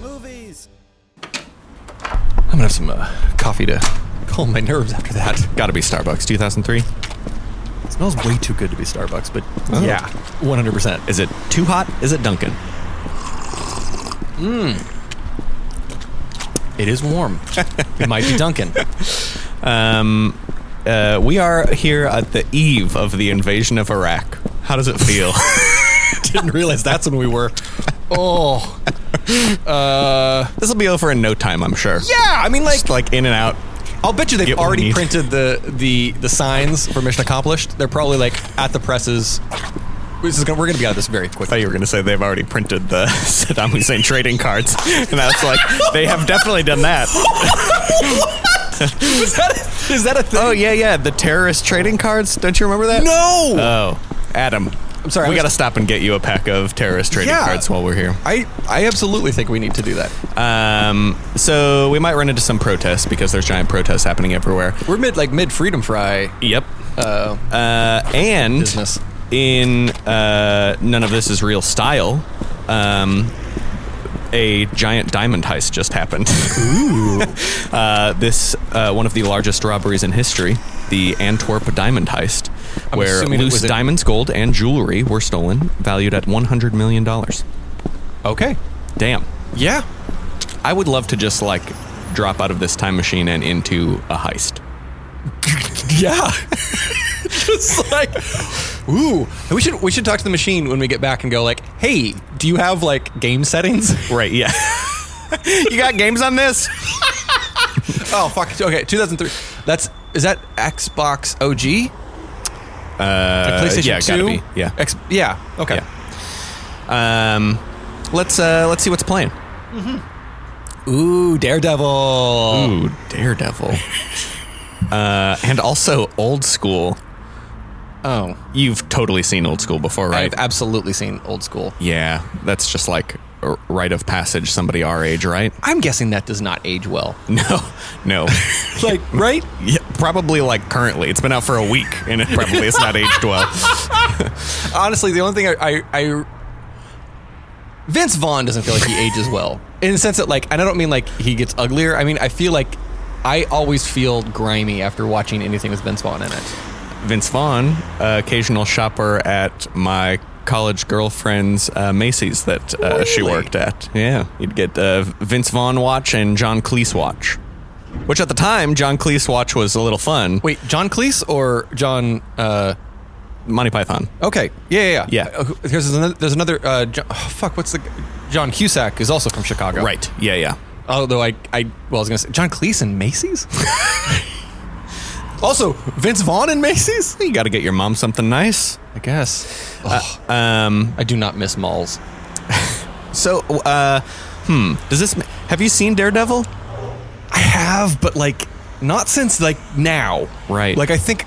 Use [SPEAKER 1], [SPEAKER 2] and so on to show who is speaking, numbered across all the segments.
[SPEAKER 1] Movies.
[SPEAKER 2] I'm gonna have some uh, coffee to calm my nerves after that. Gotta be Starbucks 2003. It smells way too good to be Starbucks, but yeah, 100%. Is it too hot? Is it Dunkin'? Mmm. It is warm. it might be Dunkin'. Um, uh, we are here at the eve of the invasion of Iraq. How does it feel? Didn't realize that's when we were.
[SPEAKER 3] Oh, uh,
[SPEAKER 2] This will be over in no time, I'm sure.
[SPEAKER 3] yeah. I mean, like,
[SPEAKER 2] Just like in and out.
[SPEAKER 3] I'll bet you they've
[SPEAKER 2] Get what we
[SPEAKER 3] already
[SPEAKER 2] need.
[SPEAKER 3] printed the the the signs for Mission Accomplished. They're probably like at the presses. This is gonna, we're gonna be out of this very
[SPEAKER 2] thought
[SPEAKER 3] quickly.
[SPEAKER 2] you were going to say they've already printed the Saddam Hussein trading cards, and I was like, they have definitely done that.
[SPEAKER 3] Is that a, is that a thing?
[SPEAKER 2] Oh yeah, yeah, the terrorist trading cards. Don't you remember that?
[SPEAKER 3] no.
[SPEAKER 2] Oh, Adam, I'm
[SPEAKER 3] sorry, I
[SPEAKER 2] We
[SPEAKER 3] was-
[SPEAKER 2] got to stop and get you a pack of terrorist trading
[SPEAKER 3] Yeah.
[SPEAKER 2] cards while we're here.
[SPEAKER 3] I I absolutely think we need to do that.
[SPEAKER 2] Um, so we might run into some protests because there's giant protests happening everywhere.
[SPEAKER 3] We're mid like mid Freedom Fry.
[SPEAKER 2] Yep.
[SPEAKER 3] Uh,
[SPEAKER 2] Uh, and
[SPEAKER 3] Business.
[SPEAKER 2] in uh, none of this is real style. Um, a giant diamond heist just happened. Ooh. uh, this uh, one of the largest robberies in history, the Antwerp diamond heist,
[SPEAKER 3] I'm
[SPEAKER 2] where
[SPEAKER 3] assuming it
[SPEAKER 2] loose
[SPEAKER 3] was a-
[SPEAKER 2] diamonds, gold, and jewelry were stolen, valued at one hundred million dollars.
[SPEAKER 3] okay.
[SPEAKER 2] Damn.
[SPEAKER 3] Yeah.
[SPEAKER 2] I would love to just like drop out of this time machine and into a heist.
[SPEAKER 3] Yeah. Just like ooh. We should we should talk to the machine when we get back and go like, "Hey, do you have like game settings?"
[SPEAKER 2] Right? Yeah. you got games on this?
[SPEAKER 3] oh, fuck. Okay, 2003. That's is that Xbox OG? Uh, PlayStation
[SPEAKER 2] yeah, gotta
[SPEAKER 3] 2?
[SPEAKER 2] be. Yeah.
[SPEAKER 3] X, yeah. Okay.
[SPEAKER 2] Um, let's uh, let's see what's playing.
[SPEAKER 3] Ooh, Daredevil.
[SPEAKER 2] Ooh, Daredevil. uh, and also old school.
[SPEAKER 3] Oh.
[SPEAKER 2] You've totally seen old school before, right?
[SPEAKER 3] I've absolutely seen old school.
[SPEAKER 2] yeah, that's just like a rite of passage. Somebody our age, right?
[SPEAKER 3] I'm guessing that does not age well.
[SPEAKER 2] No, no.
[SPEAKER 3] Like, right?
[SPEAKER 2] yeah, probably like currently. It's been out for a week, and it probably is not aged well.
[SPEAKER 3] Honestly, the only thing I, I, I Vince Vaughn doesn't feel like he ages well in the sense that, like, and I don't mean like he gets uglier. I mean I feel like I always feel grimy after watching anything with Vince Vaughn in it.
[SPEAKER 2] Vince Vaughn, uh, occasional shopper at my college girlfriend's uh, Macy's that uh, she
[SPEAKER 3] Really?
[SPEAKER 2] worked at. Yeah, you'd get uh, Vince Vaughn watch and John Cleese watch, which at the time John Cleese watch was a little fun.
[SPEAKER 3] Wait, John Cleese or John? Uh,
[SPEAKER 2] Monty Python.
[SPEAKER 3] okay, yeah, yeah,
[SPEAKER 2] Yeah.
[SPEAKER 3] Uh, who- There's another. There's another. Uh, John, oh, fuck, what's the g- John Cusack is also from Chicago,
[SPEAKER 2] Right. Yeah, yeah.
[SPEAKER 3] Although I, I, well, I was gonna say John Cleese and Macy's. also, Vince Vaughn and Macy's.
[SPEAKER 2] You got to get your mom something nice.
[SPEAKER 3] I guess. Ugh,
[SPEAKER 2] Um.
[SPEAKER 3] I do not miss malls.
[SPEAKER 2] So, uh, hmm. Does this? ma- Have you seen Daredevil?
[SPEAKER 3] I have, but like not since like now.
[SPEAKER 2] Right.
[SPEAKER 3] Like I think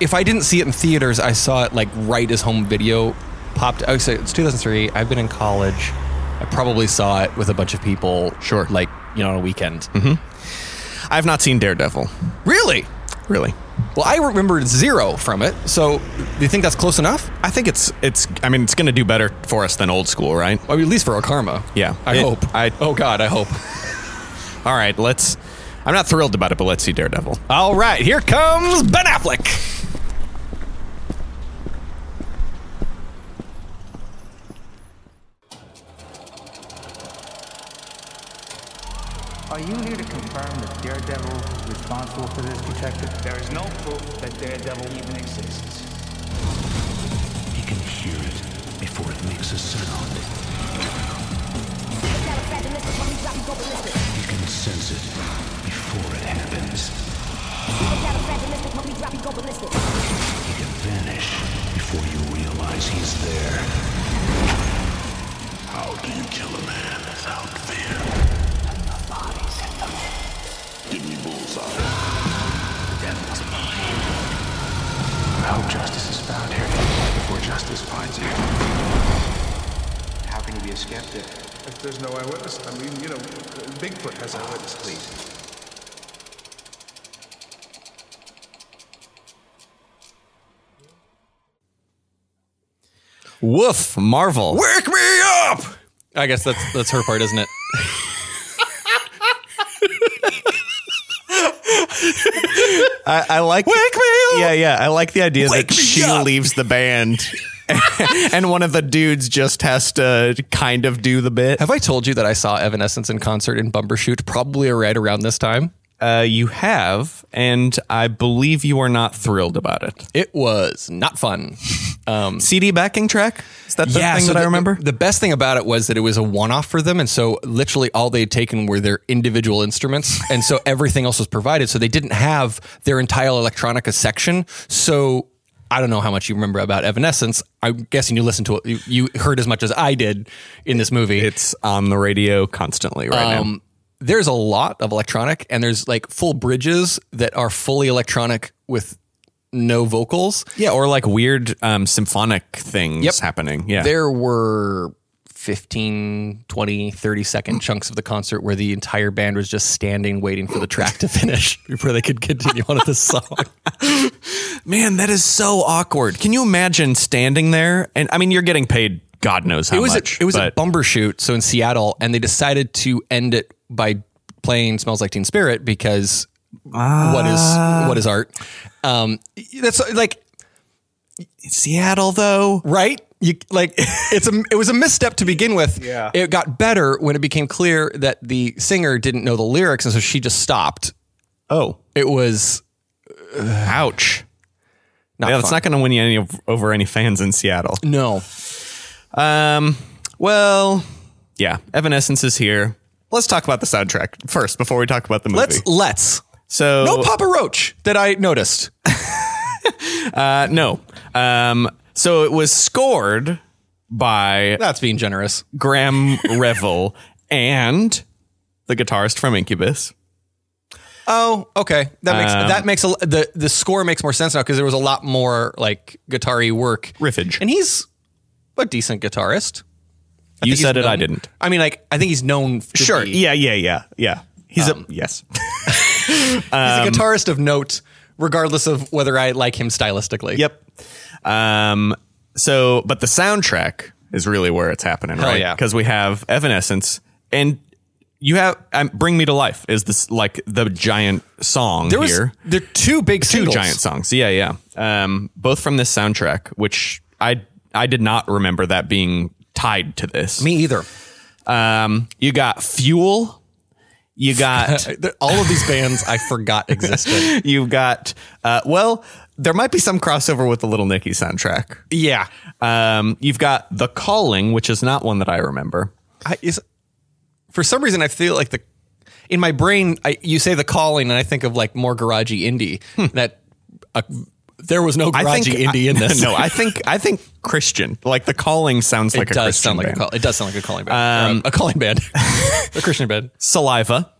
[SPEAKER 3] if I didn't see it in theaters, I saw it like right as home video popped. I would say it's 2003. I've been in college. I probably saw it with a bunch of people. Sure. Mm-hmm. Like you know on a weekend.
[SPEAKER 2] I've not seen Daredevil.
[SPEAKER 3] Really?
[SPEAKER 2] Really.
[SPEAKER 3] Well, I remembered zero from it. So do you think that's close enough?
[SPEAKER 2] I think it's it's. I mean, it's going to do better for us than old school, right?
[SPEAKER 3] I mean, at least for our karma.
[SPEAKER 2] Yeah.
[SPEAKER 3] I
[SPEAKER 2] It-
[SPEAKER 3] hope.
[SPEAKER 2] I-
[SPEAKER 3] oh God, I hope.
[SPEAKER 2] All right. Let's. I'm not thrilled about it, but let's see Daredevil.
[SPEAKER 3] All right, here comes Ben Affleck.
[SPEAKER 4] Are you here to confirm that Daredevil is responsible for this, Detective?
[SPEAKER 5] There is no proof that Daredevil even exists.
[SPEAKER 6] He can hear it before it makes a sound. He can sense it before it happens. He can vanish before you realize he's there. How do you kill a man without fear? The body's in the Give me bullseye. Devil's mine. I hope justice is found here before justice finds you.
[SPEAKER 5] How can you be a skeptic? If there's no eyewitness, I mean, you know, Bigfoot has eyewitnesses. Please.
[SPEAKER 2] Woof, Marvel.
[SPEAKER 3] Wake me up! I guess that's that's her part, isn't it?
[SPEAKER 7] I, I like.
[SPEAKER 3] Wake me
[SPEAKER 7] Yeah, yeah. I like the idea
[SPEAKER 3] Wake
[SPEAKER 7] that
[SPEAKER 3] me
[SPEAKER 7] she
[SPEAKER 3] up.
[SPEAKER 7] leaves the band, and one of the dudes just has to kind of do the bit.
[SPEAKER 3] Have I told you that I saw Evanescence in concert in Bumbershoot probably right around this time?
[SPEAKER 2] Uh, you have, and I believe you are not thrilled about it.
[SPEAKER 3] It was not fun.
[SPEAKER 2] CD backing track? Is that the thing
[SPEAKER 3] so
[SPEAKER 2] that I
[SPEAKER 3] the-
[SPEAKER 2] remember?
[SPEAKER 3] The best thing about it was that it was a one-off for them, and so literally all they'd taken were their individual instruments, and so everything else was provided. So they didn't have their entire electronica section. So I don't know how much you remember about Evanescence. I'm guessing you listened to it, you, you heard as much as I did in this movie.
[SPEAKER 2] it's on the radio constantly right now.
[SPEAKER 3] um, there's a lot of electronic and there's like full bridges that are fully electronic with no vocals.
[SPEAKER 2] Yeah, or like weird um, symphonic things
[SPEAKER 3] Yep.
[SPEAKER 2] happening. Yeah.
[SPEAKER 3] There were 15, 20, 30
[SPEAKER 2] Mm.
[SPEAKER 3] second chunks of the concert where the entire band was just standing waiting for the track to finish before they could continue on with the song.
[SPEAKER 2] Man, that is so awkward. Can you imagine standing there? And I mean, you're getting paid God knows how
[SPEAKER 3] It was
[SPEAKER 2] much.
[SPEAKER 3] at, it was
[SPEAKER 2] but
[SPEAKER 3] at Bumbershoot, so in Seattle, and they decided to end it by playing "Smells Like Teen Spirit" because what
[SPEAKER 2] Ah.
[SPEAKER 3] is what is art? Um, that's like
[SPEAKER 2] Seattle, though.
[SPEAKER 3] right? You like it's a it was a misstep to begin with. Yeah. It got better when it became clear that the singer didn't know the lyrics, and so she just stopped.
[SPEAKER 2] Oh,
[SPEAKER 3] It was
[SPEAKER 2] ouch.
[SPEAKER 3] not
[SPEAKER 2] yeah, that's
[SPEAKER 3] fun.
[SPEAKER 2] not going to win you any over any fans in Seattle.
[SPEAKER 3] no.
[SPEAKER 2] Um, well, yeah, Evanescence is here. Let's talk about the soundtrack first before we talk about the movie.
[SPEAKER 3] Let's let's
[SPEAKER 2] so
[SPEAKER 3] no Papa Roach that I noticed.
[SPEAKER 2] uh, no. Um, so it was scored by
[SPEAKER 3] That's being generous.
[SPEAKER 2] Graham Revel and the guitarist from Incubus.
[SPEAKER 3] Oh, okay. That makes
[SPEAKER 2] Um,
[SPEAKER 3] that makes a, the the score makes more sense now because there was a lot more like guitar-y work
[SPEAKER 2] Riffage.
[SPEAKER 3] and he's a decent guitarist.
[SPEAKER 2] you
[SPEAKER 3] think he's
[SPEAKER 2] said it, I
[SPEAKER 3] known-
[SPEAKER 2] didn't.
[SPEAKER 3] I mean, like I think he's known. To
[SPEAKER 2] Sure.
[SPEAKER 3] be-
[SPEAKER 2] Yeah, yeah, yeah, yeah. He's
[SPEAKER 3] Um,
[SPEAKER 2] a yes.
[SPEAKER 3] He's
[SPEAKER 2] Um,
[SPEAKER 3] a guitarist of note, regardless of whether I like him stylistically.
[SPEAKER 2] Yep. Um, so, but the soundtrack is really where it's happening, right?
[SPEAKER 3] yeah.
[SPEAKER 2] Because we have Evanescence and you have um, Bring Me to Life is this like the giant song
[SPEAKER 3] There was
[SPEAKER 2] here.
[SPEAKER 3] there are two big
[SPEAKER 2] Two
[SPEAKER 3] singles.
[SPEAKER 2] giant songs. Yeah, yeah. Um, both from this soundtrack, which I I did not remember that being tied to this.
[SPEAKER 3] Me either.
[SPEAKER 2] Um, you got Fuel. You got
[SPEAKER 3] They're- All of these bands I forgot existed.
[SPEAKER 2] you've got uh, well, there might be some crossover with the Little Nicky soundtrack.
[SPEAKER 3] Yeah,
[SPEAKER 2] Um, you've got The Calling, which is not one that I remember.
[SPEAKER 3] I, is, for some reason I feel like the in my brain I, you say the calling and I think of like more garagey indie. That uh, there was no garagey indie in this.
[SPEAKER 2] No, Hmm. I think I think Christian. Like The Calling sounds
[SPEAKER 3] it
[SPEAKER 2] like a
[SPEAKER 3] does
[SPEAKER 2] Christian
[SPEAKER 3] sound like
[SPEAKER 2] band. Um,
[SPEAKER 3] a call. It does sound like a calling band. Or a, a calling band. a Christian band.
[SPEAKER 2] Saliva,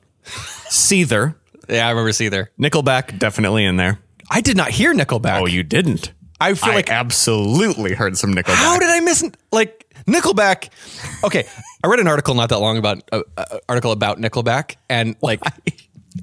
[SPEAKER 2] Seether,
[SPEAKER 3] Yeah, I remember seeing there.
[SPEAKER 2] Nickelback definitely in there.
[SPEAKER 3] I did not hear Nickelback.
[SPEAKER 2] Oh, you didn't.
[SPEAKER 3] I feel like-
[SPEAKER 2] absolutely heard some Nickelback.
[SPEAKER 3] How did I miss like Nickelback? Okay, I read an article not that long about uh, uh, article about Nickelback, and like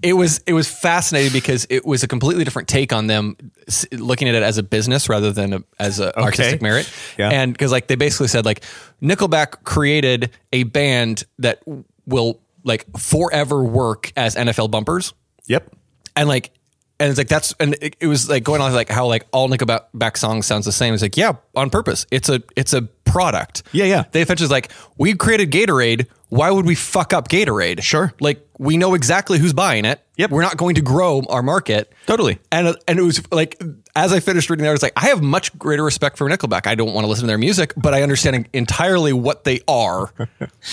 [SPEAKER 3] it was it was fascinating because it was a completely different take on them, s- looking at it as a business rather than a, as a artistic merit.
[SPEAKER 2] Yeah.
[SPEAKER 3] and because like they basically said like Nickelback created a band that will like forever work as NFL bumpers
[SPEAKER 2] Yep.
[SPEAKER 3] and like and it's like that's and it, it was like going on like how like all Nickelback back songs sounds the same. It's like yeah, on purpose. It's a it's a product.
[SPEAKER 2] Yeah, yeah.
[SPEAKER 3] They fetch is like we created Gatorade. Why would we fuck up Gatorade?
[SPEAKER 2] Sure.
[SPEAKER 3] Like we know exactly who's buying it.
[SPEAKER 2] Yep.
[SPEAKER 3] We're not going to grow our market.
[SPEAKER 2] Totally.
[SPEAKER 3] And and it was like as I finished reading that, I was like, I have much greater respect for Nickelback. I don't want to listen to their music, but I understand entirely what they are.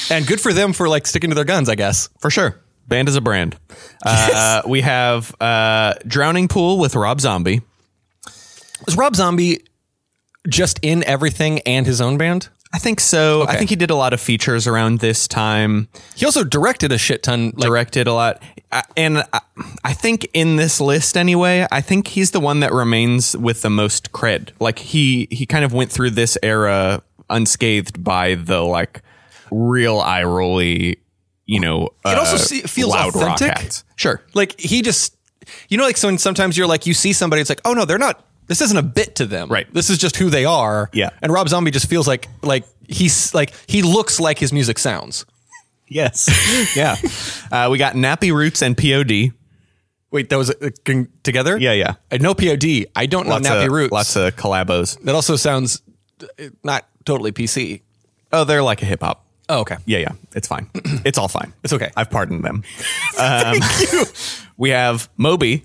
[SPEAKER 3] and good for them for like sticking to their guns, I guess.
[SPEAKER 2] For sure. Band is a brand. Uh, We have uh, Drowning Pool with Rob Zombie.
[SPEAKER 3] Is Rob Zombie just in everything and his own band?
[SPEAKER 2] I think so. I
[SPEAKER 3] Okay.
[SPEAKER 2] think he did a lot of features around this time,
[SPEAKER 3] He also directed a shit ton. Like,
[SPEAKER 2] directed a lot. I, and I, I think in this list anyway, I think he's the one that remains with the most cred. Like he he kind of went through this era unscathed by the like real eye rolly, you know,
[SPEAKER 3] It also
[SPEAKER 2] uh,
[SPEAKER 3] se- feels
[SPEAKER 2] loud rock
[SPEAKER 3] authentic.
[SPEAKER 2] acts. Sure.
[SPEAKER 3] Like he just, you know, like so. When sometimes you're like, you see somebody, it's like, oh no, they're not. This isn't a bit to them,
[SPEAKER 2] Right.
[SPEAKER 3] This is just who they are.
[SPEAKER 2] Yeah.
[SPEAKER 3] And Rob Zombie just feels like like he's like he looks like his music sounds.
[SPEAKER 2] Yes. yeah. Uh, we got Nappy Roots and POD.
[SPEAKER 3] Wait, that was uh, con- together? Uh,
[SPEAKER 2] Yeah, yeah.
[SPEAKER 3] I know POD. I don't
[SPEAKER 2] Lots
[SPEAKER 3] know Nappy
[SPEAKER 2] of,
[SPEAKER 3] Roots.
[SPEAKER 2] Lots of collabos.
[SPEAKER 3] that also sounds uh, not totally PC.
[SPEAKER 2] Oh, they're like a hip hop.
[SPEAKER 3] Oh, okay.
[SPEAKER 2] Yeah, yeah. It's fine. it's all fine.
[SPEAKER 3] It's okay.
[SPEAKER 2] I've pardoned them. Thank you. We have Moby.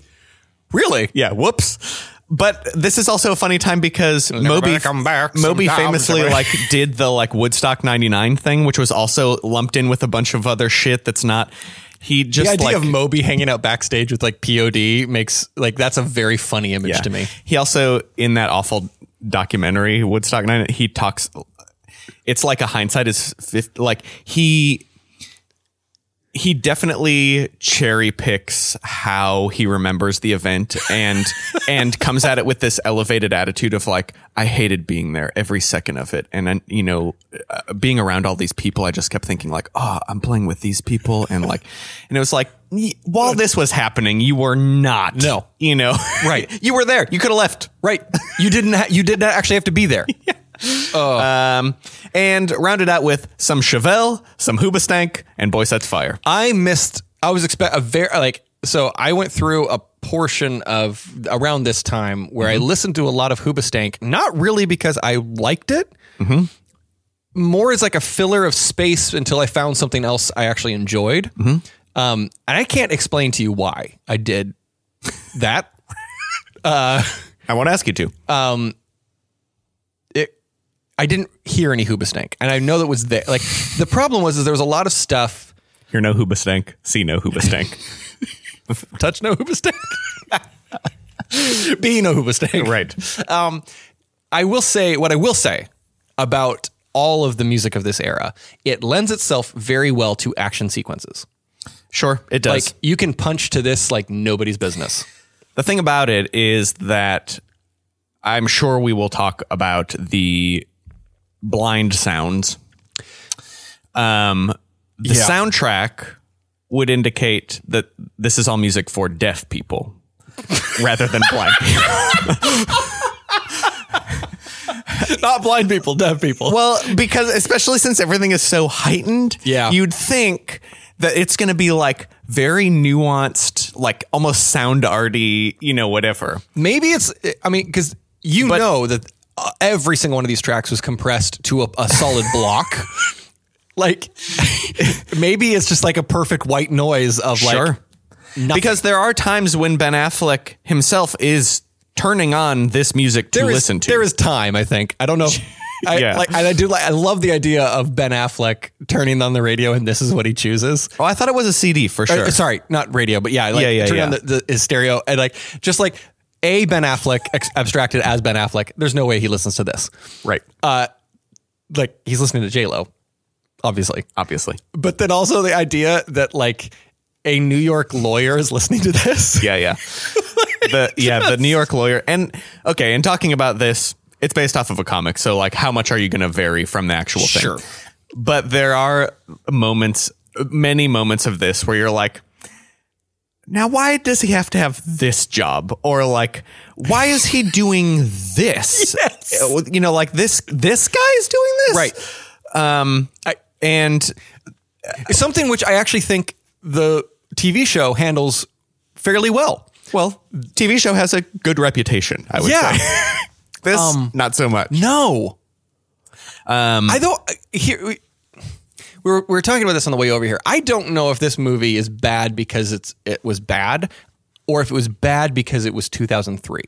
[SPEAKER 3] Really?
[SPEAKER 2] Yeah, whoops. But this is also a funny time because Moby,
[SPEAKER 3] back, I'm back
[SPEAKER 2] Moby
[SPEAKER 3] sometimes.
[SPEAKER 2] famously like did the like Woodstock 99 thing, which was also lumped in with a bunch of other shit that's not he just
[SPEAKER 3] the idea
[SPEAKER 2] like
[SPEAKER 3] of Moby hanging out backstage with like POD makes like that's a very funny image
[SPEAKER 2] Yeah.
[SPEAKER 3] to me.
[SPEAKER 2] He also in that awful documentary Woodstock 9 he talks it's like a hindsight is 50, like he he definitely cherry picks how he remembers the event and and comes at it with this elevated attitude of like I hated being there every second of it and then you know uh, being around all these people I just kept thinking like oh I'm playing with these people and like and it was like y- while this was happening you were not
[SPEAKER 3] No.
[SPEAKER 2] you know
[SPEAKER 3] Right.
[SPEAKER 2] you were there you could have left
[SPEAKER 3] Right. You didn't ha- you did not actually have to be there. Oh.
[SPEAKER 2] um and rounded out with some Chevelle some Hoobastank and Boy Sets Fire
[SPEAKER 3] I missed. I was expect a very like so. I went through a portion of around this time where
[SPEAKER 2] Mm-hmm.
[SPEAKER 3] I listened to a lot of Hoobastank. Not really because I liked it.
[SPEAKER 2] Mm-hmm.
[SPEAKER 3] More as like a filler of space until I found something else I actually enjoyed.
[SPEAKER 2] Mm-hmm.
[SPEAKER 3] Um, and I can't explain to you why I did that.
[SPEAKER 2] I won't ask you to
[SPEAKER 3] it I didn't hear any Hoobastank, and I know that was there. Like the problem was, is there was a lot of stuff.
[SPEAKER 2] Hear no hoobastank, see no hoobastank.
[SPEAKER 3] Touch no Hoobastank. Be no Hoobastank.
[SPEAKER 2] right.
[SPEAKER 3] Um, I will say what I will say about all of the music of this era. It lends itself very well to action sequences.
[SPEAKER 2] Sure, it
[SPEAKER 3] Like
[SPEAKER 2] does.
[SPEAKER 3] you can punch to this like nobody's business.
[SPEAKER 2] the thing about it is that I'm sure we will talk about the blind sounds. Um, the
[SPEAKER 3] Yeah.
[SPEAKER 2] soundtrack would indicate that this is all music for deaf people rather than blind people.
[SPEAKER 3] Not blind people, deaf people.
[SPEAKER 2] Well, because especially since everything is so heightened,
[SPEAKER 3] Yeah.
[SPEAKER 2] you'd think that it's going to be like very nuanced, like almost sound arty, you know, whatever.
[SPEAKER 3] Maybe it's I mean because you know that uh, every single one of these tracks was compressed to a, a solid block. Like maybe it's just like a perfect white noise of like
[SPEAKER 2] Sure.
[SPEAKER 3] nothing.
[SPEAKER 2] Because there are times when Ben Affleck himself is turning on this music to
[SPEAKER 3] There is
[SPEAKER 2] listen to.
[SPEAKER 3] There is time, I think. I don't know. if- I,
[SPEAKER 2] Yeah.
[SPEAKER 3] like, I do like. I love the idea of Ben Affleck turning on the radio, and this is what he chooses.
[SPEAKER 2] oh, I thought it was a CD for
[SPEAKER 3] Or,
[SPEAKER 2] sure.
[SPEAKER 3] Uh, sorry, not radio, but yeah, like
[SPEAKER 2] Yeah, yeah,
[SPEAKER 3] turning on
[SPEAKER 2] yeah.
[SPEAKER 3] the, the his stereo and like just like a Ben Affleck ex- abstracted as Ben Affleck. There's no way he listens to this.
[SPEAKER 2] Right.
[SPEAKER 3] Uh, Like he's listening to J Lo, obviously.
[SPEAKER 2] Obviously.
[SPEAKER 3] But then also the idea that like a New York lawyer is listening to this.
[SPEAKER 2] Yeah, yeah. the yeah, the New York lawyer. And okay, and talking about this, it's based off of a comic, so like how much are you going to vary from the actual thing?
[SPEAKER 3] Sure.
[SPEAKER 2] But there are moments, many moments of this where you're like now why does he have to have this job or like why is he doing this? You know, like this this guy's doing this?
[SPEAKER 3] Right.
[SPEAKER 2] Um and
[SPEAKER 3] Something which I actually think the TV show handles fairly well.
[SPEAKER 2] well, TV show has a good reputation, I would
[SPEAKER 3] Yeah.
[SPEAKER 2] say.
[SPEAKER 3] Um,
[SPEAKER 2] this not so much.
[SPEAKER 3] No. Um, I don't. Here we, we were we were talking about this on the way over here. I don't know if this movie is bad because it's it was bad, or if it was bad because it was 2003.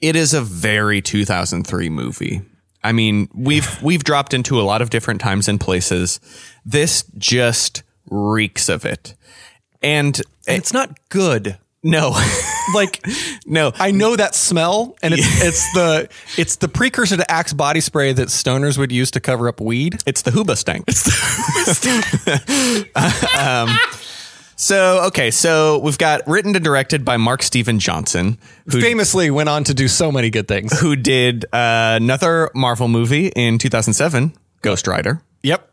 [SPEAKER 2] it is a very 2003 movie. I mean, we've we've dropped into a lot of different times and places. This just reeks of it. And Oh. eh,
[SPEAKER 3] It's not good.
[SPEAKER 2] no,
[SPEAKER 3] Like
[SPEAKER 2] no,
[SPEAKER 3] I know that smell, and it's it's the it's the precursor to Axe body spray that stoners would use to cover up weed.
[SPEAKER 2] it's the Hooba stank. It's the um, so okay, so we've got written and directed by Mark Steven Johnson, who
[SPEAKER 3] Famously, went on to do so many good things.
[SPEAKER 2] who did uh, another Marvel movie in 2007, Ghost Rider.
[SPEAKER 3] Yep,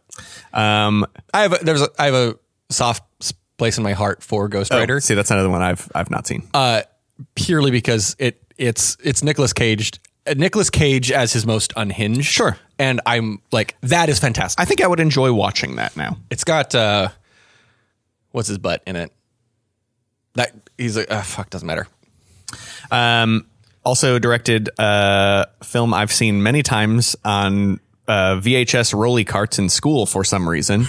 [SPEAKER 2] Um,
[SPEAKER 3] I have a, there's a, I have a soft s-
[SPEAKER 2] Oh.
[SPEAKER 3] place in my heart for Ghost Rider.
[SPEAKER 2] see, that's another one I've I've not seen.
[SPEAKER 3] Uh, purely because it it's it's Nicolas Cage. uh, Nicolas Cage as his most unhinged.
[SPEAKER 2] Sure.
[SPEAKER 3] And I'm like that is fantastic.
[SPEAKER 2] I think I would enjoy watching that now.
[SPEAKER 3] It's got uh what's his butt in it? That he's like uh, fuck doesn't matter.
[SPEAKER 2] Um, also directed a film I've seen many times on uh, VHS rolly carts in school for some reason.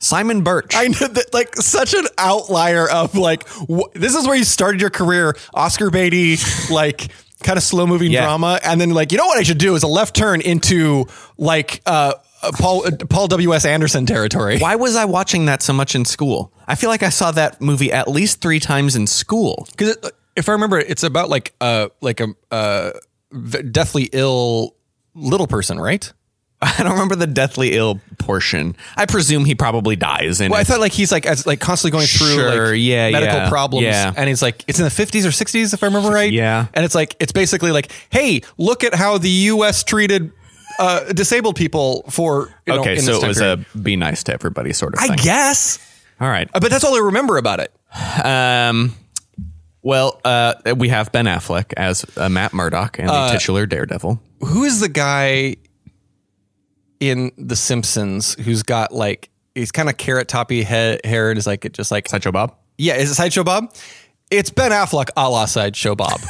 [SPEAKER 2] Simon Birch.
[SPEAKER 3] I know that like such an outlier of like wh- this is where you started your career, Oscar Beatty, like kind of slow moving
[SPEAKER 2] Yeah.
[SPEAKER 3] drama, and then like you know what I should do is a left turn into like uh, uh, Paul uh, Paul W S Anderson territory.
[SPEAKER 2] Why was I watching that so much in school? I feel like I saw that movie at least three times in school.
[SPEAKER 3] Because uh, if I remember, it's about like uh like a uh v- deathly ill little person, right?
[SPEAKER 2] I don't remember the deathly ill portion. I presume he probably dies. In
[SPEAKER 3] Well, I
[SPEAKER 2] it.
[SPEAKER 3] thought like he's like as like constantly going through
[SPEAKER 2] Sure,
[SPEAKER 3] like
[SPEAKER 2] yeah,
[SPEAKER 3] medical
[SPEAKER 2] yeah,
[SPEAKER 3] problems,
[SPEAKER 2] yeah.
[SPEAKER 3] and it's like it's in the fifties or sixties if I remember right.
[SPEAKER 2] Yeah.
[SPEAKER 3] and it's like it's basically like, hey, look at how the U.S. treated uh, disabled people for you know,
[SPEAKER 2] okay,
[SPEAKER 3] in this
[SPEAKER 2] so it
[SPEAKER 3] time
[SPEAKER 2] was
[SPEAKER 3] period.
[SPEAKER 2] a be nice to everybody sort of
[SPEAKER 3] I
[SPEAKER 2] thing.
[SPEAKER 3] guess,
[SPEAKER 2] All right.
[SPEAKER 3] Uh, but that's all I remember about it.
[SPEAKER 2] Um, well, uh, we have Ben Affleck as uh, Matt Murdock and the
[SPEAKER 3] Uh,
[SPEAKER 2] titular Daredevil.
[SPEAKER 3] Who is the guy in The Simpsons who's got like he's kind of carrot toppy head hair and is like it just like
[SPEAKER 2] Sideshow Bob.
[SPEAKER 3] yeah is it sideshow Bob? It's Ben Affleck a la sideshow Bob.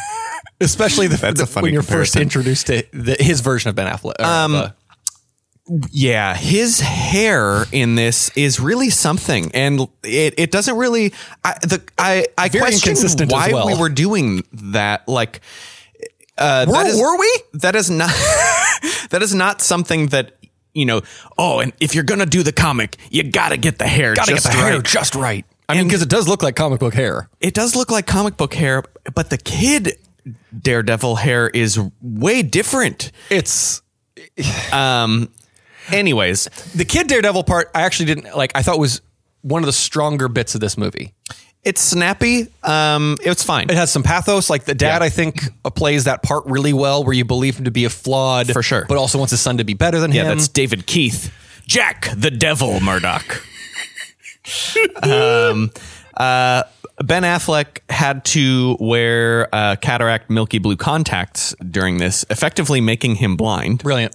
[SPEAKER 3] Especially the,
[SPEAKER 2] That's a
[SPEAKER 3] the-
[SPEAKER 2] funny
[SPEAKER 3] when you're first
[SPEAKER 2] comparison. Um,
[SPEAKER 3] introduced to the, his version of Ben Affleck. or, uh,
[SPEAKER 2] Yeah, his hair in this is really something, and it, it doesn't really. I the I I
[SPEAKER 3] Very
[SPEAKER 2] question
[SPEAKER 3] inconsistent as
[SPEAKER 2] why
[SPEAKER 3] well.
[SPEAKER 2] we were doing that. Like, uh,
[SPEAKER 3] Were-
[SPEAKER 2] that is-
[SPEAKER 3] were we?
[SPEAKER 2] That is not. that is not something that you know. Oh, and if you're gonna do the comic, you gotta get the hair.
[SPEAKER 3] gotta
[SPEAKER 2] just
[SPEAKER 3] get the
[SPEAKER 2] right.
[SPEAKER 3] hair just right. I mean, because it does look like comic book hair.
[SPEAKER 2] it does look like comic book hair, but the kid Daredevil hair is way different.
[SPEAKER 3] It's
[SPEAKER 2] Um, anyways,
[SPEAKER 3] the kid Daredevil part. I actually didn't like. I thought was one of the stronger bits of this movie.
[SPEAKER 2] it's snappy. Um, it's fine.
[SPEAKER 3] It has some pathos. Like the dad, I think, uh, plays that part really well, where you believe him to be a flawed
[SPEAKER 2] For sure.
[SPEAKER 3] but also wants his son to be better than
[SPEAKER 2] Yeah,
[SPEAKER 3] him.
[SPEAKER 2] that's David Keith. Jack the Devil Murdoch. um, uh, ben Affleck had to wear uh, cataract milky blue contacts during this, effectively making him blind.
[SPEAKER 3] brilliant.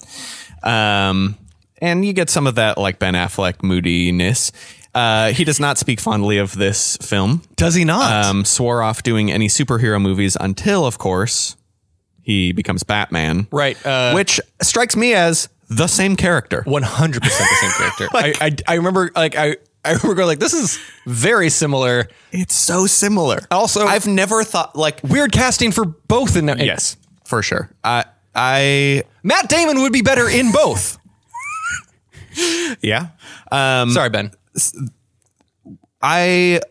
[SPEAKER 2] Um, and you get some of that like Ben Affleck moodiness. Uh, he does not speak fondly of this film.
[SPEAKER 3] Does he not?
[SPEAKER 2] Um, swore off doing any superhero movies until, of course, he becomes Batman.
[SPEAKER 3] Right, uh,
[SPEAKER 2] which strikes me as the same character.
[SPEAKER 3] One hundred percent the same character. I, I I remember like I I remember going like this is very similar.
[SPEAKER 2] It's so similar.
[SPEAKER 3] Also-
[SPEAKER 2] I've never thought like
[SPEAKER 3] Weird casting for both in that.
[SPEAKER 2] yes, for sure. I I
[SPEAKER 3] Matt Damon would be better in both.
[SPEAKER 2] yeah. Um,
[SPEAKER 3] Sorry, Ben.
[SPEAKER 2] I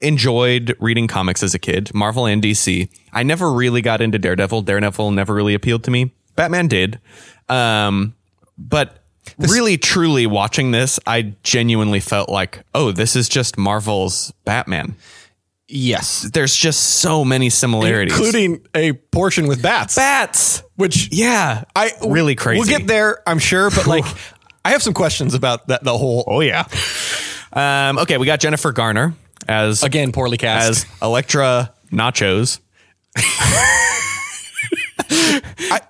[SPEAKER 2] enjoyed reading comics as a kid, Marvel and DC. I never really got into Daredevil. Daredevil never really appealed to me. Batman did. Um, but really, truly watching this, I genuinely felt like, oh, this is just Marvel's Batman.
[SPEAKER 3] Yes,
[SPEAKER 2] There's just so many similarities.
[SPEAKER 3] including a portion with bats,
[SPEAKER 2] bats.
[SPEAKER 3] which
[SPEAKER 2] Yeah.
[SPEAKER 3] I
[SPEAKER 2] really crazy.
[SPEAKER 3] We'll get there, I'm sure, but like I have some questions about that. The whole
[SPEAKER 2] Oh, yeah. Um, okay, we got Jennifer Garner as
[SPEAKER 3] again poorly cast.
[SPEAKER 2] as Electra Nachos.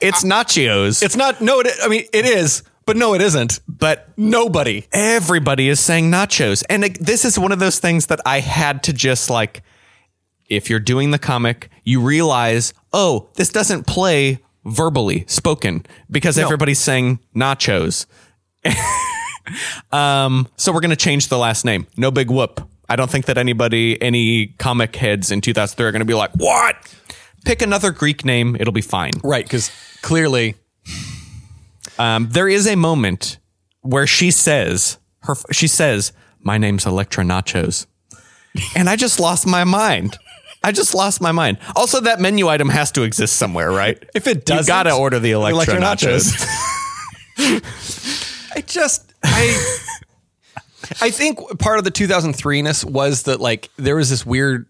[SPEAKER 2] it's Nachos,
[SPEAKER 3] It's not. No, it. I mean, it is, but no, it isn't.
[SPEAKER 2] but
[SPEAKER 3] Nobody.
[SPEAKER 2] everybody is saying Nachos, and it, this is one of those things that I had to just like. If you're doing the comic, you realize, oh, this doesn't play verbally spoken because everybody's saying Nachos. um, so we're gonna change the last name. No big whoop. I don't think that anybody, any comic heads in 2003 are gonna be like, what? Pick another Greek name. It'll be fine.
[SPEAKER 3] Right, because clearly,
[SPEAKER 2] um, there is a moment where she says her she says my name's Electra Nachos, and I just lost my mind. I just lost my mind. Also, that menu item has to exist somewhere, right?
[SPEAKER 3] If it doesn't,
[SPEAKER 2] you gotta order the Electra,
[SPEAKER 3] Electra
[SPEAKER 2] nachos.
[SPEAKER 3] I just I. I think part of the 2003ness was that like there was this weird,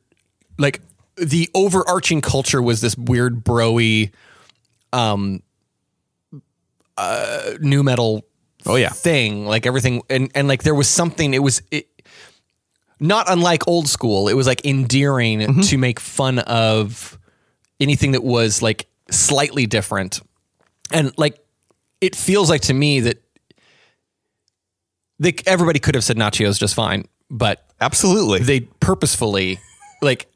[SPEAKER 3] like the overarching culture was this weird broy, um, uh, new metal
[SPEAKER 2] Oh yeah,
[SPEAKER 3] thing like everything and and like there was something it was it,
[SPEAKER 2] Mm-hmm.
[SPEAKER 3] not unlike old school it was like endearing to make fun of anything that was like slightly different. And like it feels like to me that they, everybody could have said Nacho's just fine, but
[SPEAKER 2] Absolutely.
[SPEAKER 3] they purposefully like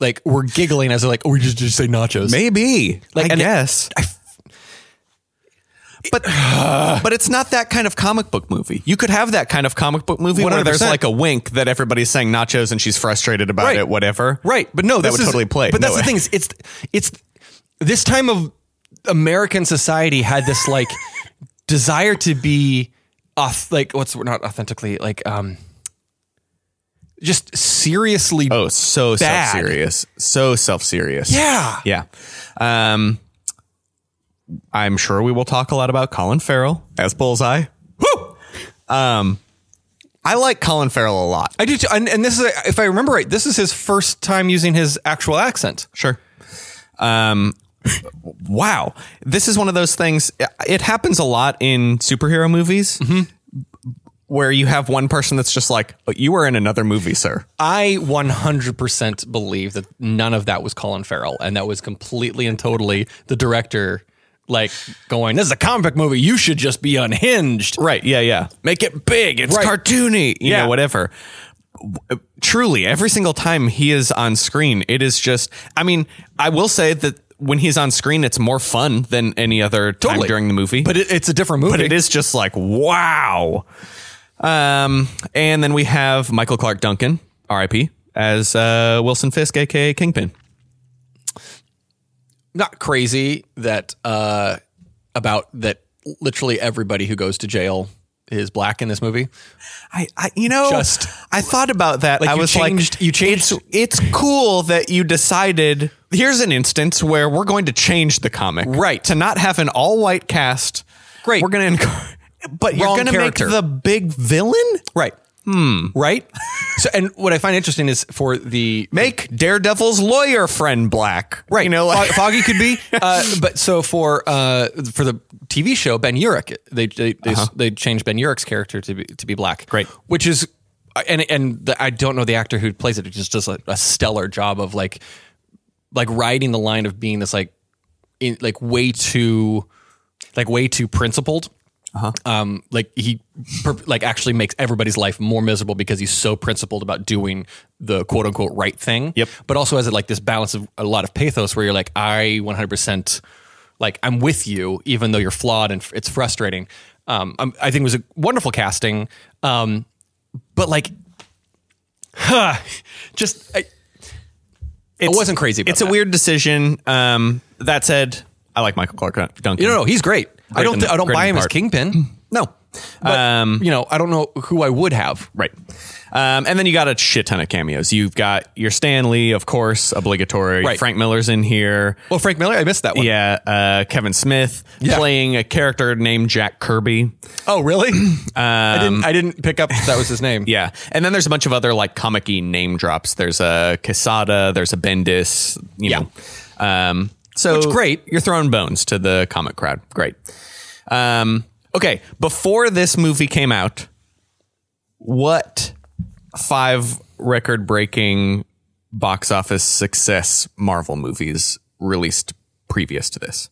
[SPEAKER 3] like we're giggling as they're like, oh, we just, just say nachos.
[SPEAKER 2] Maybe.
[SPEAKER 3] Like,
[SPEAKER 2] I
[SPEAKER 3] and-
[SPEAKER 2] guess. but but it's not that kind of comic book movie. You could have that kind of comic book movie where there's
[SPEAKER 3] 100%.
[SPEAKER 2] like a wink that everybody's saying nachos and she's frustrated about
[SPEAKER 3] Right.
[SPEAKER 2] it, whatever.
[SPEAKER 3] Right, but no,
[SPEAKER 2] that
[SPEAKER 3] this
[SPEAKER 2] would
[SPEAKER 3] is-
[SPEAKER 2] totally play.
[SPEAKER 3] But
[SPEAKER 2] No
[SPEAKER 3] that's
[SPEAKER 2] way.
[SPEAKER 3] the thing is, it's it's this time of American society had this like desire to be off, like what's not authentically like um just seriously.
[SPEAKER 2] Oh, so
[SPEAKER 3] Bad.
[SPEAKER 2] self serious. So self serious.
[SPEAKER 3] Yeah,
[SPEAKER 2] Yeah. Um, I'm sure we will talk a lot about Colin Farrell as Bullseye. Woo! Um, I like Colin Farrell a lot.
[SPEAKER 3] I do. Too, and, and this is, if I remember right, this is his first time using his actual accent.
[SPEAKER 2] Sure. Um, wow. This is one of those things. It happens a lot in superhero movies
[SPEAKER 3] Mm-hmm.
[SPEAKER 2] where you have one person that's just like, "Oh, you were in another movie, sir.
[SPEAKER 3] I 100% believe that none of that was Colin Farrell, and that was completely and totally the director, like going, "This is a comic book movie. You should just be unhinged."
[SPEAKER 2] Right. Yeah. Yeah. Make it big. It's
[SPEAKER 3] Right.
[SPEAKER 2] cartoony. You
[SPEAKER 3] Yeah.
[SPEAKER 2] know, whatever. W- Truly, every single time he is on screen, it is just. I mean, I will say that when he's on screen, it's more fun than any other time
[SPEAKER 3] Totally.
[SPEAKER 2] during the movie.
[SPEAKER 3] But it, it's a different movie.
[SPEAKER 2] but it is just like wow. Um, and then we have Michael Clark Duncan, R.I.P. as uh, Wilson Fisk, aka Kingpin.
[SPEAKER 3] not crazy that uh, about that. Literally everybody who goes to jail is black in this movie.
[SPEAKER 2] I, I you know,
[SPEAKER 3] Just-
[SPEAKER 2] I thought about that.
[SPEAKER 3] Like,
[SPEAKER 2] I
[SPEAKER 3] you
[SPEAKER 2] was
[SPEAKER 3] changed-
[SPEAKER 2] like,
[SPEAKER 3] you changed-
[SPEAKER 2] It's, it's cool that you decided. Here's an instance where we're going to change the comic,
[SPEAKER 3] Right.
[SPEAKER 2] To not have an all white cast.
[SPEAKER 3] Great.
[SPEAKER 2] We're gonna, enc- but you're
[SPEAKER 3] Wrong
[SPEAKER 2] gonna
[SPEAKER 3] character.
[SPEAKER 2] make the big villain.
[SPEAKER 3] Right. Hmm. Right. so, and what I find interesting is for the
[SPEAKER 2] Make Daredevil's lawyer friend black,
[SPEAKER 3] Right.
[SPEAKER 2] You know, like,
[SPEAKER 3] Fog- Foggy could be. Uh, but so for uh, for the TV show Ben Urich, they they they, they changed Ben Urich's character to be to be black.
[SPEAKER 2] Uh-huh. Great.
[SPEAKER 3] which is and and the, I don't know the actor who plays it. It just does a, a stellar job of like like riding the line of being this like in, like way too like way too principled.
[SPEAKER 2] Uh-huh.
[SPEAKER 3] Um, like he per- like actually makes everybody's life more miserable because he's so principled about doing the quote unquote right thing.
[SPEAKER 2] Yep.
[SPEAKER 3] But also has like this balance of a lot of pathos where you're like, I 100 percent like I'm with you, even though you're flawed and f- it's frustrating. Um, I'm- I think it was a wonderful casting. Um, but like, huh, just I, it wasn't crazy. About
[SPEAKER 2] it's
[SPEAKER 3] that.
[SPEAKER 2] a weird decision. Um, that said, I like Michael Clark Duncan.
[SPEAKER 3] No, no, he's great. I
[SPEAKER 2] Great
[SPEAKER 3] don't.
[SPEAKER 2] in-
[SPEAKER 3] Th- I don't
[SPEAKER 2] great
[SPEAKER 3] buy
[SPEAKER 2] in
[SPEAKER 3] him as
[SPEAKER 2] part. Mm.
[SPEAKER 3] Kingpin. No, but
[SPEAKER 2] Um,
[SPEAKER 3] you know, I don't know who I would have.
[SPEAKER 2] Right. Um, and then you got a shit ton of cameos. You've got your Stan Lee, of course, obligatory.
[SPEAKER 3] Right.
[SPEAKER 2] Frank Miller's in here.
[SPEAKER 3] Well, Frank Miller, I missed that one.
[SPEAKER 2] Yeah. Uh, Kevin Smith
[SPEAKER 3] Yeah.
[SPEAKER 2] playing a character named Jack Kirby.
[SPEAKER 3] Oh, really? I didn't. I didn't pick up that was his name.
[SPEAKER 2] Um, Yeah. And then there's a bunch of other like comic name drops. There's a Quesada, there's a Bendis, you
[SPEAKER 3] Yeah.
[SPEAKER 2] know. Um, so
[SPEAKER 3] Which, great.
[SPEAKER 2] You're throwing bones to the comic crowd. Great. Um, okay. Before this movie came out, what five record breaking box office success Marvel movies released previous to this?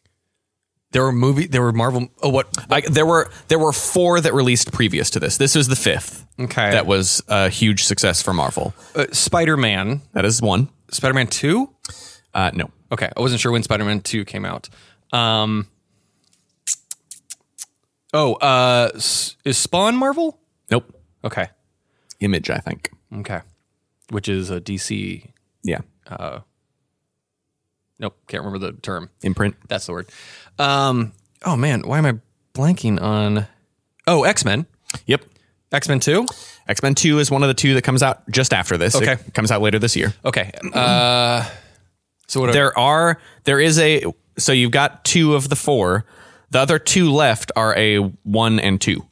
[SPEAKER 3] There were movie. There were Marvel. Oh, what?
[SPEAKER 2] I, there were there were four that released previous to this. This was the fifth.
[SPEAKER 3] Okay.
[SPEAKER 2] that was a huge success for Marvel.
[SPEAKER 3] Uh, Spider Man.
[SPEAKER 2] That is one.
[SPEAKER 3] Spider Man Two.
[SPEAKER 2] Uh, no,
[SPEAKER 3] Okay, I wasn't sure when Spider Man Two came out. Um. Oh, uh, s- is Spawn Marvel?
[SPEAKER 2] nope.
[SPEAKER 3] Okay.
[SPEAKER 2] Image, I think.
[SPEAKER 3] Okay. Which is a DC.
[SPEAKER 2] Yeah,
[SPEAKER 3] Nope, can't remember the term.
[SPEAKER 2] imprint.
[SPEAKER 3] That's the word. Um, oh man, why am I blanking on? Oh, X Men,
[SPEAKER 2] Yep.
[SPEAKER 3] X Men Two.
[SPEAKER 2] X Men Two is one of the two that comes out just after this.
[SPEAKER 3] Okay.
[SPEAKER 2] It comes out later this year.
[SPEAKER 3] Okay. Uh, so what? Are,
[SPEAKER 2] There are there is a so you've got two of the four. The other two left are a one and two.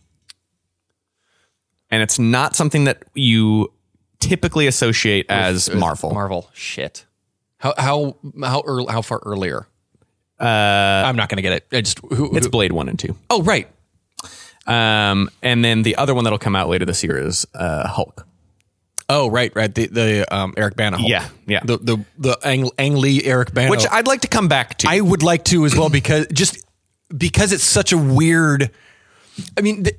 [SPEAKER 2] And it's not something that you typically associate as Marvel.
[SPEAKER 3] uh, Marvel. Shit. How how how early, How far earlier? Uh, I'm not gonna get it. I just who,
[SPEAKER 2] It's
[SPEAKER 3] who-
[SPEAKER 2] Blade One and Two.
[SPEAKER 3] oh right.
[SPEAKER 2] Um, and then the other one that'll come out later this year is uh, Hulk.
[SPEAKER 3] Oh, right, right. The the um, Eric Bana. hole.
[SPEAKER 2] Yeah, yeah.
[SPEAKER 3] The the the Ang, Ang Lee Eric Bana.
[SPEAKER 2] which I'd like to come back to.
[SPEAKER 3] Oh. I would like to as well because just because it's such a weird. I mean, th-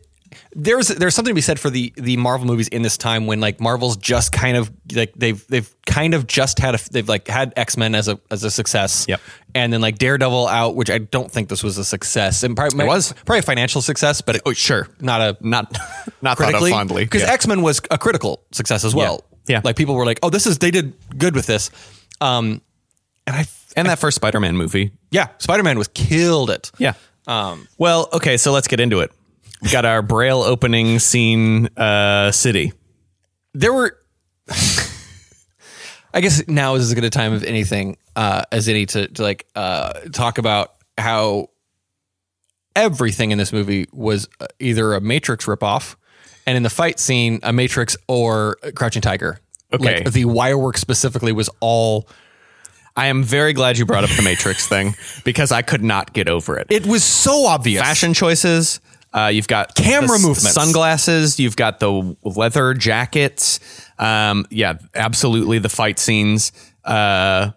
[SPEAKER 3] there's there's something to be said for the the Marvel movies in this time when like Marvel's just kind of like they've they've kind of just had a they've like had X Men as a as a success.
[SPEAKER 2] Yep.
[SPEAKER 3] And then like Daredevil out, which I don't think this was a success. And probably
[SPEAKER 2] It was.
[SPEAKER 3] probably a financial success, but it, oh sure, not a
[SPEAKER 2] not not thought of
[SPEAKER 3] critically
[SPEAKER 2] fondly
[SPEAKER 3] because
[SPEAKER 2] Yeah.
[SPEAKER 3] X Men was a critical success as well.
[SPEAKER 2] Yeah.
[SPEAKER 3] like people were like, "Oh, this is they did good with this," um, and I
[SPEAKER 2] and that first Spider-Man movie.
[SPEAKER 3] yeah, Spider Man was killed it.
[SPEAKER 2] Yeah.
[SPEAKER 3] um,
[SPEAKER 2] Well, okay, so let's get into it. We got our Braille opening scene, uh, city.
[SPEAKER 3] there were. I guess now is as good a time of anything uh, as any to, to like uh, talk about how everything in this movie was uh, either a Matrix ripoff, and in the fight scene, a Matrix or Crouching Tiger.
[SPEAKER 2] Okay.
[SPEAKER 3] like, the wire work specifically was all
[SPEAKER 2] I am very glad you brought up the Matrix thing because I could not get over it.
[SPEAKER 3] It was so obvious.
[SPEAKER 2] Fashion choices. Uh, you've got
[SPEAKER 3] Camera
[SPEAKER 2] the s-
[SPEAKER 3] movements.
[SPEAKER 2] sunglasses. You've got the leather jackets. Um, yeah, absolutely. The fight scenes. Uh,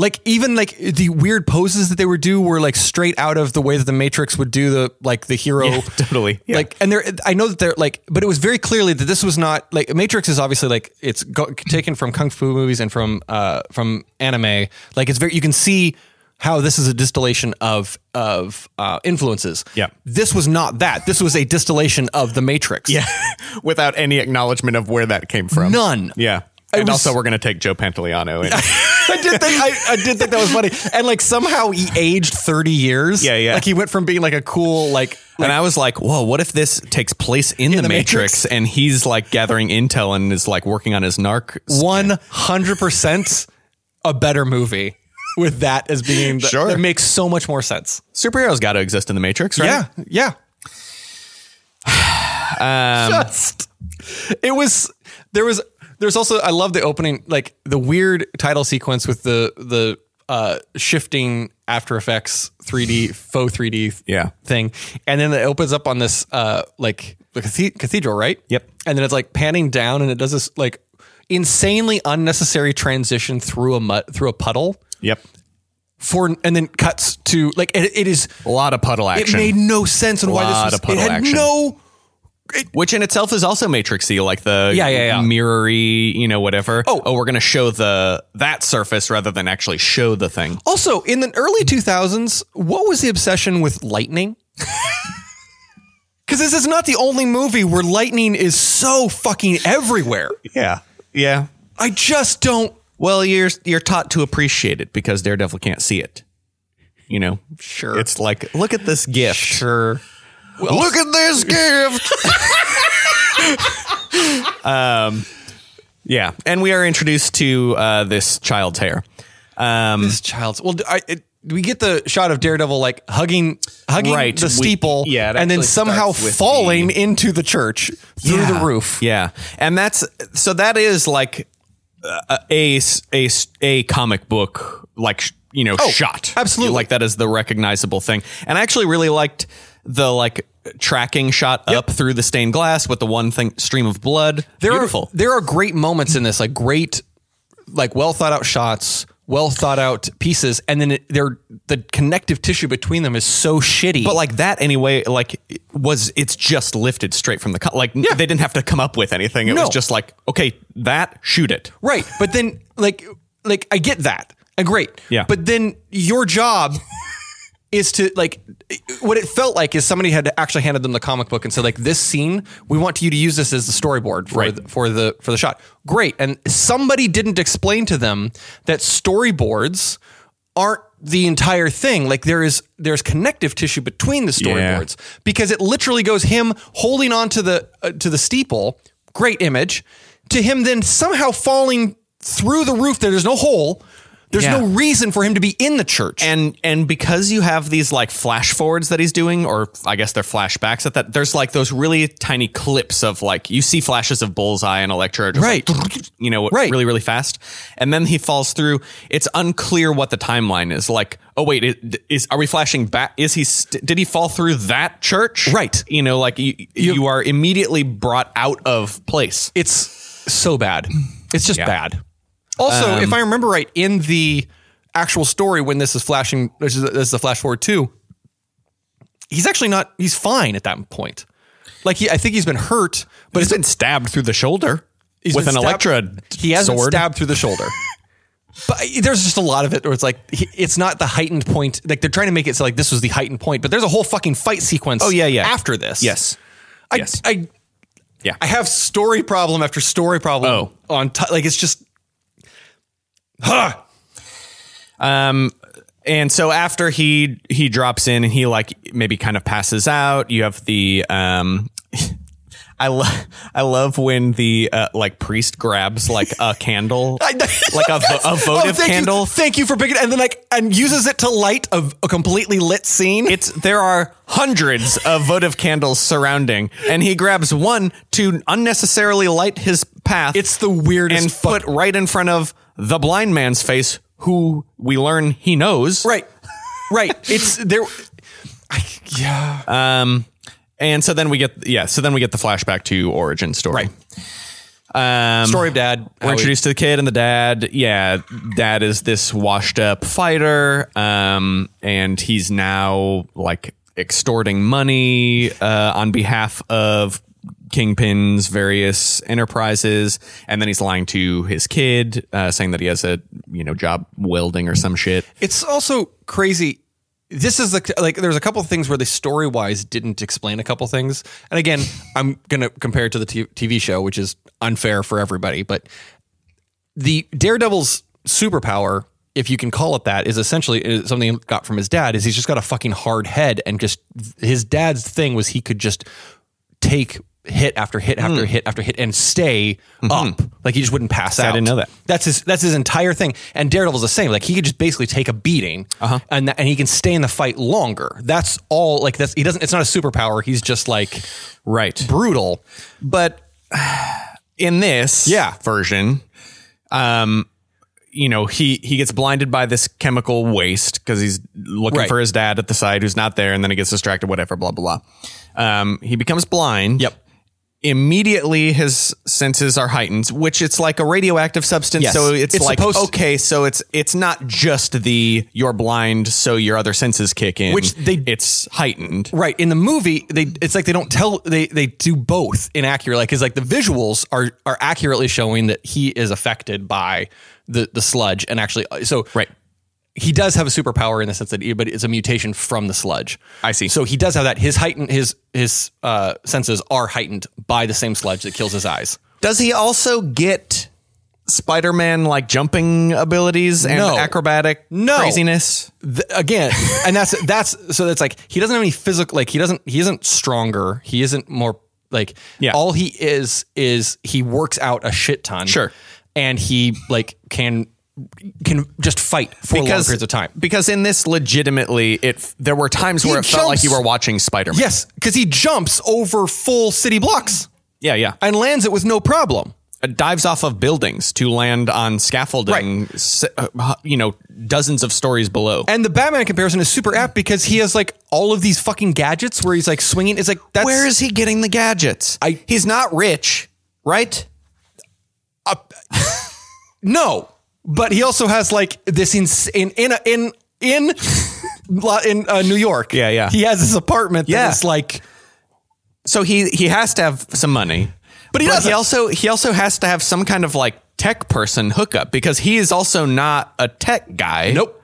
[SPEAKER 3] Like even like the weird poses that they would do were like straight out of the way that the Matrix would do the like the hero.
[SPEAKER 2] Yeah, totally. Yeah.
[SPEAKER 3] Like and there I know that they're like but it was very clearly that this was not like Matrix is obviously like it's go- taken from kung fu movies and from uh from anime. Like it's very you can see how this is a distillation of of uh influences.
[SPEAKER 2] Yeah.
[SPEAKER 3] This was not that. This was a distillation of the Matrix.
[SPEAKER 8] Yeah, without any acknowledgement of where that came from.
[SPEAKER 3] None.
[SPEAKER 8] Yeah.
[SPEAKER 3] It
[SPEAKER 8] And
[SPEAKER 3] was-
[SPEAKER 8] also, we're going to take Joe Pantoliano in.
[SPEAKER 3] I did think I, I did think that was funny, and like somehow he aged thirty years.
[SPEAKER 2] Yeah, yeah.
[SPEAKER 3] Like he went from being like a cool like.
[SPEAKER 2] and I was like, whoa, what if this takes place in, the,
[SPEAKER 3] the
[SPEAKER 2] Matrix,
[SPEAKER 3] Matrix?
[SPEAKER 2] and he's like gathering intel and is like working on his narc?
[SPEAKER 3] One hundred percent a better movie with that as being the,
[SPEAKER 2] Sure.
[SPEAKER 3] that makes so much more sense.
[SPEAKER 2] Superheroes got to exist in the Matrix, right?
[SPEAKER 3] yeah.
[SPEAKER 2] Um,
[SPEAKER 3] Just it was there was there's also I love the opening like the weird title sequence with the the uh shifting After Effects 3D faux 3D
[SPEAKER 2] Yeah.
[SPEAKER 3] thing, and then it opens up on this uh like the cathe- cathedral, right?
[SPEAKER 2] Yep.
[SPEAKER 3] And then it's like panning down, and it does this like insanely unnecessary transition through a mud through a puddle
[SPEAKER 8] yep.
[SPEAKER 3] for and then cuts to like it, it is
[SPEAKER 2] A lot of puddle
[SPEAKER 3] it
[SPEAKER 2] action.
[SPEAKER 3] made no sense on why
[SPEAKER 2] Lot
[SPEAKER 3] this
[SPEAKER 2] of
[SPEAKER 3] was,
[SPEAKER 2] puddle
[SPEAKER 3] it had
[SPEAKER 2] action.
[SPEAKER 3] no
[SPEAKER 2] which in itself is also matrixy like the
[SPEAKER 3] Yeah, yeah, yeah.
[SPEAKER 2] mirrory you know whatever
[SPEAKER 3] Oh.
[SPEAKER 2] we're gonna show the that surface rather than actually show the thing
[SPEAKER 3] also in the early 2000s what was the obsession with lightning because this is not the only movie where lightning is so fucking everywhere
[SPEAKER 2] yeah yeah
[SPEAKER 3] i just don't
[SPEAKER 2] well you're you're taught to appreciate it because daredevil can't see it you know
[SPEAKER 3] Sure.
[SPEAKER 2] it's like look at this gift
[SPEAKER 3] sure
[SPEAKER 2] look at this gift um yeah and we are introduced to uh this child's hair um
[SPEAKER 3] this child's well I, it, we get the shot of Daredevil like hugging, hugging
[SPEAKER 2] Right,
[SPEAKER 3] the
[SPEAKER 2] we-
[SPEAKER 3] steeple,
[SPEAKER 2] yeah, it
[SPEAKER 3] and then
[SPEAKER 2] actually
[SPEAKER 3] somehow
[SPEAKER 2] starts with
[SPEAKER 3] falling into the church through
[SPEAKER 2] Yeah.
[SPEAKER 3] the roof.
[SPEAKER 2] Yeah, and that's so that is like uh, a s- a s- a comic book like sh- you know shot
[SPEAKER 3] Oh, absolutely.
[SPEAKER 2] like that is the recognizable thing. And I actually really liked the like tracking shot up through the stained glass with the one thing stream of blood.
[SPEAKER 3] there
[SPEAKER 2] Beautiful.
[SPEAKER 3] Are, there are great moments in this, like great, like well thought out shots, well thought out pieces, and then it, they're the connective tissue between them is so shitty.
[SPEAKER 2] but like that anyway, like it was it's just lifted straight from the co- like they didn't have to come up with anything. It
[SPEAKER 3] No.
[SPEAKER 2] was just like okay, that shoot it.
[SPEAKER 3] right, but then like like I get that, and great,
[SPEAKER 2] Yeah.
[SPEAKER 3] But then your job is to like what it felt like is somebody had actually handed them the comic book and said like this scene we want you to use this as the storyboard for
[SPEAKER 2] Right.
[SPEAKER 3] the, for the for the shot. Great, and somebody didn't explain to them that storyboards aren't the entire thing. Like there is there's connective tissue between the storyboards because it literally goes him holding on to the uh, to the steeple. Great image to him then somehow falling through the roof. There, there's no hole. There's
[SPEAKER 2] Yeah.
[SPEAKER 3] no reason for him to be in the church.
[SPEAKER 2] and and because you have these like flash forwards that he's doing or i guess they're flashbacks at that there's like those really tiny clips of like you see flashes of bullseye and electro just like, you know
[SPEAKER 3] Right.
[SPEAKER 2] really really fast and then he falls through it's unclear what the timeline is like oh wait it, is are we flashing back is he st- did he fall through that church
[SPEAKER 3] Right.
[SPEAKER 2] you know like you, you are immediately brought out of place
[SPEAKER 3] it's so bad. It's just
[SPEAKER 2] Yeah.
[SPEAKER 3] bad. Also,
[SPEAKER 2] Um,
[SPEAKER 3] if I remember right, in the actual story when this is flashing, this is, this is a flash forward too. He's actually not. He's fine at that point. Like he, I think he's been hurt, but
[SPEAKER 2] He's
[SPEAKER 3] it's
[SPEAKER 2] been stabbed through the shoulder
[SPEAKER 3] he's
[SPEAKER 2] with
[SPEAKER 3] been
[SPEAKER 2] an
[SPEAKER 3] stabbed-
[SPEAKER 2] Electra
[SPEAKER 3] He has
[SPEAKER 2] sword.
[SPEAKER 3] been stabbed through the shoulder. but there's just a lot of it where it's like he- it's not the heightened point. Like they're trying to make it so like this was the heightened point, but there's a whole fucking fight sequence.
[SPEAKER 2] Oh, yeah, yeah.
[SPEAKER 3] After this,
[SPEAKER 2] Yes.
[SPEAKER 3] I,
[SPEAKER 2] Yes.
[SPEAKER 3] I,
[SPEAKER 2] Yeah.
[SPEAKER 3] I have story problem after story problem.
[SPEAKER 2] Oh.
[SPEAKER 3] on t- like it's just
[SPEAKER 2] Um, and so after he he drops in and he like maybe kind of passes out. You have the um. I love I love when the uh, like priest grabs like a candle,
[SPEAKER 3] I-
[SPEAKER 2] like a, vo- a
[SPEAKER 3] Oh,
[SPEAKER 2] votive
[SPEAKER 3] thank you.
[SPEAKER 2] candle.
[SPEAKER 3] thank you for picking, and then like and uses it to light a, a completely lit scene.
[SPEAKER 2] It's there are hundreds of votive candles surrounding, and he grabs one to unnecessarily light his path.
[SPEAKER 3] It's the weirdest
[SPEAKER 2] and
[SPEAKER 3] fuck-
[SPEAKER 2] put right in front of the blind man's face, who we learn he knows.
[SPEAKER 3] right, right. It's there. I, yeah,
[SPEAKER 2] Um, and so then we get yeah, so then we get the flashback to origin story. Right. Um,
[SPEAKER 3] story of dad.
[SPEAKER 2] We're
[SPEAKER 3] how he-
[SPEAKER 2] introduced to the kid and the dad. Yeah, dad is this washed up fighter, um, and he's now like extorting money uh, on behalf of Kingpin's various enterprises, and then he's lying to his kid, uh, saying that he has a you know job welding or some shit.
[SPEAKER 3] It's also crazy. This is the like. There's a couple things where the story wise didn't explain a couple things, and again, I'm gonna compare it to the t- TV show, which is unfair for everybody. But the Daredevil's superpower, if you can call it that, is essentially is something he got from his dad. Is he's just got a fucking hard head, and just his dad's thing was he could just take hit after hit
[SPEAKER 2] Hmm.
[SPEAKER 3] after hit after hit and stay up. Like he just wouldn't pass out.
[SPEAKER 2] didn't Mm-hmm. know that.
[SPEAKER 3] That's his. That's his entire thing. And Daredevil's the same. Like he could just basically take a beating,
[SPEAKER 2] Uh-huh.
[SPEAKER 3] and that, and he can stay in the fight longer. That's all. Like that's he doesn't. It's not a superpower. He's just like
[SPEAKER 2] Right.
[SPEAKER 3] brutal.
[SPEAKER 2] but in this
[SPEAKER 3] Yeah.
[SPEAKER 2] version um you know he he gets blinded by this chemical waste because he's looking
[SPEAKER 3] Right.
[SPEAKER 2] for his dad at the side who's not there and then he gets distracted whatever blah blah blah um he becomes blind
[SPEAKER 3] Yep.
[SPEAKER 2] immediately his senses are heightened which it's like a radioactive substance
[SPEAKER 3] Yes.
[SPEAKER 2] so it's,
[SPEAKER 3] It's
[SPEAKER 2] like
[SPEAKER 3] supposed to-
[SPEAKER 2] okay so it's it's not just the you're blind so your other senses kick in
[SPEAKER 3] Which they-
[SPEAKER 2] it's heightened
[SPEAKER 3] Right in the movie, they it's like they don't tell they they do both inaccurate. Like, cause like the visuals are are accurately showing that he is affected by the the sludge, and actually, uh, so
[SPEAKER 2] Right.
[SPEAKER 3] he does have a superpower in the sense that, he, but it's a mutation from the sludge.
[SPEAKER 2] I see.
[SPEAKER 3] So he does have that. His heightened his his uh, senses are heightened by the same sludge that kills his eyes.
[SPEAKER 2] Does he also get Spider-Man like jumping abilities and
[SPEAKER 3] No.
[SPEAKER 2] acrobatic
[SPEAKER 3] No.
[SPEAKER 2] craziness?
[SPEAKER 3] th- again, and that's that's so that's like he doesn't have any physical like he doesn't he isn't stronger. He isn't more like
[SPEAKER 2] Yeah.
[SPEAKER 3] all he is is he works out a shit ton.
[SPEAKER 2] Sure.
[SPEAKER 3] And he like can can just fight for long periods of time.
[SPEAKER 2] Because in this, legitimately, it there were times where it
[SPEAKER 3] He
[SPEAKER 2] felt like
[SPEAKER 3] jumps.
[SPEAKER 2] you were watching Spider-Man.
[SPEAKER 3] Yes, cuz he jumps over full city blocks
[SPEAKER 2] yeah, yeah.
[SPEAKER 3] and lands it with no problem.
[SPEAKER 2] Uh, dives off of buildings to land on scaffolding. s- uh, you know, dozens of stories below.
[SPEAKER 3] And the Batman comparison is super apt because he has like all of these fucking gadgets where he's like swinging. It's like that's
[SPEAKER 2] where is he getting the gadgets?
[SPEAKER 3] I-
[SPEAKER 2] he's not rich, right?
[SPEAKER 3] No, but he also has like this in in in a- in in, lo- in uh, New York.
[SPEAKER 2] Yeah, yeah.
[SPEAKER 3] He has this apartment
[SPEAKER 2] Yeah.
[SPEAKER 3] that is like
[SPEAKER 2] So he he has to have some money, but he
[SPEAKER 3] doesn't.
[SPEAKER 2] He also he also has to have some kind of like tech person hookup because he is also not a tech guy.
[SPEAKER 3] nope.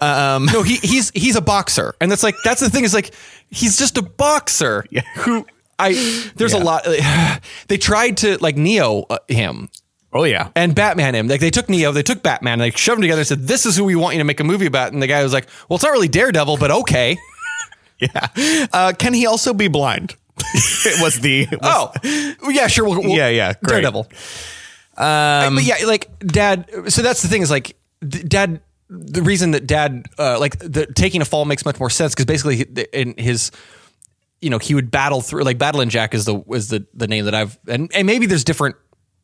[SPEAKER 3] Um, no, he he's he's a boxer, and that's like that's the thing is like he's just a boxer who I there's a
[SPEAKER 2] Yeah.
[SPEAKER 3] lot they tried to like Neo uh, him
[SPEAKER 2] Oh yeah.
[SPEAKER 3] and Batman him like they took Neo they took Batman and they shoved them together and said this is who we want you to make a movie about and the guy was like well it's not really Daredevil but okay
[SPEAKER 2] yeah. Uh, can he also be blind? it was the was-
[SPEAKER 3] oh yeah sure we'll, we'll
[SPEAKER 2] Yeah, yeah, great.
[SPEAKER 3] Daredevil
[SPEAKER 2] Um,
[SPEAKER 3] but yeah, like dad. So that's the thing is like d- dad. The reason that dad uh, like the taking a fall makes much more sense because basically he- the- in his. You know, he would battle through like Battling Jack is the is the the name that I've and, and maybe there's different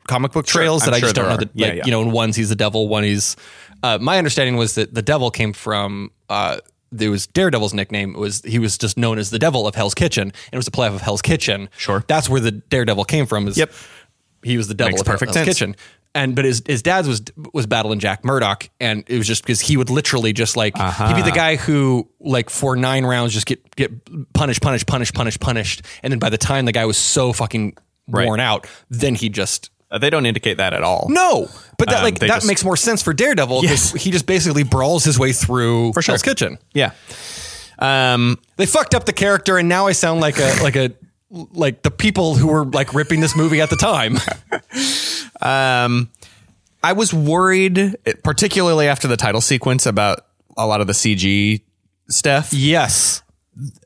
[SPEAKER 3] comic book trails
[SPEAKER 2] I'm
[SPEAKER 3] that I
[SPEAKER 2] sure
[SPEAKER 3] just don't
[SPEAKER 2] there
[SPEAKER 3] know.
[SPEAKER 2] are.
[SPEAKER 3] The,
[SPEAKER 2] Yeah,
[SPEAKER 3] like,
[SPEAKER 2] yeah.
[SPEAKER 3] You know, in one's he's the devil, one he's. Uh, my understanding was that the devil came from uh, there was Daredevil's nickname it was he was just known as the devil of Hell's Kitchen and it was a playoff of Hell's Kitchen.
[SPEAKER 2] Sure.
[SPEAKER 3] that's where the Daredevil came from. Is
[SPEAKER 2] Yep.
[SPEAKER 3] he was the devil
[SPEAKER 2] Makes
[SPEAKER 3] of Hell-
[SPEAKER 2] perfect
[SPEAKER 3] Hell's
[SPEAKER 2] sense.
[SPEAKER 3] kitchen. And but his his dad's was was battling Jack Murdoch, and it was just because he would literally just like he'd
[SPEAKER 2] Uh-huh.
[SPEAKER 3] be the guy who like for nine rounds just get get punished, punished, punished, punished, punished, and then by the time the guy was so fucking
[SPEAKER 2] Right.
[SPEAKER 3] worn out, then he just
[SPEAKER 2] Uh, they don't indicate that at all.
[SPEAKER 3] no. But that
[SPEAKER 2] Um,
[SPEAKER 3] like
[SPEAKER 2] they
[SPEAKER 3] that
[SPEAKER 2] just-
[SPEAKER 3] makes more sense for Daredevil because
[SPEAKER 2] Yes.
[SPEAKER 3] he just basically brawls his way through for
[SPEAKER 2] sure.
[SPEAKER 3] Hell's Kitchen.
[SPEAKER 2] Yeah. Um,
[SPEAKER 3] They fucked up the character, and now I sound like a like a like the people who were like ripping this movie at the time.
[SPEAKER 2] um, I was worried, particularly after the title sequence, about a lot of the CG stuff.
[SPEAKER 3] yes.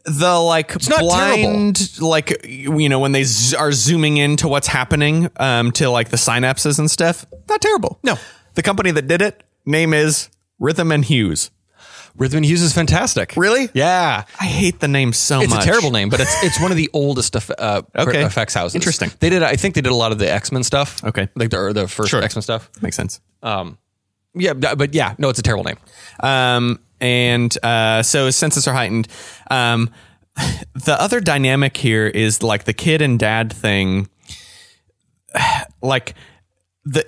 [SPEAKER 2] the like
[SPEAKER 3] not
[SPEAKER 2] blind like you know when they z- are zooming into what's happening um to like the synapses and stuff not terrible
[SPEAKER 3] No.
[SPEAKER 2] the company that did it name is rhythm and hughes
[SPEAKER 3] Rhythm and Hughes is fantastic.
[SPEAKER 2] Really?
[SPEAKER 3] Yeah.
[SPEAKER 2] i hate the name so
[SPEAKER 3] It's
[SPEAKER 2] much
[SPEAKER 3] a terrible name, but it's it's one of the oldest eff- uh, pr-
[SPEAKER 2] Okay.
[SPEAKER 3] effects houses.
[SPEAKER 2] Interesting.
[SPEAKER 3] They did. I think they did a lot of the X Men stuff.
[SPEAKER 2] Okay.
[SPEAKER 3] Like the or the first
[SPEAKER 2] Sure.
[SPEAKER 3] X Men stuff.
[SPEAKER 2] makes sense
[SPEAKER 3] Yeah, but but yeah, no, it's a terrible name.
[SPEAKER 2] um and uh so his senses are heightened um the other dynamic here is like the kid and dad thing like the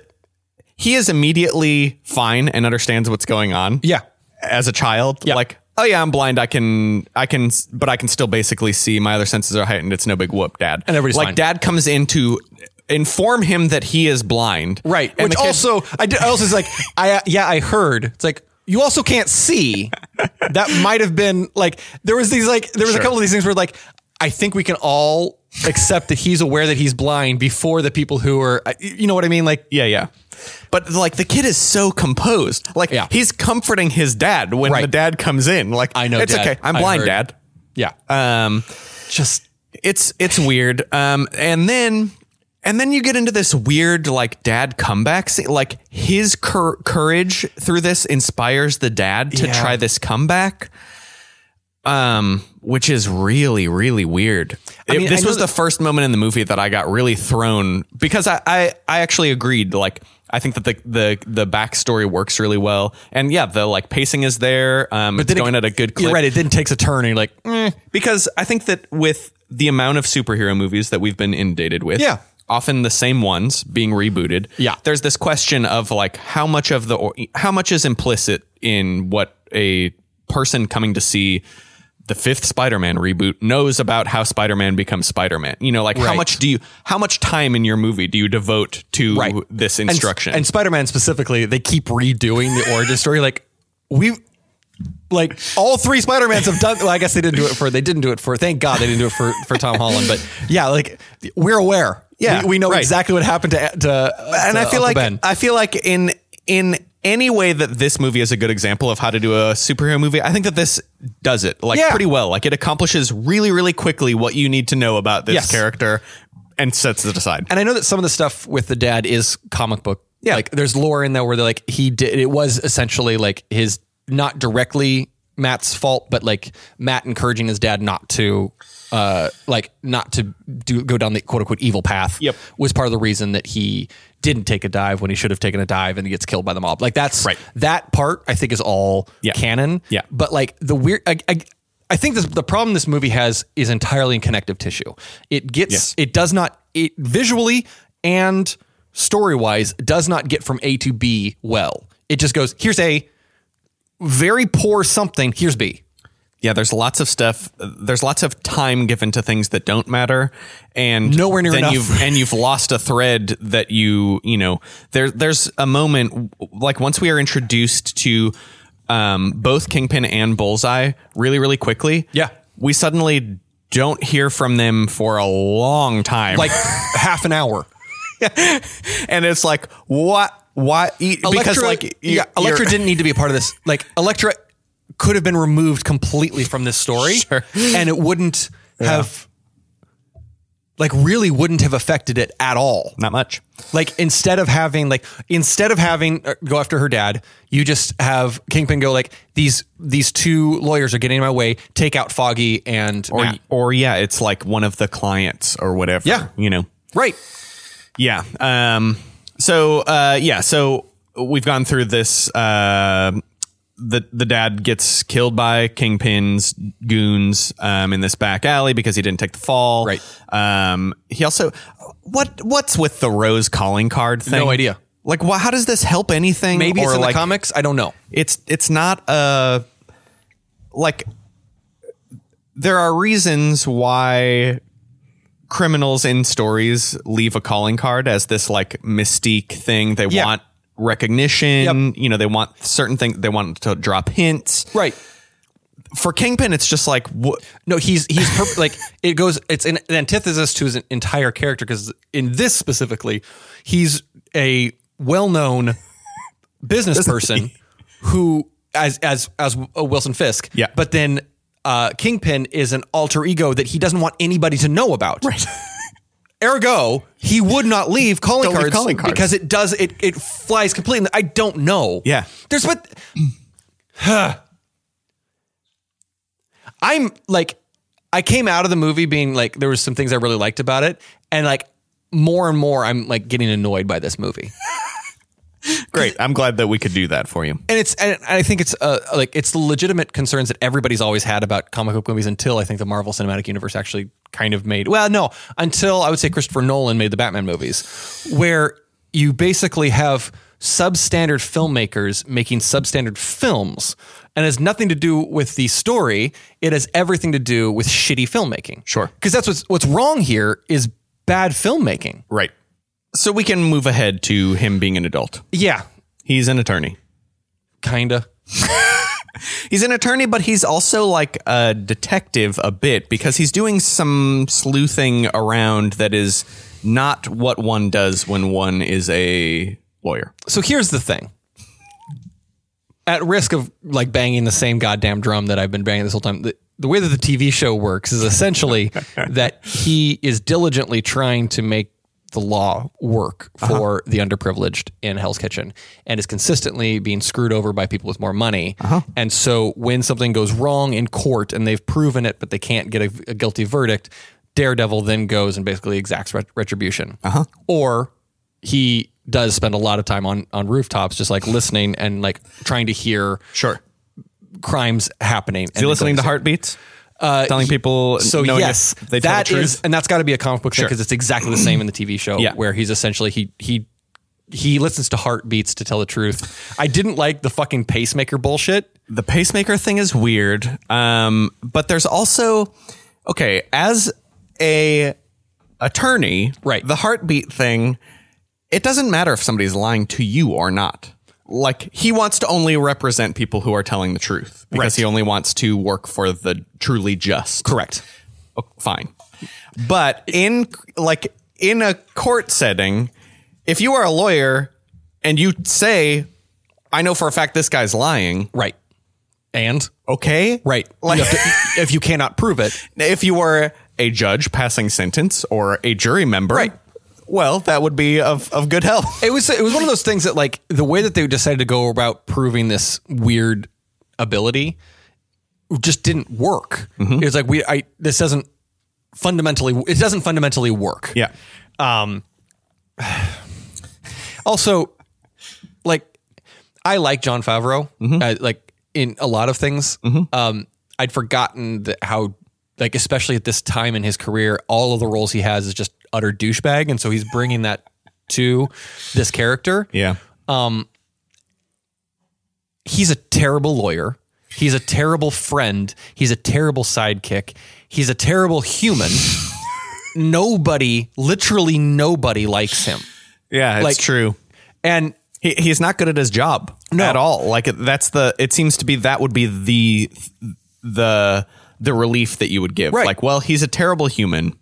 [SPEAKER 2] he is immediately fine and understands what's going on
[SPEAKER 3] Yeah.
[SPEAKER 2] as a child
[SPEAKER 3] Yeah.
[SPEAKER 2] like oh yeah i'm blind i can i can but i can still basically see my other senses are heightened it's no big whoop dad
[SPEAKER 3] And everybody's
[SPEAKER 2] like
[SPEAKER 3] fine.
[SPEAKER 2] dad comes in to inform him that he is blind
[SPEAKER 3] Right.
[SPEAKER 2] and
[SPEAKER 3] Which
[SPEAKER 2] the kid-
[SPEAKER 3] also I did, I also was like I uh, yeah I heard it's like you also can't see. that might have been like there was these like there was
[SPEAKER 2] Sure.
[SPEAKER 3] a couple of these things where like I think we can all accept that he's aware that he's blind before the people who are you know what I mean like
[SPEAKER 2] yeah yeah but like the kid is so composed like
[SPEAKER 3] Yeah.
[SPEAKER 2] he's comforting his dad when
[SPEAKER 3] Right.
[SPEAKER 2] the dad comes in like
[SPEAKER 3] I know,
[SPEAKER 2] it's
[SPEAKER 3] Dad.
[SPEAKER 2] okay i'm
[SPEAKER 3] I
[SPEAKER 2] blind
[SPEAKER 3] heard."
[SPEAKER 2] dad
[SPEAKER 3] yeah
[SPEAKER 2] um
[SPEAKER 3] just
[SPEAKER 2] it's it's weird. Um, and then and then you get into this weird like dad comeback. Scene. Like his cur- courage through this inspires the dad to
[SPEAKER 3] Yeah.
[SPEAKER 2] try this comeback. Um, which is really really weird. It-
[SPEAKER 3] mean, I
[SPEAKER 2] this
[SPEAKER 3] know
[SPEAKER 2] was the
[SPEAKER 3] that-
[SPEAKER 2] first moment in the movie that I got really thrown because I I, I actually agreed. Like I think that the the the backstory works really well, and yeah, the like pacing is there. Um, it's
[SPEAKER 3] then it-
[SPEAKER 2] going at a good clip
[SPEAKER 3] you're right it then takes a turn and you're like eh,
[SPEAKER 2] because I think that with the amount of superhero movies that we've been inundated with,
[SPEAKER 3] Yeah.
[SPEAKER 2] often the same ones being rebooted.
[SPEAKER 3] Yeah.
[SPEAKER 2] there's this question of like how much of the or- how much is implicit in what a person coming to see the fifth Spider-Man reboot knows about how Spider-Man becomes Spider-Man. You know, like how
[SPEAKER 3] Right.
[SPEAKER 2] much do you how much time in your movie do you devote to
[SPEAKER 3] right
[SPEAKER 2] this
[SPEAKER 3] And s-
[SPEAKER 2] instruction?
[SPEAKER 3] and, spider-man specifically they keep redoing the origin story like we like all three spider-mans have done well i guess they didn't do it for they didn't do it for thank god they didn't do it for for tom holland but yeah like we're aware
[SPEAKER 2] Yeah,
[SPEAKER 3] we, we know
[SPEAKER 2] right.
[SPEAKER 3] exactly what happened to to
[SPEAKER 2] and
[SPEAKER 3] to
[SPEAKER 2] I feel
[SPEAKER 3] Uh, Uncle
[SPEAKER 2] like
[SPEAKER 3] ben.
[SPEAKER 2] I feel like in in any way that this movie is a good example of how to do a superhero movie, I think that this does it like
[SPEAKER 3] Yeah.
[SPEAKER 2] pretty well. Like it accomplishes really really quickly what you need to know about this
[SPEAKER 3] Yes.
[SPEAKER 2] character and sets it aside.
[SPEAKER 3] and I know that some of the stuff with the dad is comic book.
[SPEAKER 2] Yeah.
[SPEAKER 3] Like there's lore in there where they're like he did it was essentially like his not directly Matt's fault, but like Matt encouraging his dad not to uh like not to do go down the quote unquote evil path
[SPEAKER 2] Yep.
[SPEAKER 3] was part of the reason that he didn't take a dive when he should have taken a dive and he gets killed by the mob. Like that's
[SPEAKER 2] Right.
[SPEAKER 3] that part I think is all
[SPEAKER 2] Yeah.
[SPEAKER 3] canon.
[SPEAKER 2] Yeah.
[SPEAKER 3] But like the weird I, I I think this, the problem this movie has is entirely in connective tissue. It gets
[SPEAKER 2] Yes.
[SPEAKER 3] it does not it visually and story wise does not get from A to B well. It just goes here's a very poor something. Here's B.
[SPEAKER 2] yeah, there's lots of stuff. There's lots of time given to things that don't matter, and
[SPEAKER 3] Nowhere near
[SPEAKER 2] then
[SPEAKER 3] enough.
[SPEAKER 2] You've, and you've lost a thread that you you know there. There's a moment like once we are introduced to um, both Kingpin and Bullseye really really quickly.
[SPEAKER 3] Yeah.
[SPEAKER 2] we suddenly don't hear from them for a long time.
[SPEAKER 3] Like half an hour.
[SPEAKER 2] and it's like what what e, because like you-
[SPEAKER 3] yeah, Electra
[SPEAKER 2] you're-
[SPEAKER 3] didn't need to be a part of this. Like Electra could have been removed completely from this story,
[SPEAKER 2] Sure.
[SPEAKER 3] and it wouldn't have like really wouldn't have affected it at all.
[SPEAKER 2] not much.
[SPEAKER 3] Like instead of having like instead of having uh, go after her dad, you just have Kingpin go like these these two lawyers are getting in my way. Take out Foggy and
[SPEAKER 2] Or,
[SPEAKER 3] Matt.
[SPEAKER 2] or yeah, it's like one of the clients or whatever.
[SPEAKER 3] Yeah.
[SPEAKER 2] you know.
[SPEAKER 3] right.
[SPEAKER 2] Yeah. Um, so uh, yeah. So we've gone through this uh, the the dad gets killed by Kingpin's goons um, in this back alley because he didn't take the fall.
[SPEAKER 3] Right.
[SPEAKER 2] Um, he also what what's with the Rose calling card thing?
[SPEAKER 3] No idea.
[SPEAKER 2] Like, wha how does this help anything?
[SPEAKER 3] Maybe it's
[SPEAKER 2] Or,
[SPEAKER 3] in
[SPEAKER 2] like,
[SPEAKER 3] the comics. I don't know.
[SPEAKER 2] it's it's not uh like there are reasons why criminals in stories leave a calling card as this like mystique thing they
[SPEAKER 3] Yeah.
[SPEAKER 2] want recognition you know they want certain things they want to drop hints
[SPEAKER 3] Right.
[SPEAKER 2] for kingpin it's just like what
[SPEAKER 3] No, he's he's per- like it goes. It's an, an antithesis to his entire character because in this specifically, he's a well-known business person who, as as as uh, Wilson Fisk,
[SPEAKER 2] Yeah.
[SPEAKER 3] But then uh, Kingpin is an alter ego that he doesn't want anybody to know about. Right. Ergo, he would not leave calling,
[SPEAKER 2] Don't leave
[SPEAKER 3] cards,
[SPEAKER 2] calling cards.
[SPEAKER 3] because it does it it flies completely. in the- I don't know.
[SPEAKER 2] Yeah.
[SPEAKER 3] there's but I'm like, I came out of the movie being like, there was some things I really liked about it, and like more and more, I'm like getting annoyed by this movie,
[SPEAKER 2] great i'm glad that we could do that for you
[SPEAKER 3] and it's and I think it's uh like it's the legitimate concerns that everybody's always had about comic book movies until I think the Marvel Cinematic Universe actually kind of made well no until I would say Christopher Nolan made the Batman movies, where you basically have substandard filmmakers making substandard films and has nothing to do with the story it has everything to do with shitty filmmaking
[SPEAKER 2] Sure.
[SPEAKER 3] because that's what's what's wrong here is bad filmmaking
[SPEAKER 2] right so we can move ahead to him being an adult
[SPEAKER 3] yeah
[SPEAKER 2] he's an attorney
[SPEAKER 3] kinda
[SPEAKER 2] He's an attorney, but he's also like a detective a bit because he's doing some sleuthing around that is not what one does when one is a lawyer.
[SPEAKER 3] so here's the thing. At risk of like banging the same goddamn drum that I've been banging this whole time, the, the way that the TV show works is essentially that he is diligently trying to make the law work for the underprivileged in Hell's Kitchen and is consistently being screwed over by people with more money. And so when something goes wrong in court and they've proven it, but they can't get a, a guilty verdict, Daredevil then goes and basically exacts ret- retribution. Uh-huh. Or he does spend a lot of time on on rooftops just like listening and like trying to hear
[SPEAKER 2] Sure.
[SPEAKER 3] crimes happening.
[SPEAKER 2] Is he listening to heartbeats? Uh, telling people
[SPEAKER 3] So
[SPEAKER 2] knowing if
[SPEAKER 3] yes,
[SPEAKER 2] they tell
[SPEAKER 3] that
[SPEAKER 2] the truth?
[SPEAKER 3] is and that's got to be a comic book thing
[SPEAKER 2] Sure.
[SPEAKER 3] because it's exactly the same in the TV show
[SPEAKER 2] Yeah.
[SPEAKER 3] where he's essentially he he he listens to heartbeats to tell the truth. I didn't like the fucking pacemaker bullshit.
[SPEAKER 2] the pacemaker thing is weird. Um, but there's also okay as a attorney,
[SPEAKER 3] Right.
[SPEAKER 2] The heartbeat thing. It doesn't matter if somebody's lying to you or not. Like he wants to only represent people who are telling the truth because he only wants to work for the truly just.
[SPEAKER 3] Correct.
[SPEAKER 2] Oh, fine. But in like in a court setting, if you are a lawyer and you say, "I know for a fact this guy's lying,"
[SPEAKER 3] Right. And
[SPEAKER 2] okay
[SPEAKER 3] right.
[SPEAKER 2] like
[SPEAKER 3] You have to- if you cannot prove it,
[SPEAKER 2] if you were a judge passing sentence or a jury member
[SPEAKER 3] Right.
[SPEAKER 2] well that would be of, of good help
[SPEAKER 3] it was it was one of those things that like the way that they decided to go about proving this weird ability just didn't work.
[SPEAKER 2] Mm-hmm.
[SPEAKER 3] It was like we I this doesn't fundamentally it doesn't fundamentally work. Um,
[SPEAKER 2] yeah
[SPEAKER 3] Also, like I like John Favreau,
[SPEAKER 2] Mm-hmm.
[SPEAKER 3] uh, like in a lot of things. Um, I'd forgotten that how like especially at this time in his career, all of the roles he has is just utter douchebag, and so he's bringing that to this character.
[SPEAKER 2] yeah
[SPEAKER 3] he's a terrible lawyer. He's a terrible friend. He's a terrible sidekick. He's a terrible human. nobody, literally nobody likes him.
[SPEAKER 2] yeah it's
[SPEAKER 3] Like-
[SPEAKER 2] true
[SPEAKER 3] And
[SPEAKER 2] he, he's not good at his job at all like that's the it seems to be that would be the the the relief that you would give
[SPEAKER 3] Right.
[SPEAKER 2] like well he's a terrible human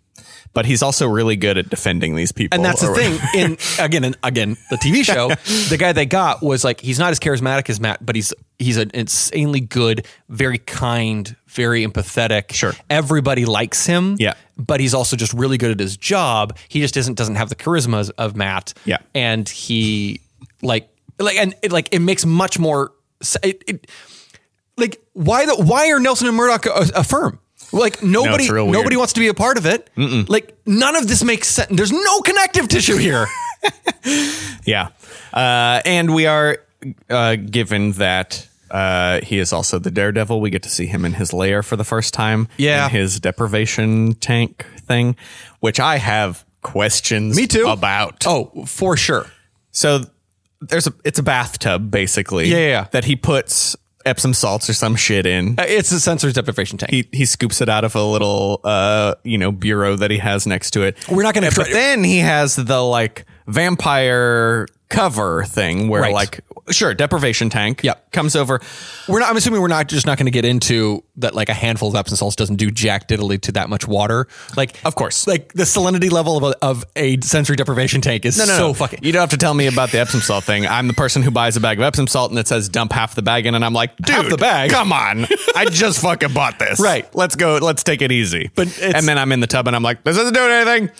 [SPEAKER 2] but he's also really good at defending these people
[SPEAKER 3] and that's the
[SPEAKER 2] or-
[SPEAKER 3] thing in again and again the TV show, the guy they got was like he's not as charismatic as Matt, but he's he's an insanely good, very kind, very empathetic.
[SPEAKER 2] Sure.
[SPEAKER 3] Everybody likes him.
[SPEAKER 2] Yeah.
[SPEAKER 3] But he's also just really good at his job. He just isn't doesn't have the charisma as- of Matt.
[SPEAKER 2] Yeah.
[SPEAKER 3] And he like like and it, like it makes much more s- it, it like why the why are Nelson and Murdoch a, a firm? Like nobody
[SPEAKER 2] real weird.
[SPEAKER 3] nobody wants to be a part of it. Like none of this makes sense. There's no connective tissue here.
[SPEAKER 2] Yeah. Uh, and we are uh, given that uh, Uh, he is also the daredevil. We get to see him in his lair for the first time.
[SPEAKER 3] Yeah.
[SPEAKER 2] in his deprivation tank thing, which I have questions.
[SPEAKER 3] Me too.
[SPEAKER 2] About
[SPEAKER 3] Oh, for sure.
[SPEAKER 2] so there's a it's a bathtub basically.
[SPEAKER 3] Yeah, yeah, yeah.
[SPEAKER 2] That he puts Epsom salts or some shit in.
[SPEAKER 3] Uh, It's a sensor's deprivation tank.
[SPEAKER 2] He he scoops it out of a little uh you know bureau that he has next to it.
[SPEAKER 3] We're not gonna
[SPEAKER 2] But
[SPEAKER 3] try-
[SPEAKER 2] then he has the like vampire cover thing where
[SPEAKER 3] Right.
[SPEAKER 2] like sure deprivation tank.
[SPEAKER 3] Yep.
[SPEAKER 2] comes over.
[SPEAKER 3] We're not. I'm assuming we're not just not going to get into that. Like a handful of Epsom salts doesn't do jack diddly to that much water. Like,
[SPEAKER 2] Of course.
[SPEAKER 3] like the salinity level of a, of a sensory deprivation tank is so fucking.
[SPEAKER 2] You don't have to tell me about the Epsom salt thing. I'm the person who buys a bag of Epsom salt and it says dump half the bag in, and I'm like, dude,
[SPEAKER 3] Half the bag?
[SPEAKER 2] Come on, I just fucking bought this.
[SPEAKER 3] Right.
[SPEAKER 2] Let's go. Let's take it easy.
[SPEAKER 3] But it's-
[SPEAKER 2] and then I'm in the tub and I'm like, this isn't doing anything.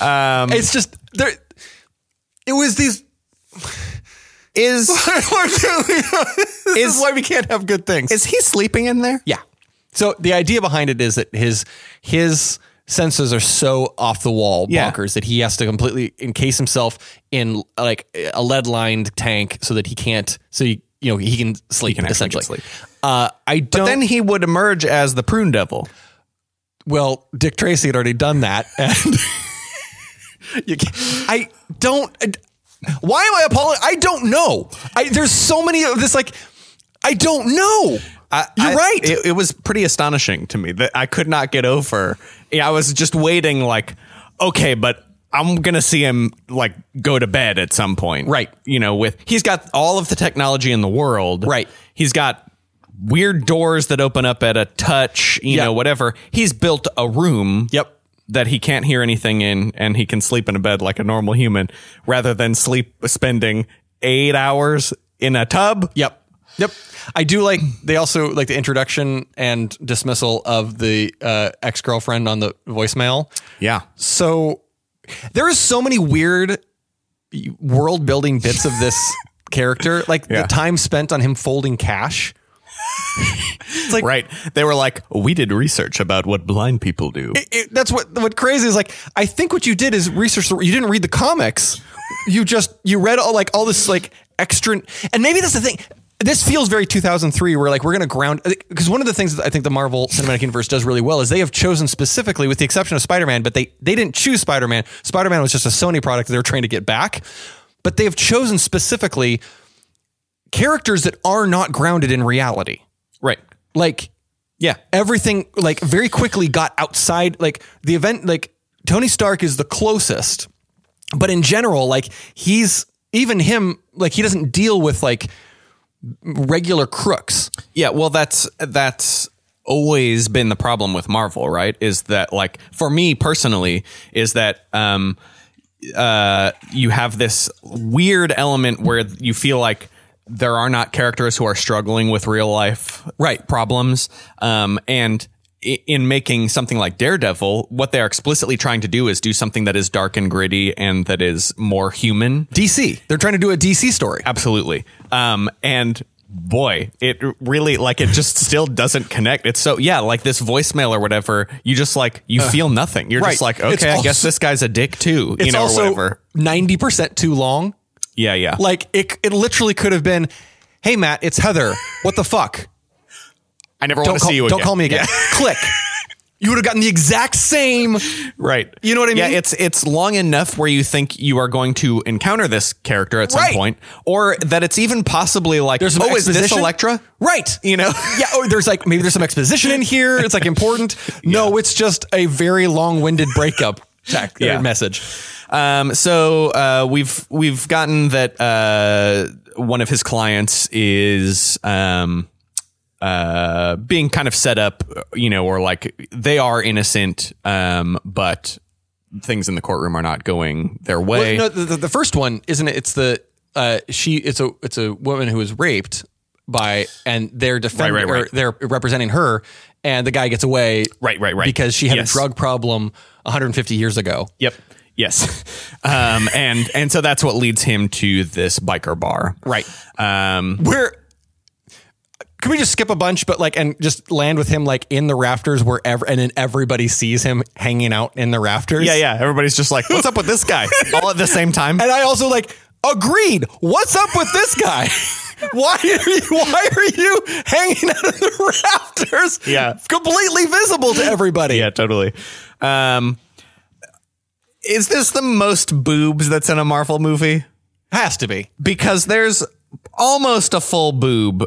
[SPEAKER 3] it's just there. It was these.
[SPEAKER 2] Is
[SPEAKER 3] this is, why we can't have good things.
[SPEAKER 2] is he sleeping in there?
[SPEAKER 3] Yeah. So the idea behind it is that his his senses are so off the wall
[SPEAKER 2] Yeah.
[SPEAKER 3] bonkers that he has to completely encase himself in uh, like a lead lined tank so that he can't so he, you know he can sleep
[SPEAKER 2] can actually
[SPEAKER 3] essentially.
[SPEAKER 2] get
[SPEAKER 3] Uh, I don't.
[SPEAKER 2] Then he would emerge as the prune devil.
[SPEAKER 3] well, Dick Tracy had already done that, and you can't, I don't. I- why am I apologizing? I don't know. I, there's so many of this like. I don't know. You're
[SPEAKER 2] I-
[SPEAKER 3] right.
[SPEAKER 2] It, it was pretty astonishing to me that I could not get over. Yeah, I was just waiting, like, okay, but I'm gonna see him like go to bed at some point,
[SPEAKER 3] Right.
[SPEAKER 2] You know, with he's got all of the technology in the world,
[SPEAKER 3] Right.
[SPEAKER 2] He's got weird doors that open up at a touch, you
[SPEAKER 3] Yeah.
[SPEAKER 2] know, whatever. He's built a room,
[SPEAKER 3] Yep.
[SPEAKER 2] that he can't hear anything in, and he can sleep in a bed like a normal human, rather than sleep spending eight hours in a tub.
[SPEAKER 3] Yep. Yep. I do like they also like the introduction and dismissal of the uh, ex girlfriend on the voicemail.
[SPEAKER 2] Yeah.
[SPEAKER 3] So there is so many weird world building bits of this character, like
[SPEAKER 2] Yeah.
[SPEAKER 3] the time spent on him folding cash. it's like
[SPEAKER 2] Right. They were like, we did research about what blind people do.
[SPEAKER 3] it- that's what what crazy is like. I think what you did is research. The, you didn't read the comics. You just you read all like all this like extra, and maybe that's the thing. This feels very 2003, where like we're gonna ground because one of the things that I think the Marvel Cinematic Universe does really well is they have chosen specifically, with the exception of Spider Man, but they they didn't choose Spider Man. Spider Man was just a Sony product they were trying to get back, but they have chosen specifically characters that are not grounded in reality.
[SPEAKER 2] right.
[SPEAKER 3] Like
[SPEAKER 2] Yeah.
[SPEAKER 3] everything like very quickly got outside like the event like Tony Stark is the closest but in general like he's even him like he doesn't deal with like regular crooks
[SPEAKER 2] Yeah. Well, that's, that's always been the problem with Marvel, right? Is that like, for me personally, is that, um, uh, you have this weird element where you feel like there are not characters who are struggling with real life
[SPEAKER 3] Right.
[SPEAKER 2] problems. Um, and i- in making something like Daredevil, what they are explicitly trying to do is do something that is dark and gritty and that is more human.
[SPEAKER 3] DC they're trying to do a DC story
[SPEAKER 2] absolutely um and boy it really like it just still doesn't connect it's so yeah like this voicemail or whatever you just like you feel nothing you're
[SPEAKER 3] right.
[SPEAKER 2] just like
[SPEAKER 3] It's
[SPEAKER 2] okay i guess
[SPEAKER 3] also-
[SPEAKER 2] this guy's a dick too you
[SPEAKER 3] it's
[SPEAKER 2] know or
[SPEAKER 3] also
[SPEAKER 2] whatever
[SPEAKER 3] 90% too long
[SPEAKER 2] yeah yeah
[SPEAKER 3] like it it literally could have been hey Matt it's Heather what the fuck
[SPEAKER 2] i never
[SPEAKER 3] don't
[SPEAKER 2] want to
[SPEAKER 3] call,
[SPEAKER 2] see you
[SPEAKER 3] don't
[SPEAKER 2] again.
[SPEAKER 3] call me again click you would have gotten the exact same
[SPEAKER 2] right
[SPEAKER 3] You know what I mean?
[SPEAKER 2] yeah it's it's long enough where you think you are going to encounter this character at some
[SPEAKER 3] Right.
[SPEAKER 2] point or that it's even possibly like
[SPEAKER 3] There's some
[SPEAKER 2] oh is this
[SPEAKER 3] exposition?
[SPEAKER 2] electra
[SPEAKER 3] right
[SPEAKER 2] you know
[SPEAKER 3] yeah, oh, there's like maybe there's some exposition in here. It's like important. No, it's just a very long-winded breakup tech
[SPEAKER 2] Yeah.
[SPEAKER 3] or message.
[SPEAKER 2] Um, so uh, we've we've gotten that uh, one of his clients is um, uh, being kind of set up, you know, or like they are innocent, um, but things in the courtroom are not going their way.
[SPEAKER 3] no, the, the- the first one isn't it? It's the uh, she. It's a it's a woman who was raped by, and they're defending
[SPEAKER 2] Right, right, right.
[SPEAKER 3] or they're representing her, and the guy gets away.
[SPEAKER 2] Right, right, right.
[SPEAKER 3] Because she had
[SPEAKER 2] Yes.
[SPEAKER 3] a drug problem 150 years ago.
[SPEAKER 2] Yep. Yes. Um, and and so that's what leads him to this biker bar.
[SPEAKER 3] Right.
[SPEAKER 2] Um,
[SPEAKER 3] Where can we just skip a bunch, but like, and just land with him like in the rafters wherever, and then everybody sees him hanging out in the rafters.
[SPEAKER 2] yeah, yeah. Everybody's just like, "What's up with this guy?" All at the same time.
[SPEAKER 3] And I also like Agreed. What's up with this guy? Why are you, why are you hanging out of the rafters?
[SPEAKER 2] Yeah.
[SPEAKER 3] completely visible to everybody.
[SPEAKER 2] Yeah, totally. Um, is this the most boobs that's in a Marvel movie?
[SPEAKER 3] Has to be.
[SPEAKER 2] Because there's almost a full boob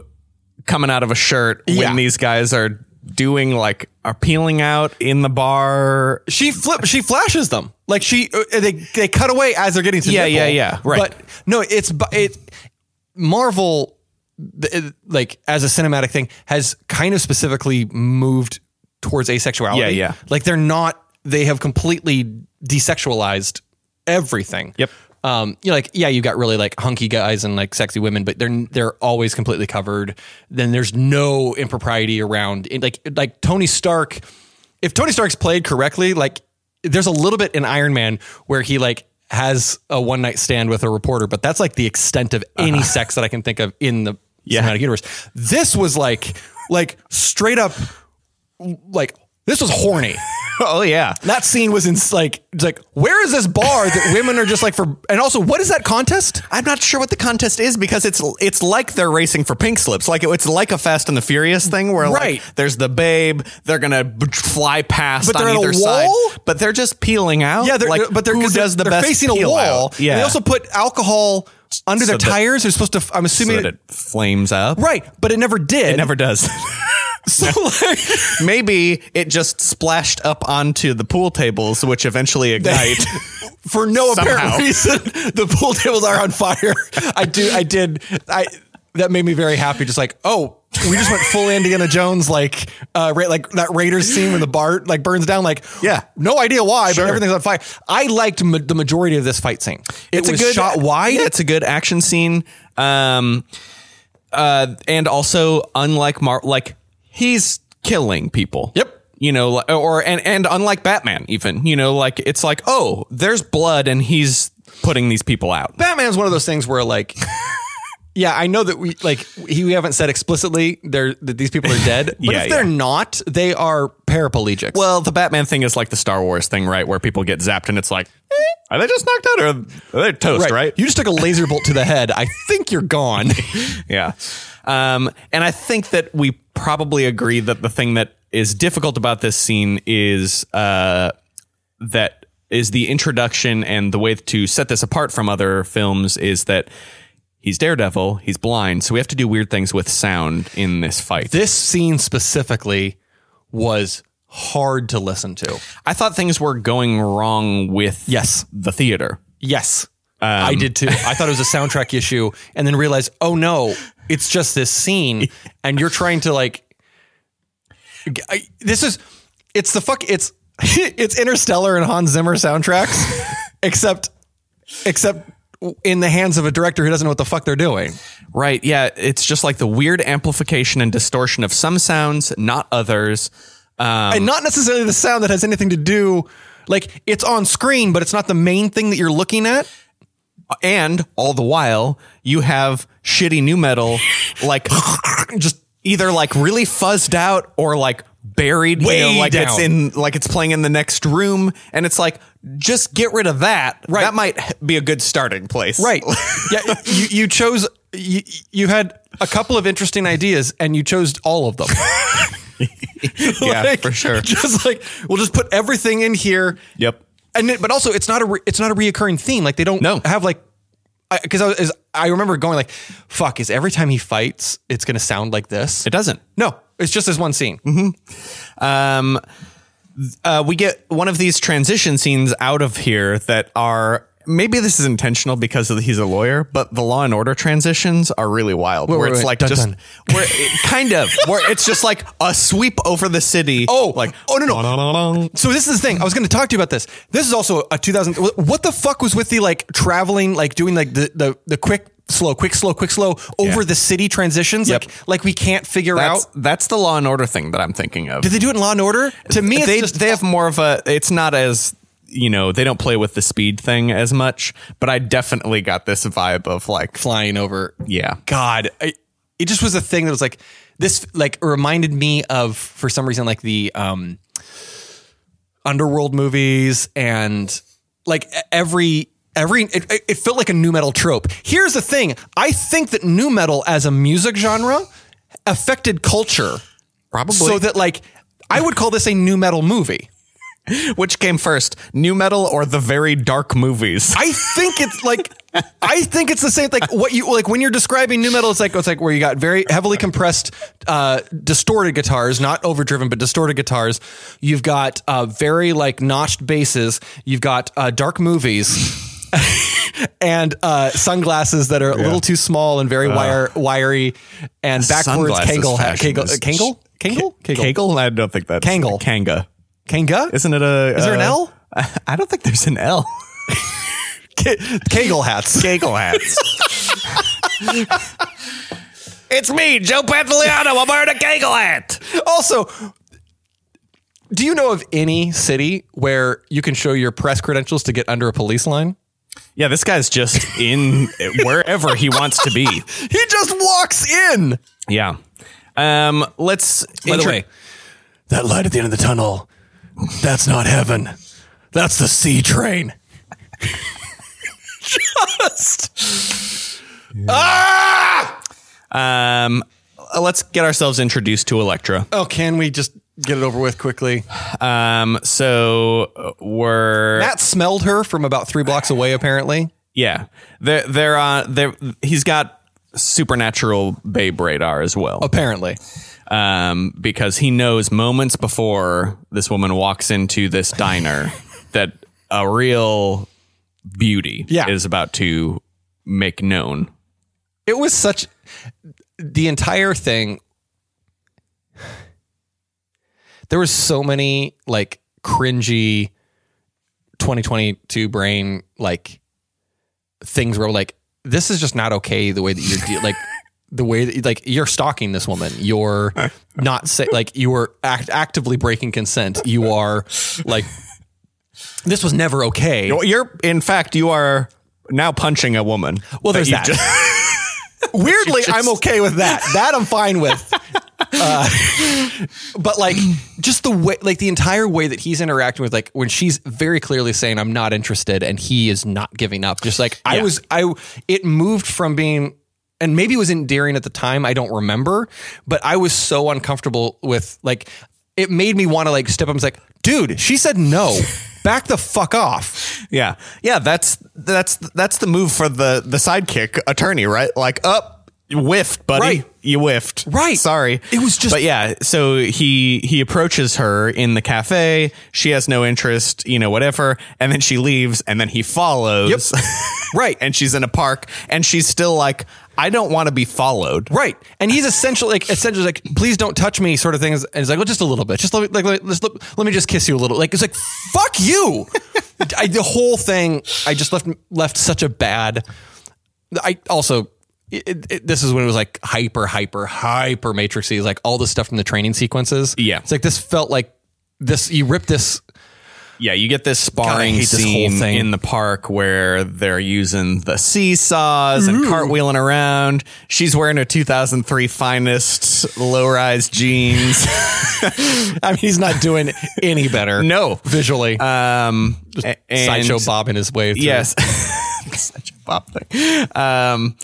[SPEAKER 2] coming out of a shirt
[SPEAKER 3] Yeah.
[SPEAKER 2] when these guys are doing like are peeling out in the bar.
[SPEAKER 3] She flip. She flashes them like she. uh, They they cut away as they're getting to.
[SPEAKER 2] Yeah,
[SPEAKER 3] nipple.
[SPEAKER 2] yeah, yeah, right.
[SPEAKER 3] But no, it's bu- it. Marvel, th- it- like as a cinematic thing, has kind of specifically moved towards asexuality.
[SPEAKER 2] Yeah, yeah.
[SPEAKER 3] Like they're not. They have completely desexualized everything.
[SPEAKER 2] Yep.
[SPEAKER 3] Um, you know, like yeah, you got really like hunky guys and like sexy women, but they're they're always completely covered. Then there's no impropriety around it, like like Tony Stark. If Tony Stark's played correctly, like there's a little bit in Iron Man where he like has a one night stand with a reporter, but that's like the extent of any sex that I can think of in the cinematic universe. This was like like straight up like this was horny.
[SPEAKER 2] Oh yeah.
[SPEAKER 3] That scene was in like it's like where is this bar that women are just like for and also what is that contest?
[SPEAKER 2] I'm not sure what the contest is because it's it's like they're racing for pink slips. Like it's like a Fast and the Furious thing where
[SPEAKER 3] Right.
[SPEAKER 2] like there's the babe, they're gonna b- fly past
[SPEAKER 3] But
[SPEAKER 2] on
[SPEAKER 3] they're at a
[SPEAKER 2] either side,
[SPEAKER 3] wall?
[SPEAKER 2] but they're just peeling out.
[SPEAKER 3] Yeah, they're,
[SPEAKER 2] like
[SPEAKER 3] but they're
[SPEAKER 2] who
[SPEAKER 3] 'cause they're-
[SPEAKER 2] does the
[SPEAKER 3] they're
[SPEAKER 2] best
[SPEAKER 3] facing a
[SPEAKER 2] peel
[SPEAKER 3] wall.
[SPEAKER 2] out? Yeah,
[SPEAKER 3] They also put alcohol under
[SPEAKER 2] So
[SPEAKER 3] their
[SPEAKER 2] that-
[SPEAKER 3] tires. They're supposed to. I'm
[SPEAKER 2] so
[SPEAKER 3] assuming
[SPEAKER 2] that
[SPEAKER 3] it,
[SPEAKER 2] it flames up.
[SPEAKER 3] right, but it never did.
[SPEAKER 2] It never does.
[SPEAKER 3] So like,
[SPEAKER 2] Maybe it just splashed up onto the pool tables, which eventually ignite.
[SPEAKER 3] for no
[SPEAKER 2] Somehow.
[SPEAKER 3] apparent reason, the pool tables are on fire. I do. I did. I that made me very happy. Just like oh. We just went full Indiana Jones, like uh, ra- like that Raiders scene when the bar like burns down. Like,
[SPEAKER 2] Yeah.
[SPEAKER 3] no idea why,
[SPEAKER 2] Sure.
[SPEAKER 3] but everything's on fire. I liked ma- the majority of this fight scene. It
[SPEAKER 2] it's
[SPEAKER 3] was
[SPEAKER 2] a good
[SPEAKER 3] shot wide.
[SPEAKER 2] Yeah, it's a good action scene. Um, uh, and also unlike Mar, like he's killing people.
[SPEAKER 3] Yep.
[SPEAKER 2] You know, li- or and and unlike Batman, even you know, like it's like oh, there's blood and he's putting these people out.
[SPEAKER 3] Batman's one of those things where like yeah, I know that we like he, we haven't said explicitly there that these people are dead, but
[SPEAKER 2] Yeah,
[SPEAKER 3] if they're
[SPEAKER 2] yeah.
[SPEAKER 3] not, they are paraplegics.
[SPEAKER 2] Well, the Batman thing is like the Star Wars thing, right? Where people get zapped and it's like, eh, are they just knocked out or are they toast, right?
[SPEAKER 3] You just took a laser bolt to the head. I think you're gone.
[SPEAKER 2] yeah. Um, and I think that we probably agree that the thing that is difficult about this scene is uh, that is the introduction and the way to set this apart from other films is that he's Daredevil, he's blind, so we have to do weird things with sound in this fight.
[SPEAKER 3] this scene specifically was hard to listen to.
[SPEAKER 2] I thought things were going wrong with
[SPEAKER 3] Yes.
[SPEAKER 2] the theater.
[SPEAKER 3] Yes.
[SPEAKER 2] Um,
[SPEAKER 3] I did too. I thought it was a soundtrack issue and then realized, oh no, it's just this scene. And you're trying to like, I- this is, it's the fuck, it's, it's Interstellar and Hans Zimmer soundtracks, except, except in the hands of a director who doesn't know what the fuck they're doing.
[SPEAKER 2] Right. Yeah. It's just like the weird amplification and distortion of some sounds, not others. Um,
[SPEAKER 3] And not necessarily the sound that has anything to do, like it's on screen, but it's not the main thing that you're looking at.
[SPEAKER 2] and all the while you have shitty new metal like just either like really fuzzed out or like buried you know,
[SPEAKER 3] Way
[SPEAKER 2] like it's
[SPEAKER 3] down.
[SPEAKER 2] in like it's playing in the next room and it's like just get rid of that
[SPEAKER 3] Right.
[SPEAKER 2] that might be a good starting place
[SPEAKER 3] Right. yeah. You, you chose, you, you had a couple of interesting ideas and you chose all of them.
[SPEAKER 2] yeah
[SPEAKER 3] Like,
[SPEAKER 2] for sure
[SPEAKER 3] Just like, we'll just put everything in here.
[SPEAKER 2] yep
[SPEAKER 3] And it, but also it's not a, re, it's not a reoccurring theme. Like they don't
[SPEAKER 2] No.
[SPEAKER 3] have like, I, cause I was, I remember going like, fuck is every time he fights, it's going to sound like this.
[SPEAKER 2] it doesn't Mm-hmm.
[SPEAKER 3] no, it's just this one scene.
[SPEAKER 2] um, uh, we get one of these transition scenes out of here that are maybe this is intentional because of he's a lawyer, but the Law and Order transitions are really wild. where
[SPEAKER 3] wait,
[SPEAKER 2] it's
[SPEAKER 3] wait.
[SPEAKER 2] like
[SPEAKER 3] Dun,
[SPEAKER 2] just
[SPEAKER 3] dun.
[SPEAKER 2] where it, kind of where it's just like a sweep over the city.
[SPEAKER 3] Oh,
[SPEAKER 2] like
[SPEAKER 3] oh, no, no. So this is the thing. I was going to talk to you about this. This is also a 2000. wh- What the fuck was with the like traveling, like doing like the the, the quick slow, quick slow, quick slow over
[SPEAKER 2] Yeah.
[SPEAKER 3] the city transitions?
[SPEAKER 2] Yep.
[SPEAKER 3] Like like we can't figure
[SPEAKER 2] That's,
[SPEAKER 3] out.
[SPEAKER 2] that's the Law and Order thing that I'm thinking of.
[SPEAKER 3] Did they do it in Law and Order? To me, it's
[SPEAKER 2] they
[SPEAKER 3] just
[SPEAKER 2] they have more of a. It's not as you know they don't play with the speed thing as much, but I definitely got this vibe of like
[SPEAKER 3] flying over.
[SPEAKER 2] yeah.
[SPEAKER 3] God, I, it just was a thing that was like this. Like reminded me of for some reason like the um underworld movies and like e- every every it, it felt like a new metal trope. Here's the thing: I think that new metal as a music genre affected culture,
[SPEAKER 2] Probably.
[SPEAKER 3] so that like I would call this a new metal movie.
[SPEAKER 2] Which came first, new metal or the very dark movies?
[SPEAKER 3] I think it's like I think it's the same like what you like when you're describing new metal. It's like it's like where you got very heavily compressed, uh, distorted guitars, not overdriven but distorted guitars. You've got uh, very like notched basses. You've got uh, dark movies. and uh, sunglasses that are a little too small and very wire, wiry and backwards
[SPEAKER 2] Sunglasses
[SPEAKER 3] Kangol hat.
[SPEAKER 2] fashion
[SPEAKER 3] Kangol,
[SPEAKER 2] is-
[SPEAKER 3] Kangol? Kangol? Kangol?
[SPEAKER 2] Kegel? I don't think that's
[SPEAKER 3] Kangle.
[SPEAKER 2] Kanga.
[SPEAKER 3] Kanga?
[SPEAKER 2] Isn't it a? uh,
[SPEAKER 3] Is there an L?
[SPEAKER 2] I don't think there's an L.
[SPEAKER 3] Kangol hats.
[SPEAKER 2] Kegel hats. it's me, Joe Pantoliano. I'm wearing a Kegel hat.
[SPEAKER 3] Also, do you know of any city where you can show your press credentials to get under a police line?
[SPEAKER 2] Yeah, this guy's just in wherever he wants to be.
[SPEAKER 3] He just walks in.
[SPEAKER 2] Yeah. Um, let's.
[SPEAKER 3] By the
[SPEAKER 2] intro-
[SPEAKER 3] way, that light at the end of the tunnel, that's not heaven. That's the sea train. just. Ah!
[SPEAKER 2] um, let's get ourselves introduced to Electra.
[SPEAKER 3] Oh, can we just get it over with quickly?
[SPEAKER 2] Um, so uh, we're
[SPEAKER 3] Matt smelled her from about three blocks away, apparently.
[SPEAKER 2] yeah. They're they're uh they're he's got supernatural babe radar as well.
[SPEAKER 3] Apparently.
[SPEAKER 2] um, because he knows moments before this woman walks into this diner that a real beauty
[SPEAKER 3] Yeah.
[SPEAKER 2] is about to make known.
[SPEAKER 3] it was such the entire thing there was so many like cringy 2022 brain like things where like this is just not okay the way that you're de- like the way that like you're stalking this woman you're not say like you are act- actively breaking consent you are like this was never okay
[SPEAKER 2] You're, in fact, you are now punching a woman.
[SPEAKER 3] well, there's
[SPEAKER 2] you
[SPEAKER 3] that. Weirdly, I'm okay with that. That I'm fine with. Uh, but like, just the way, like the entire way that he's interacting with, like when she's very clearly saying, "I'm not interested," and he is not giving up. Just like I
[SPEAKER 2] Yeah.
[SPEAKER 3] was, I it moved from being, and maybe it was endearing at the time. I don't remember, but I was so uncomfortable with like. It made me want to like step up and was like, dude, she said no. Back the fuck off.
[SPEAKER 2] Yeah, yeah. That's that's that's the move for the the sidekick attorney, right? Like up. you whiffed, buddy.
[SPEAKER 3] Right.
[SPEAKER 2] You whiffed.
[SPEAKER 3] Right.
[SPEAKER 2] Sorry.
[SPEAKER 3] It was just-
[SPEAKER 2] But yeah, so he he approaches her in the cafe. She has no interest, you know, whatever. And then she leaves, and then he follows.
[SPEAKER 3] Right.
[SPEAKER 2] and she's in a park, and she's still like, I don't want to be followed.
[SPEAKER 3] Right. And he's essentially like essentially like, please don't touch me, sort of thing. And it's like, well, just a little bit. Just let me like let me, just let, let me just kiss you a little. Like it's like, fuck you. I, the whole thing, I just left left such a bad. I also. It, it, this is when it was like hyper, hyper, hyper matrixy, like all the stuff from the training sequences.
[SPEAKER 2] Yeah.
[SPEAKER 3] it's like this felt like this. You ripped this
[SPEAKER 2] Yeah, you get this sparring
[SPEAKER 3] hate this
[SPEAKER 2] scene
[SPEAKER 3] whole thing.
[SPEAKER 2] in the park where they're using the seesaws and cartwheeling around. She's wearing her 2003 finest low-rise jeans.
[SPEAKER 3] I mean, he's not doing any better.
[SPEAKER 2] No.
[SPEAKER 3] visually.
[SPEAKER 2] Um, a- and-
[SPEAKER 3] Sideshow Bob in his way. Through.
[SPEAKER 2] Yes, such a pop thing. Um,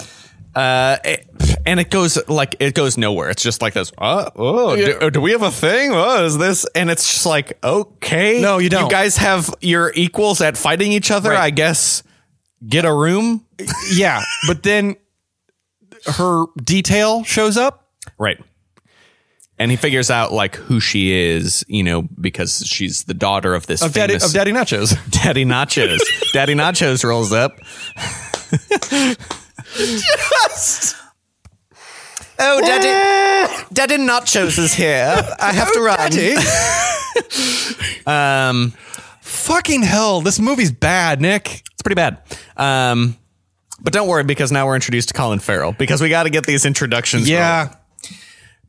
[SPEAKER 2] uh, it- and it goes like it goes nowhere. It's just like this. Uh, oh, do, do we have a thing? Oh, is this? And it's just like okay,
[SPEAKER 3] No, you
[SPEAKER 2] You
[SPEAKER 3] don't.
[SPEAKER 2] guys have your equals at fighting each other.
[SPEAKER 3] Right.
[SPEAKER 2] I guess get a room.
[SPEAKER 3] yeah. But then her detail shows up.
[SPEAKER 2] Right. And he figures out like who she is, you know, because she's the daughter of this
[SPEAKER 3] of Daddy
[SPEAKER 2] famous
[SPEAKER 3] of Daddy Nachos.
[SPEAKER 2] Daddy Nachos. Daddy Nachos rolls up. Oh, Daddy, Daddy Nachos is here. I have
[SPEAKER 3] Oh,
[SPEAKER 2] to run. Um,
[SPEAKER 3] Fucking hell, this movie's bad, Nick.
[SPEAKER 2] it's pretty bad. Um, but don't worry because now we're introduced to Colin Farrell because we got to get these introductions. rolling.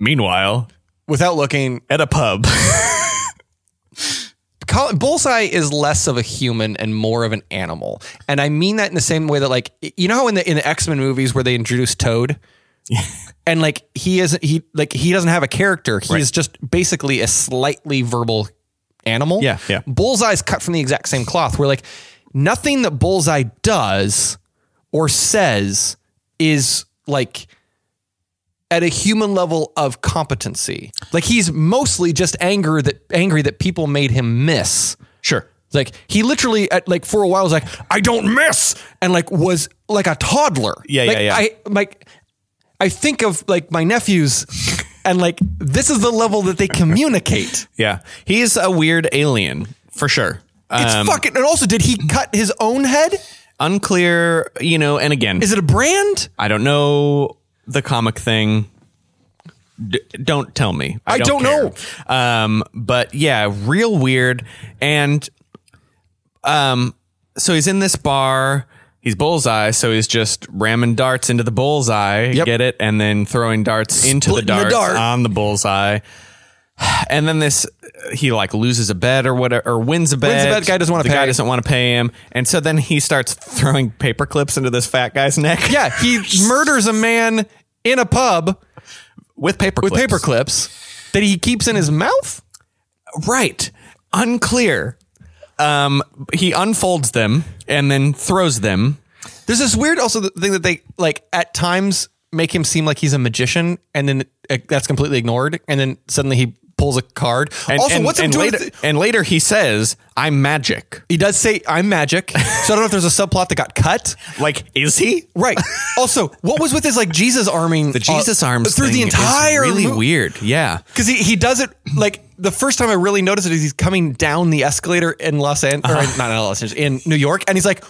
[SPEAKER 2] Meanwhile,
[SPEAKER 3] without looking,
[SPEAKER 2] at a pub.
[SPEAKER 3] Col- Bullseye is less of a human and more of an animal, and I mean that in the same way that like you know how in the in the X Men movies where they introduce Toad. And like he isn't he like he doesn't have a character. He's just basically a slightly verbal animal.
[SPEAKER 2] Yeah, yeah.
[SPEAKER 3] Bullseye's cut from the exact same cloth. Where like nothing that Bullseye does or says is like at a human level of competency. Like he's mostly just anger that angry that people made him miss.
[SPEAKER 2] Sure.
[SPEAKER 3] Like he literally at like for a while was like I don't miss and like was like a toddler.
[SPEAKER 2] Yeah,
[SPEAKER 3] Like,
[SPEAKER 2] yeah, yeah.
[SPEAKER 3] I like I think of like my nephews and like this is the level that they communicate.
[SPEAKER 2] Yeah. He's a weird alien for sure.
[SPEAKER 3] It's
[SPEAKER 2] Um,
[SPEAKER 3] fucking and also did he cut his own head?
[SPEAKER 2] unclear, you know, and again,
[SPEAKER 3] Is it a brand?
[SPEAKER 2] I don't know the comic thing. D- don't tell me.
[SPEAKER 3] I don't
[SPEAKER 2] know. Um, but yeah, real weird. And um, so he's in this bar. He's bullseye, so he's just ramming darts into the bullseye.
[SPEAKER 3] Yep.
[SPEAKER 2] Get it? And then throwing darts into the
[SPEAKER 3] Splitting the
[SPEAKER 2] darts
[SPEAKER 3] dart.
[SPEAKER 2] on the bullseye. And then this, he like loses a bet or whatever, or wins a bet.
[SPEAKER 3] bet, guy doesn't wanna
[SPEAKER 2] The
[SPEAKER 3] pay.
[SPEAKER 2] Guy doesn't want to pay him, and so then he starts throwing paper clips into this fat guy's neck.
[SPEAKER 3] Yeah, he murders a man in a pub
[SPEAKER 2] with paper
[SPEAKER 3] with
[SPEAKER 2] clips.
[SPEAKER 3] paper clips that he keeps in his mouth.
[SPEAKER 2] Right. Unclear. Um, he unfolds them and then throws them.
[SPEAKER 3] There's this weird also the thing that they like at times make him seem like he's a magician, and then uh, that's completely ignored, and then suddenly he pulls a card.
[SPEAKER 2] And,
[SPEAKER 3] also,
[SPEAKER 2] and-
[SPEAKER 3] what's
[SPEAKER 2] and
[SPEAKER 3] him doing?
[SPEAKER 2] later, and later he says, "I'm magic."
[SPEAKER 3] he does say I'm magic, so I don't know if there's a subplot that got cut.
[SPEAKER 2] Like, is he?
[SPEAKER 3] Right. Also, what was with his like Jesus arming
[SPEAKER 2] The Jesus arms
[SPEAKER 3] through the
[SPEAKER 2] thing is
[SPEAKER 3] entire
[SPEAKER 2] really
[SPEAKER 3] mo-
[SPEAKER 2] weird. Yeah.
[SPEAKER 3] Because he, he does it like the first time I really noticed it is he's coming down the escalator in Los Angeles, not in Los Angeles, in New York, and he's like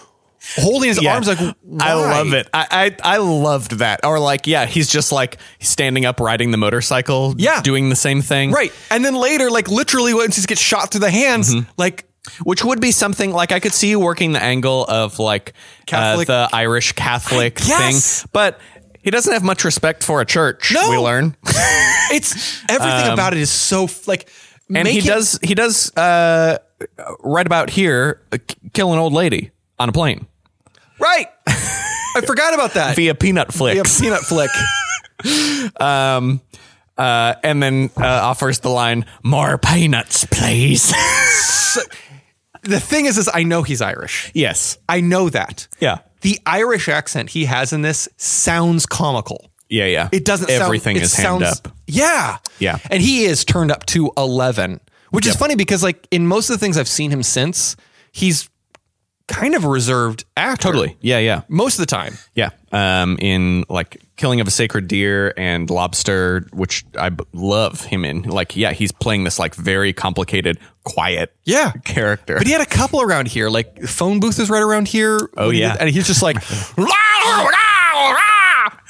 [SPEAKER 3] holding his
[SPEAKER 2] Uh-huh. Yeah.
[SPEAKER 3] arms like
[SPEAKER 2] I
[SPEAKER 3] why?
[SPEAKER 2] love it. I, I I loved that. Or like, yeah, he's just like standing up, riding the motorcycle.
[SPEAKER 3] Yeah.
[SPEAKER 2] doing the same thing.
[SPEAKER 3] Right, and then later, like literally, once he gets shot through the hands,
[SPEAKER 2] Mm-hmm.
[SPEAKER 3] like
[SPEAKER 2] Which would be something like I could see you working the angle of like
[SPEAKER 3] Catholic-
[SPEAKER 2] uh, the Irish Catholic
[SPEAKER 3] Yes!
[SPEAKER 2] thing, but he doesn't have much respect for a church.
[SPEAKER 3] No.
[SPEAKER 2] we learn,
[SPEAKER 3] it's everything about it is so f- like.
[SPEAKER 2] Um, and he does he does uh, right about here uh, k- kill an old lady on a plane
[SPEAKER 3] right. I forgot about that.
[SPEAKER 2] via peanut
[SPEAKER 3] Yeah,
[SPEAKER 2] flicks,
[SPEAKER 3] peanut flick.
[SPEAKER 2] um, uh, and then uh, offers the line "More peanuts, please."
[SPEAKER 3] The thing is, is I know he's Irish.
[SPEAKER 2] yes,
[SPEAKER 3] I know that.
[SPEAKER 2] yeah,
[SPEAKER 3] The Irish accent he has in this sounds comical.
[SPEAKER 2] yeah, yeah.
[SPEAKER 3] It doesn't.
[SPEAKER 2] Everything
[SPEAKER 3] sound,
[SPEAKER 2] is
[SPEAKER 3] it
[SPEAKER 2] hand
[SPEAKER 3] sounds-
[SPEAKER 2] up.
[SPEAKER 3] Yeah,
[SPEAKER 2] Yeah.
[SPEAKER 3] and he is turned up to eleven, which is funny because like in most of the things I've seen him since, he's kind of a reserved actor.
[SPEAKER 2] Totally. Yeah, yeah.
[SPEAKER 3] most of the time.
[SPEAKER 2] Yeah. Um, in like Killing of a Sacred Deer and Lobster, which I b- love him in. Like, yeah, he's playing this like very complicated, quiet
[SPEAKER 3] Yeah.
[SPEAKER 2] character.
[SPEAKER 3] But he had a couple around here, like phone booth is right around here.
[SPEAKER 2] Oh,
[SPEAKER 3] When he
[SPEAKER 2] yeah.
[SPEAKER 3] did- and he's just like,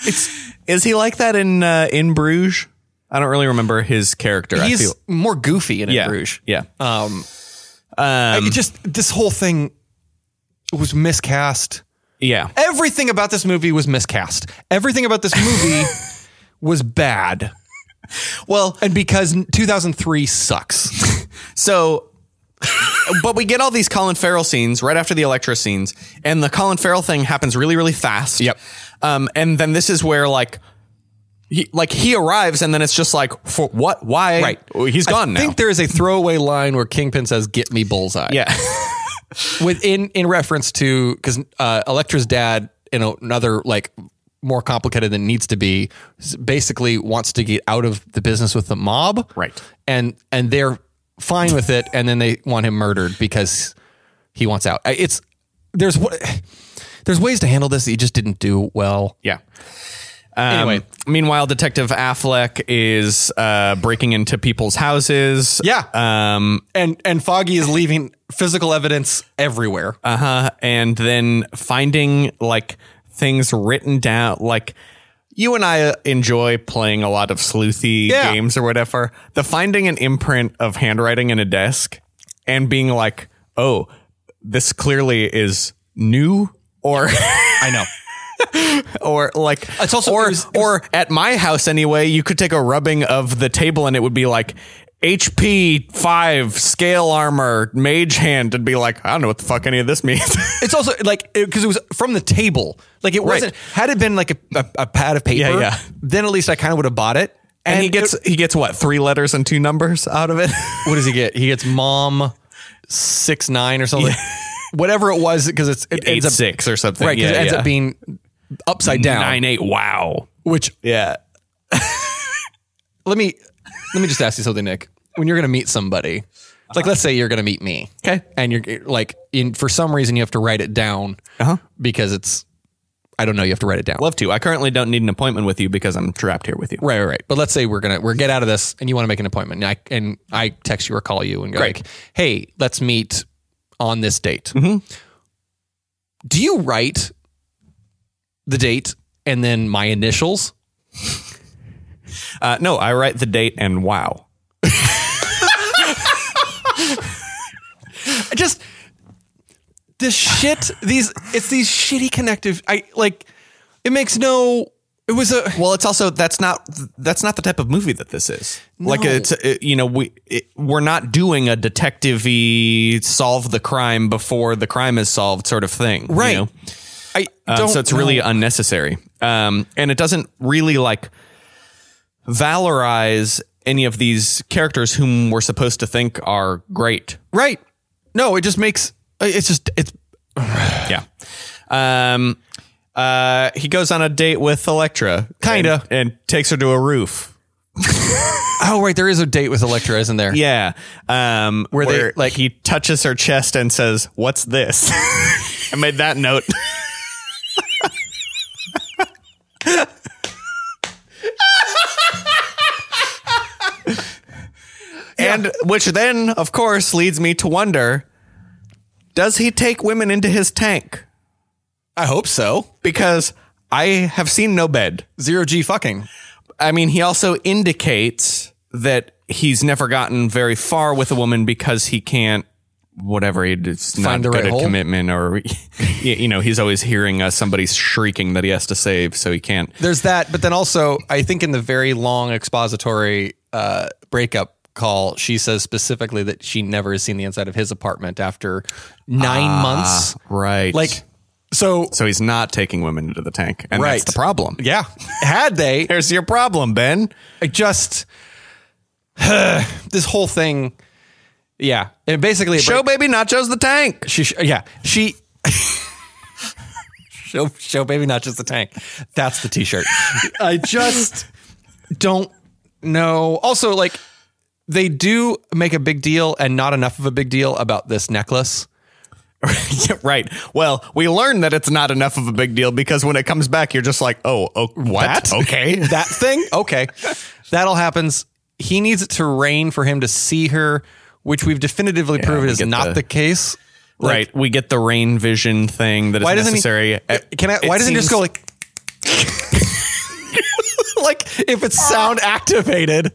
[SPEAKER 2] it's, is he like that in uh, in Bruges? I don't really remember his character. I
[SPEAKER 3] he's
[SPEAKER 2] feel.
[SPEAKER 3] more goofy in
[SPEAKER 2] Yeah.
[SPEAKER 3] it, Bruges.
[SPEAKER 2] Yeah.
[SPEAKER 3] Um,
[SPEAKER 2] Um,
[SPEAKER 3] it just this whole thing was miscast.
[SPEAKER 2] yeah.
[SPEAKER 3] Everything about this movie was miscast. Everything about this movie was bad. Well, and because 2003 sucks.
[SPEAKER 2] So, but we get all these Colin Farrell scenes right after the Electra scenes, and the Colin Farrell thing happens really, really fast.
[SPEAKER 3] Yep.
[SPEAKER 2] Um, and then this is where like. He, like he arrives and then it's just like for what why Oh, he's gone
[SPEAKER 3] I
[SPEAKER 2] now
[SPEAKER 3] think there is a throwaway line where Kingpin says, "Get me bullseye."
[SPEAKER 2] yeah
[SPEAKER 3] within in reference to because uh, Electra's dad in a- another like more complicated than needs to be s- basically wants to get out of the business with the mob
[SPEAKER 2] Right.
[SPEAKER 3] and and they're fine with it and then they want him murdered because he wants out I- it's there's wa- there's ways to handle this that you just didn't do well
[SPEAKER 2] yeah Um,
[SPEAKER 3] Anyway.
[SPEAKER 2] meanwhile detective affleck is uh breaking into people's houses
[SPEAKER 3] Yeah.
[SPEAKER 2] um
[SPEAKER 3] Uh, and and Foggy is leaving physical evidence everywhere
[SPEAKER 2] uh-huh and then finding like things written down like you and I enjoy playing a lot of sleuthy
[SPEAKER 3] Yeah.
[SPEAKER 2] games or whatever. The finding an imprint of handwriting in a desk and being like, "Oh, this clearly is new," or
[SPEAKER 3] I know
[SPEAKER 2] or like
[SPEAKER 3] It's also-
[SPEAKER 2] or
[SPEAKER 3] it was- it
[SPEAKER 2] or at my house anyway, you could take a rubbing of the table and it would be like HP five scale armor mage hand and be like, I don't know what the fuck any of this means.
[SPEAKER 3] It's also like because it was from the table. Like it wasn't. Had it been like a, a, a pad of paper,
[SPEAKER 2] Yeah, yeah.
[SPEAKER 3] then at least I kind of would have bought it.
[SPEAKER 2] and, he gets
[SPEAKER 3] it-
[SPEAKER 2] he gets what three letters and two numbers out of it.
[SPEAKER 3] what does he get? He gets mom six nine or something. whatever it was, because it's it
[SPEAKER 2] eight
[SPEAKER 3] ends up
[SPEAKER 2] six or something.
[SPEAKER 3] right, 'cause
[SPEAKER 2] yeah,
[SPEAKER 3] it ends
[SPEAKER 2] yeah.
[SPEAKER 3] up being upside down.
[SPEAKER 2] nine eight. Wow.
[SPEAKER 3] Which
[SPEAKER 2] Yeah.
[SPEAKER 3] let me let me just ask you something, Nick. When you're gonna meet somebody, it's like let's say you're gonna meet me,
[SPEAKER 2] Okay.
[SPEAKER 3] and you're like in for some reason you have to write it down
[SPEAKER 2] Uh-huh.
[SPEAKER 3] because it's I don't know you have to write it down.
[SPEAKER 2] Love to. I currently don't need an appointment with you because I'm trapped here with you.
[SPEAKER 3] Right, right, right. But let's say we're gonna we're get out of this, and you want to make an appointment, and I and I text you or call you and go
[SPEAKER 2] Great.
[SPEAKER 3] like, "Hey, let's meet on this date."
[SPEAKER 2] Mm-hmm.
[SPEAKER 3] Do you write the date and then my initials?
[SPEAKER 2] Uh, no, I write the date and wow.
[SPEAKER 3] I just this shit. These it's these shitty connective. I like. It makes no. It was a
[SPEAKER 2] Well, it's also that's not that's not the type of movie that this is. Like it's it, you know we it, we're not doing a detective-y solve the crime before the crime is solved sort of thing, you
[SPEAKER 3] Right.
[SPEAKER 2] know?
[SPEAKER 3] I
[SPEAKER 2] Um,
[SPEAKER 3] don't
[SPEAKER 2] so it's really
[SPEAKER 3] know.
[SPEAKER 2] unnecessary, um, and it doesn't really like valorize any of these characters whom we're supposed to think are great.
[SPEAKER 3] right. No, it just makes it's just it's
[SPEAKER 2] Yeah. Um, uh, he goes on a date with Electra,
[SPEAKER 3] Kinda.
[SPEAKER 2] and, and takes her to a roof.
[SPEAKER 3] oh right. There is a date with Electra, isn't there?
[SPEAKER 2] Yeah. Um, where,
[SPEAKER 3] they-
[SPEAKER 2] like he touches her chest and says, "What's this?" I made that note. And which then, of course, leads me to wonder does he take women into his tank?
[SPEAKER 3] I hope so.
[SPEAKER 2] Because I have seen no bed.
[SPEAKER 3] Zero G fucking.
[SPEAKER 2] I mean, he also indicates that he's never gotten very far with a woman because he can't, whatever, it's not
[SPEAKER 3] Find the
[SPEAKER 2] good
[SPEAKER 3] right
[SPEAKER 2] at
[SPEAKER 3] hole?
[SPEAKER 2] commitment or, you you know, he's always hearing uh, somebody shrieking that he has to save, so he can't.
[SPEAKER 3] There's that, but then also I think in the very long expository uh, breakup call, she says specifically that she never has seen the inside of his apartment after nine months.
[SPEAKER 2] Right.
[SPEAKER 3] Like, so
[SPEAKER 2] so he's not taking women into the tank. And
[SPEAKER 3] Right.
[SPEAKER 2] that's the problem.
[SPEAKER 3] yeah, had they
[SPEAKER 2] There's your problem, Ben.
[SPEAKER 3] I just this whole thing, yeah, and basically it
[SPEAKER 2] Show baby nachos the tank.
[SPEAKER 3] She, sh- yeah, she. show, show, baby, not just the tank. That's the T-shirt. I just don't know. Also, like they do make a big deal and not enough of a big deal about this necklace.
[SPEAKER 2] Yeah, right. Well, we learned that it's not enough of a big deal because when it comes back, you're just like, oh, oh what?
[SPEAKER 3] That?
[SPEAKER 2] Okay.
[SPEAKER 3] That thing, okay, that all happens. He needs it to rain for him to see her, which we've definitively proven
[SPEAKER 2] we
[SPEAKER 3] is
[SPEAKER 2] get
[SPEAKER 3] not
[SPEAKER 2] the-
[SPEAKER 3] the case. Like,
[SPEAKER 2] right. We get the rain vision thing that is
[SPEAKER 3] Why doesn't
[SPEAKER 2] necessary.
[SPEAKER 3] he? Uh, Can I?
[SPEAKER 2] It
[SPEAKER 3] why doesn't he just
[SPEAKER 2] seems-
[SPEAKER 3] go like? like if it's sound activated.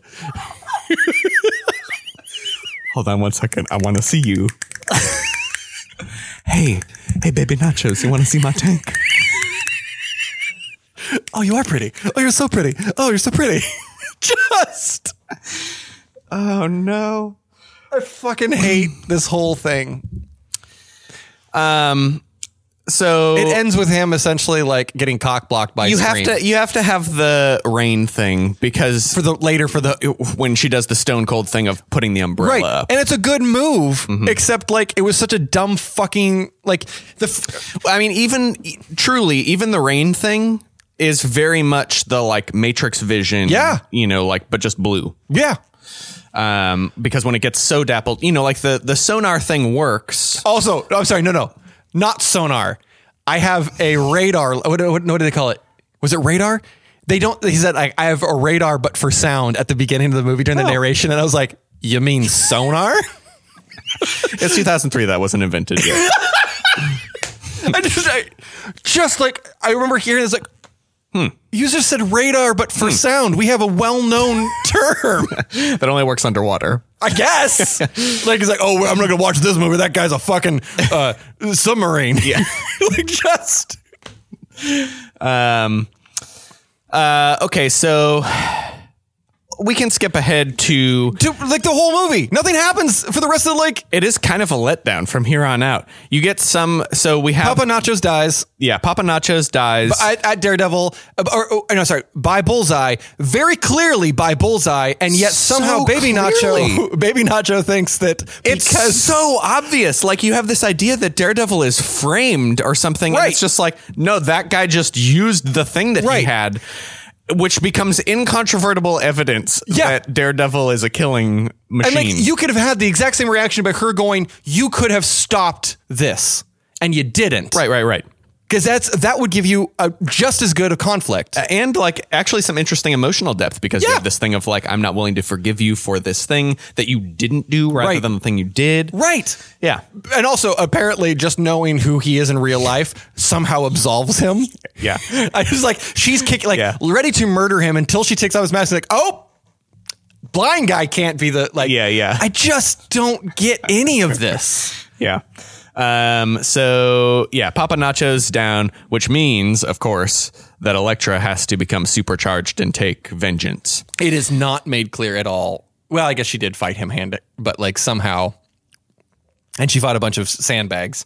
[SPEAKER 2] Hold on one second. I want to see you. hey, hey, baby nachos. You want to see my tank?
[SPEAKER 3] Oh, you are pretty. Oh, you're so pretty. Oh, you're so pretty. Just.
[SPEAKER 2] Oh no.
[SPEAKER 3] I fucking hate this whole thing.
[SPEAKER 2] Um. So
[SPEAKER 3] It ends with him essentially like getting cock blocked by
[SPEAKER 2] Oh. you have to you have to have the rain thing because
[SPEAKER 3] for the later for the
[SPEAKER 2] when she does the stone cold thing of putting the umbrella
[SPEAKER 3] right,
[SPEAKER 2] up.
[SPEAKER 3] and it's a good move. Except like it was such a dumb fucking like the f-
[SPEAKER 2] I mean, even truly, even the rain thing is very much the like Matrix vision.
[SPEAKER 3] Yeah.
[SPEAKER 2] You know, like but just blue.
[SPEAKER 3] yeah.
[SPEAKER 2] um, because when it gets so dappled, you know, like the the sonar thing works.
[SPEAKER 3] Also, I'm sorry, no, no, not sonar. I have a radar. What, what, what do they call it? Was it radar? They don't. He said, I, I have a radar, but for sound at the beginning of the movie during the narration, and I was like, you mean sonar?
[SPEAKER 2] It's 2003 that wasn't invented yet.
[SPEAKER 3] I just, I, just like I remember hearing this, like,
[SPEAKER 2] Hmm.
[SPEAKER 3] you just said radar, but for sound. We have a well-known term,
[SPEAKER 2] that only works underwater.
[SPEAKER 3] I guess. like he's like, oh, I'm not gonna watch this movie. That guy's a fucking uh, submarine. Yeah, like just
[SPEAKER 2] Um, uh, okay, so we can skip ahead to
[SPEAKER 3] To, like the whole movie, nothing happens for the rest of the like.
[SPEAKER 2] it is kind of a letdown from here on out. You get some so we have
[SPEAKER 3] Papa Nachos dies.
[SPEAKER 2] yeah, Papa Nachos dies.
[SPEAKER 3] at, at Daredevil, uh, or, or no, sorry, by Bullseye, very clearly by Bullseye, and yet somehow Baby Nacho,
[SPEAKER 2] clearly.
[SPEAKER 3] Baby Nacho thinks that
[SPEAKER 2] it's
[SPEAKER 3] because
[SPEAKER 2] so obvious. Like you have this idea that Daredevil is framed or something. And
[SPEAKER 3] Right.
[SPEAKER 2] it's just like, no, that guy just used the thing that he
[SPEAKER 3] Right.
[SPEAKER 2] had, which becomes incontrovertible evidence
[SPEAKER 3] Yeah.
[SPEAKER 2] that Daredevil is a killing
[SPEAKER 3] and
[SPEAKER 2] machine.
[SPEAKER 3] like you could have had the exact same reaction by her going, "You could have stopped this, and you didn't,"
[SPEAKER 2] right, right, right.
[SPEAKER 3] Because that's that would give you a, just as good a conflict.
[SPEAKER 2] And like actually some interesting emotional depth because you
[SPEAKER 3] Yeah.
[SPEAKER 2] have this thing of like, I'm not willing to forgive you for this thing that you didn't do rather
[SPEAKER 3] Right.
[SPEAKER 2] than the thing you did.
[SPEAKER 3] Right.
[SPEAKER 2] Yeah.
[SPEAKER 3] And also, apparently, just knowing who he is in real life somehow absolves him.
[SPEAKER 2] Yeah.
[SPEAKER 3] I was like, she's kicking, like,
[SPEAKER 2] Yeah.
[SPEAKER 3] ready to murder him until she takes off his mask. And like, oh, blind guy can't be the like.
[SPEAKER 2] Yeah, yeah.
[SPEAKER 3] I just don't get any of this.
[SPEAKER 2] Yeah. Um, so yeah, Papa Nacho's down, which means, of course, that Elektra has to become supercharged and take vengeance.
[SPEAKER 3] It is not made clear at all. Well, I guess she did fight him hand, but like somehow, and she fought a bunch of sandbags.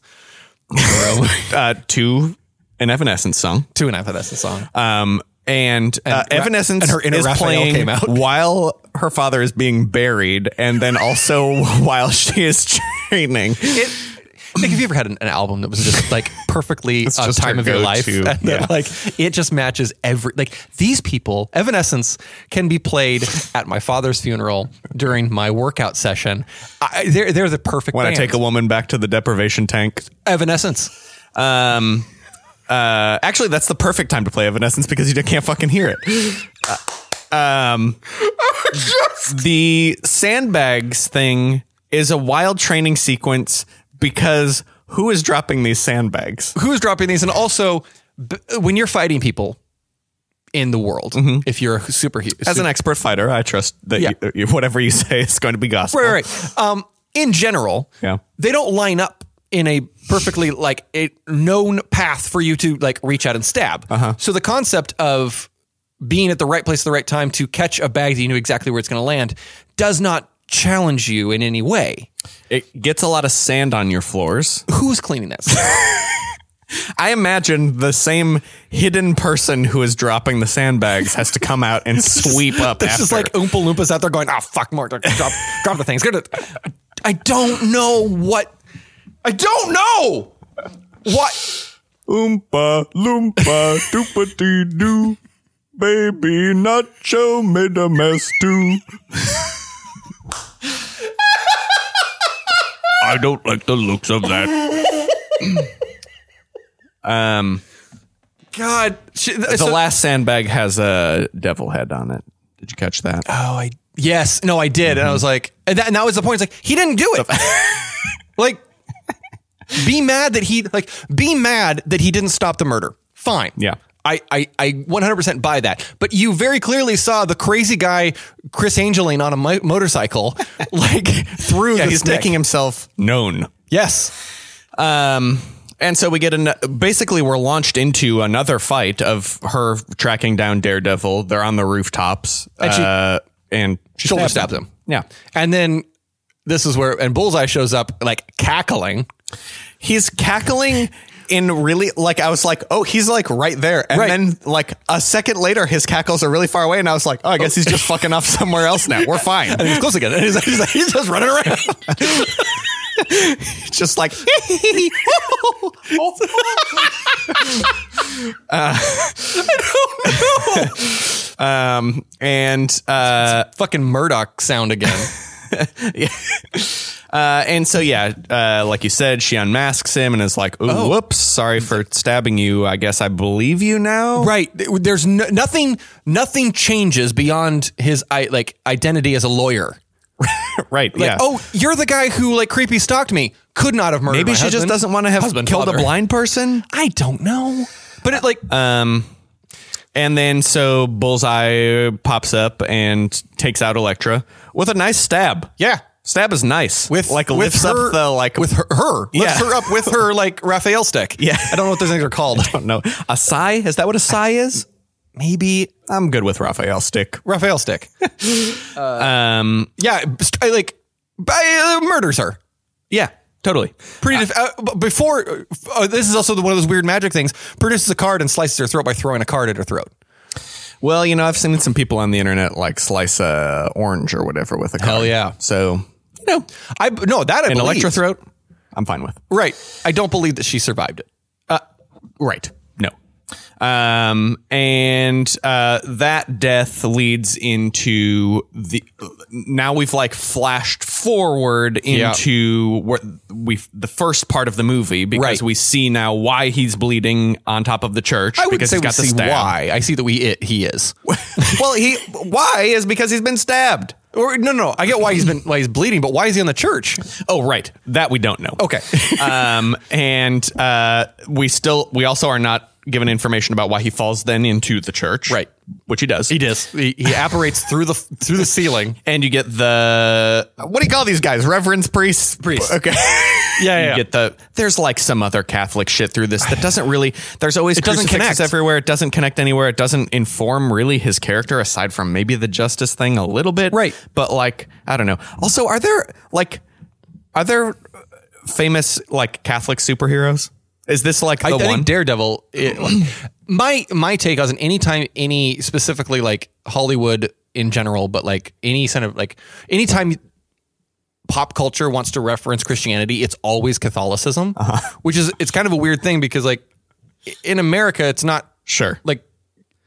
[SPEAKER 2] Uh, to an Evanescence song.
[SPEAKER 3] Two and a half of that's the song.
[SPEAKER 2] Um, and, uh,
[SPEAKER 3] Ra-
[SPEAKER 2] Evanescence
[SPEAKER 3] and her inner
[SPEAKER 2] is
[SPEAKER 3] Raphael
[SPEAKER 2] playing
[SPEAKER 3] came out.
[SPEAKER 2] while her father is being buried, and then also while she is training.
[SPEAKER 3] it, like, have you ever had an, an album that was just like perfectly on
[SPEAKER 2] just
[SPEAKER 3] time
[SPEAKER 2] her
[SPEAKER 3] of your life?
[SPEAKER 2] go-to,
[SPEAKER 3] And that,
[SPEAKER 2] yeah.
[SPEAKER 3] Like it just matches every. Like these people, Evanescence can be played at my father's funeral during my workout session. I, they're they're the perfect.
[SPEAKER 2] When I
[SPEAKER 3] band.
[SPEAKER 2] take a woman back to the deprivation tank.
[SPEAKER 3] Evanescence,
[SPEAKER 2] Um, uh, actually, that's the perfect time to play Evanescence because you can't fucking hear it. Uh, um, the sandbags thing is a wild training sequence because who is dropping these sandbags?
[SPEAKER 3] who's dropping these, and also b- when you're fighting people in the world, if you're a superhero,
[SPEAKER 2] Mm-hmm. As an expert fighter, I trust that
[SPEAKER 3] Yeah.
[SPEAKER 2] you, you- whatever you say is going to be gospel.
[SPEAKER 3] Right, right. Um, in general,
[SPEAKER 2] Yeah.
[SPEAKER 3] they don't line up in a perfectly like a known path for you to like reach out and stab. Uh-huh. So the concept of being at the right place at the right time to catch a bag that you knew exactly where it's going to land does not challenge you in any way.
[SPEAKER 2] It gets a lot of sand on your floors.
[SPEAKER 3] Who's cleaning that? stuff?
[SPEAKER 2] I imagine the same hidden person who is dropping the sandbags has to come out and sweep up
[SPEAKER 3] This
[SPEAKER 2] after.
[SPEAKER 3] is like Oompa Loompas out there going, "Oh fuck, more drop, drop the things." Get it. I don't know what. I don't know what.
[SPEAKER 2] Oompa loompa doopa dee doo. Baby Nacho made a mess too. I don't like the looks of that. um,
[SPEAKER 3] God, she,
[SPEAKER 2] the last sandbag has a devil head on it. Did you catch that?
[SPEAKER 3] Oh, I yes, no, I did,
[SPEAKER 2] Mm-hmm.
[SPEAKER 3] and I was like, and that, and that was the point. It's like he didn't do it. like, be mad that he like be mad that he didn't stop the murder. Fine.
[SPEAKER 2] Yeah.
[SPEAKER 3] I I I 100% buy that. But you very clearly saw the crazy guy Chris Angeline on a mo- motorcycle like through
[SPEAKER 2] Yeah,
[SPEAKER 3] the
[SPEAKER 2] he's
[SPEAKER 3] stick.
[SPEAKER 2] making himself known.
[SPEAKER 3] Yes.
[SPEAKER 2] Um, and so we get an, basically we're launched into another fight of her tracking down Daredevil. They're on the rooftops, and
[SPEAKER 3] she-
[SPEAKER 2] uh, and she
[SPEAKER 3] Shoulder
[SPEAKER 2] stabs
[SPEAKER 3] stabbed him.
[SPEAKER 2] Yeah,
[SPEAKER 3] And then this is where and Bullseye shows up like cackling.
[SPEAKER 2] he's cackling in really like I was like, oh, he's like right there, and
[SPEAKER 3] Right.
[SPEAKER 2] then like a second later, his cackles are really far away, and I was like, oh, I guess he's just fucking off somewhere else now. We're fine.
[SPEAKER 3] And he's close again. And he's, he's, like, he's just running around.
[SPEAKER 2] just like Uh, um and uh
[SPEAKER 3] Fucking Murdoch sound again.
[SPEAKER 2] uh and so yeah uh like you said she unmasks him and is like oh whoops sorry for stabbing you i guess i believe you now
[SPEAKER 3] Right. There's no, nothing. Nothing changes beyond his i- like identity as a lawyer.
[SPEAKER 2] right
[SPEAKER 3] Like,
[SPEAKER 2] yeah
[SPEAKER 3] oh, you're the guy who like creepy stalked me. Could not have murdered.
[SPEAKER 2] maybe
[SPEAKER 3] my
[SPEAKER 2] she just
[SPEAKER 3] husband.
[SPEAKER 2] doesn't want to have
[SPEAKER 3] Husband,
[SPEAKER 2] killed
[SPEAKER 3] father.
[SPEAKER 2] a blind person
[SPEAKER 3] I don't know. But it like
[SPEAKER 2] Um, and then so Bullseye pops up and takes out Elektra with a nice stab.
[SPEAKER 3] Yeah.
[SPEAKER 2] stab is nice.
[SPEAKER 3] with
[SPEAKER 2] like
[SPEAKER 3] with
[SPEAKER 2] lifts
[SPEAKER 3] her-
[SPEAKER 2] up the like
[SPEAKER 3] with her, her lifts
[SPEAKER 2] Yeah.
[SPEAKER 3] her up with her like Raphael stick.
[SPEAKER 2] Yeah.
[SPEAKER 3] I don't know what those things are called.
[SPEAKER 2] no a sigh. Is that what a sigh is? maybe I'm good with Raphael Stick.
[SPEAKER 3] Raphael Stick.
[SPEAKER 2] Um,
[SPEAKER 3] yeah, st- I, like by, uh, murders her.
[SPEAKER 2] yeah, totally.
[SPEAKER 3] Pretty def- uh, b- before uh, this is also the, one of those weird magic things. Produces a card and slices her throat by throwing a card at her throat.
[SPEAKER 2] Well, you know, I've seen some people on the internet like slice a orange or whatever with a card.
[SPEAKER 3] Hell yeah.
[SPEAKER 2] So you know,
[SPEAKER 3] I b- no that I
[SPEAKER 2] an
[SPEAKER 3] believe.
[SPEAKER 2] electro throat, I'm fine with.
[SPEAKER 3] Right. I don't believe that she survived it.
[SPEAKER 2] Right. No. Um, and uh, that death leads into the. Now we've like flashed forward
[SPEAKER 3] Yeah.
[SPEAKER 2] into what we the first part of the movie because
[SPEAKER 3] Right.
[SPEAKER 2] we see now why he's bleeding on top of the church.
[SPEAKER 3] I would
[SPEAKER 2] because
[SPEAKER 3] say
[SPEAKER 2] he's
[SPEAKER 3] we
[SPEAKER 2] got the
[SPEAKER 3] see
[SPEAKER 2] stab.
[SPEAKER 3] why. I see that we it he is.
[SPEAKER 2] well, he why is because he's been stabbed.
[SPEAKER 3] Or no, no, I get why he's been why he's bleeding, but why is he on the church?
[SPEAKER 2] Oh, right. That we don't know.
[SPEAKER 3] Okay.
[SPEAKER 2] um, and uh, we still we also are not given information about why he falls then into the church.
[SPEAKER 3] Right.
[SPEAKER 2] Which he does. He does.
[SPEAKER 3] He, he apparates through the through the ceiling.
[SPEAKER 2] and you get the what do you call these guys? Reverends, priests,
[SPEAKER 3] Priests.
[SPEAKER 2] Okay.
[SPEAKER 3] yeah, yeah.
[SPEAKER 2] You get the there's like some other Catholic shit through this that doesn't really. There's always it
[SPEAKER 3] doesn't connect.
[SPEAKER 2] everywhere. It doesn't connect anywhere. It doesn't inform really his character aside from maybe the justice thing a little bit.
[SPEAKER 3] Right.
[SPEAKER 2] But like I don't know. Also, are there like are there famous like Catholic superheroes? Is this like the
[SPEAKER 3] I, I
[SPEAKER 2] one?
[SPEAKER 3] think Daredevil. it- my my take on anytime any specifically like Hollywood in general, but like any kind of like anytime pop culture wants to reference Christianity, it's always Catholicism,
[SPEAKER 2] Uh-huh.
[SPEAKER 3] which is it's kind of a weird thing because like in America, it's not
[SPEAKER 2] sure.
[SPEAKER 3] like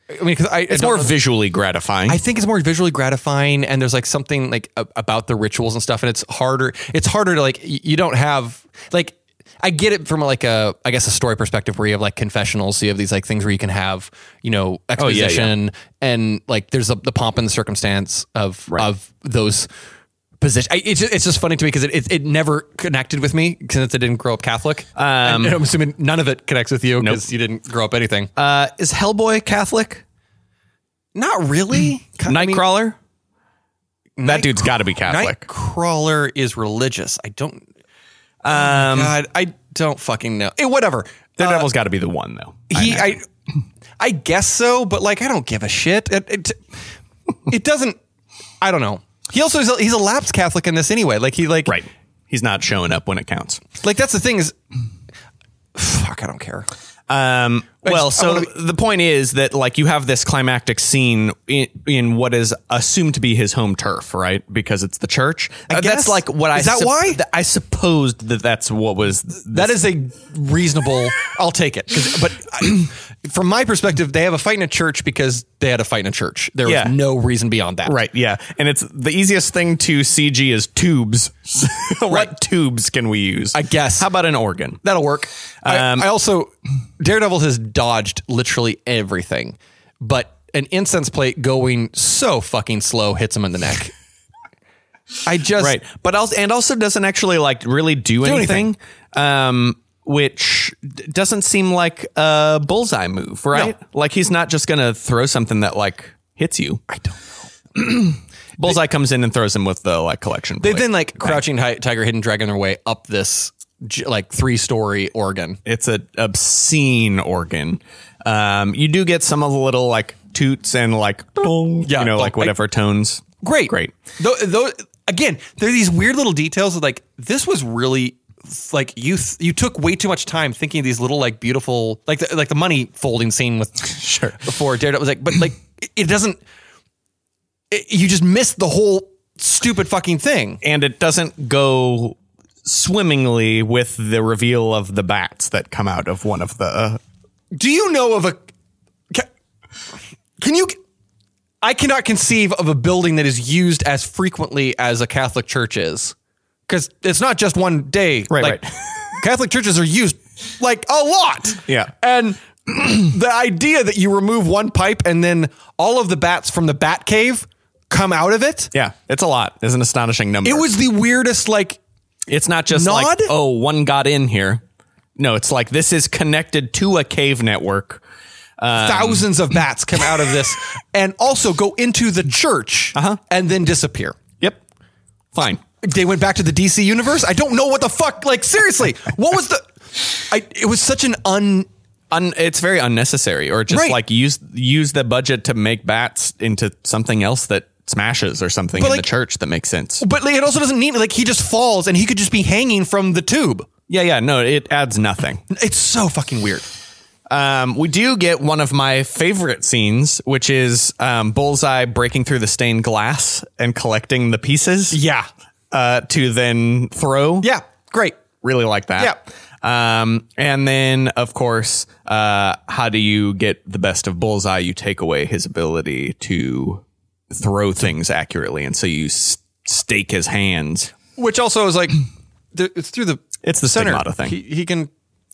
[SPEAKER 3] I mean because I I
[SPEAKER 2] it's
[SPEAKER 3] don't
[SPEAKER 2] more
[SPEAKER 3] know-
[SPEAKER 2] visually gratifying.
[SPEAKER 3] I think it's more visually gratifying, and there's like something like a- about the rituals and stuff, and it's harder. It's harder to like y- you don't have like I get it from like a I guess a story perspective where you have like confessionals, so you have these like things where you can have you know
[SPEAKER 2] yeah, yeah.
[SPEAKER 3] exposition and like there's the, the pomp and the circumstance of of those. Position. I, it's, just, it's just funny to me because it, it, it never connected with me since I didn't grow up Catholic. Um, and I'm assuming none of it connects with you because you didn't grow up anything.
[SPEAKER 2] uh, is Hellboy Catholic?
[SPEAKER 3] Not really.
[SPEAKER 2] Nightcrawler. that dude's got to be
[SPEAKER 3] uh,
[SPEAKER 2] Catholic.
[SPEAKER 3] Nightcrawler is religious. I don't. Um, God, I don't fucking know. Eh, whatever.
[SPEAKER 2] The
[SPEAKER 3] Uh,
[SPEAKER 2] devil's got to be the one though.
[SPEAKER 3] he, I, I guess so, but like, I don't give a shit. It, it, it doesn't. I don't know. He also is a, he's a lapsed Catholic in this anyway. Like he like
[SPEAKER 2] Right. He's not showing up when it counts.
[SPEAKER 3] like that's the thing is. Fuck, I don't care.
[SPEAKER 2] Um, well,
[SPEAKER 3] just- I
[SPEAKER 2] so
[SPEAKER 3] wanna
[SPEAKER 2] the point is that like you have this climactic scene in, in what is assumed to be his home turf, right? Because it's the church.
[SPEAKER 3] I
[SPEAKER 2] Uh,
[SPEAKER 3] guess.
[SPEAKER 2] That's like what I
[SPEAKER 3] Is that why?
[SPEAKER 2] th- I supposed that that's what was.
[SPEAKER 3] That is a reasonable. I'll take it. 'Cause- But I, from my perspective, they have a fight in a church because they had a fight in a church. There was
[SPEAKER 2] Yeah.
[SPEAKER 3] no reason beyond that.
[SPEAKER 2] Right, yeah, and it's the easiest thing to CG is tubes. what
[SPEAKER 3] Right.
[SPEAKER 2] tubes can we use?
[SPEAKER 3] I guess.
[SPEAKER 2] How about an organ?
[SPEAKER 3] That'll work.
[SPEAKER 2] Um,
[SPEAKER 3] I, I also Daredevil has dodged literally everything, but an incense plate going so fucking slow hits him in the neck. I just
[SPEAKER 2] right but also and also doesn't actually like really do, anything, um which d- doesn't seem like a bullseye move right like he's not just gonna throw something that like hits you i don't know bullseye comes in and throws him with the like collection
[SPEAKER 3] They've
[SPEAKER 2] plate.
[SPEAKER 3] been like crouching hi- tiger, hidden dragon their way up this j- like three story organ.
[SPEAKER 2] it's an obscene organ um you do get some of the little like toots and like dong,
[SPEAKER 3] Yeah,
[SPEAKER 2] you know
[SPEAKER 3] dong.
[SPEAKER 2] like whatever tones
[SPEAKER 3] Great,
[SPEAKER 2] great
[SPEAKER 3] Though, though again, there are these weird little details of like this was really like you th- you took way too much time thinking of these little like beautiful like the, like the money folding scene with
[SPEAKER 2] sure
[SPEAKER 3] before Daredevil was like, but like it- it doesn't. It, you just missed the whole stupid fucking thing.
[SPEAKER 2] and it doesn't go swimmingly with the reveal of the bats that come out of one of the
[SPEAKER 3] Do you know of a? Can, can you? I cannot conceive of a building that is used as frequently as a Catholic church is, because it's not just one day.
[SPEAKER 2] Right,
[SPEAKER 3] Like,
[SPEAKER 2] right.
[SPEAKER 3] Catholic churches are used like a lot.
[SPEAKER 2] Yeah.
[SPEAKER 3] and. the idea that you remove one pipe and then all of the bats from the bat cave come out of it.
[SPEAKER 2] Yeah, it's a lot. It's an astonishing number.
[SPEAKER 3] It was the weirdest like
[SPEAKER 2] It's not just
[SPEAKER 3] Nod?
[SPEAKER 2] like oh, one got in here. No, it's like this is connected to a cave network.
[SPEAKER 3] thousands of bats come out of this and also go into the church
[SPEAKER 2] Uh-huh.
[SPEAKER 3] and then disappear.
[SPEAKER 2] Yep. Fine.
[SPEAKER 3] They went back to the DC universe. I don't know what the fuck. Like seriously, what was the? I it was such an un
[SPEAKER 2] un, it's very unnecessary or just
[SPEAKER 3] Right.
[SPEAKER 2] like use use the budget to make bats into something else that smashes or something
[SPEAKER 3] But,
[SPEAKER 2] in
[SPEAKER 3] like-
[SPEAKER 2] the church that makes sense.
[SPEAKER 3] But like, it also doesn't need like he just falls and he could just be hanging from the tube.
[SPEAKER 2] Yeah, yeah, no, it adds nothing.
[SPEAKER 3] It's so fucking weird.
[SPEAKER 2] Um, we do get one of my favorite scenes, which is um, Bullseye breaking through the stained glass and collecting the pieces.
[SPEAKER 3] Yeah.
[SPEAKER 2] Uh, to then throw.
[SPEAKER 3] Yeah. Great.
[SPEAKER 2] Really like that. Yeah. Um, and then, of course, uh, how do you get the best of Bullseye? You take away his ability to throw things accurately. And so you s- stake his hands.
[SPEAKER 3] Which also is like th- it's through the
[SPEAKER 2] It's the
[SPEAKER 3] center.
[SPEAKER 2] stigmata thing.
[SPEAKER 3] He, he can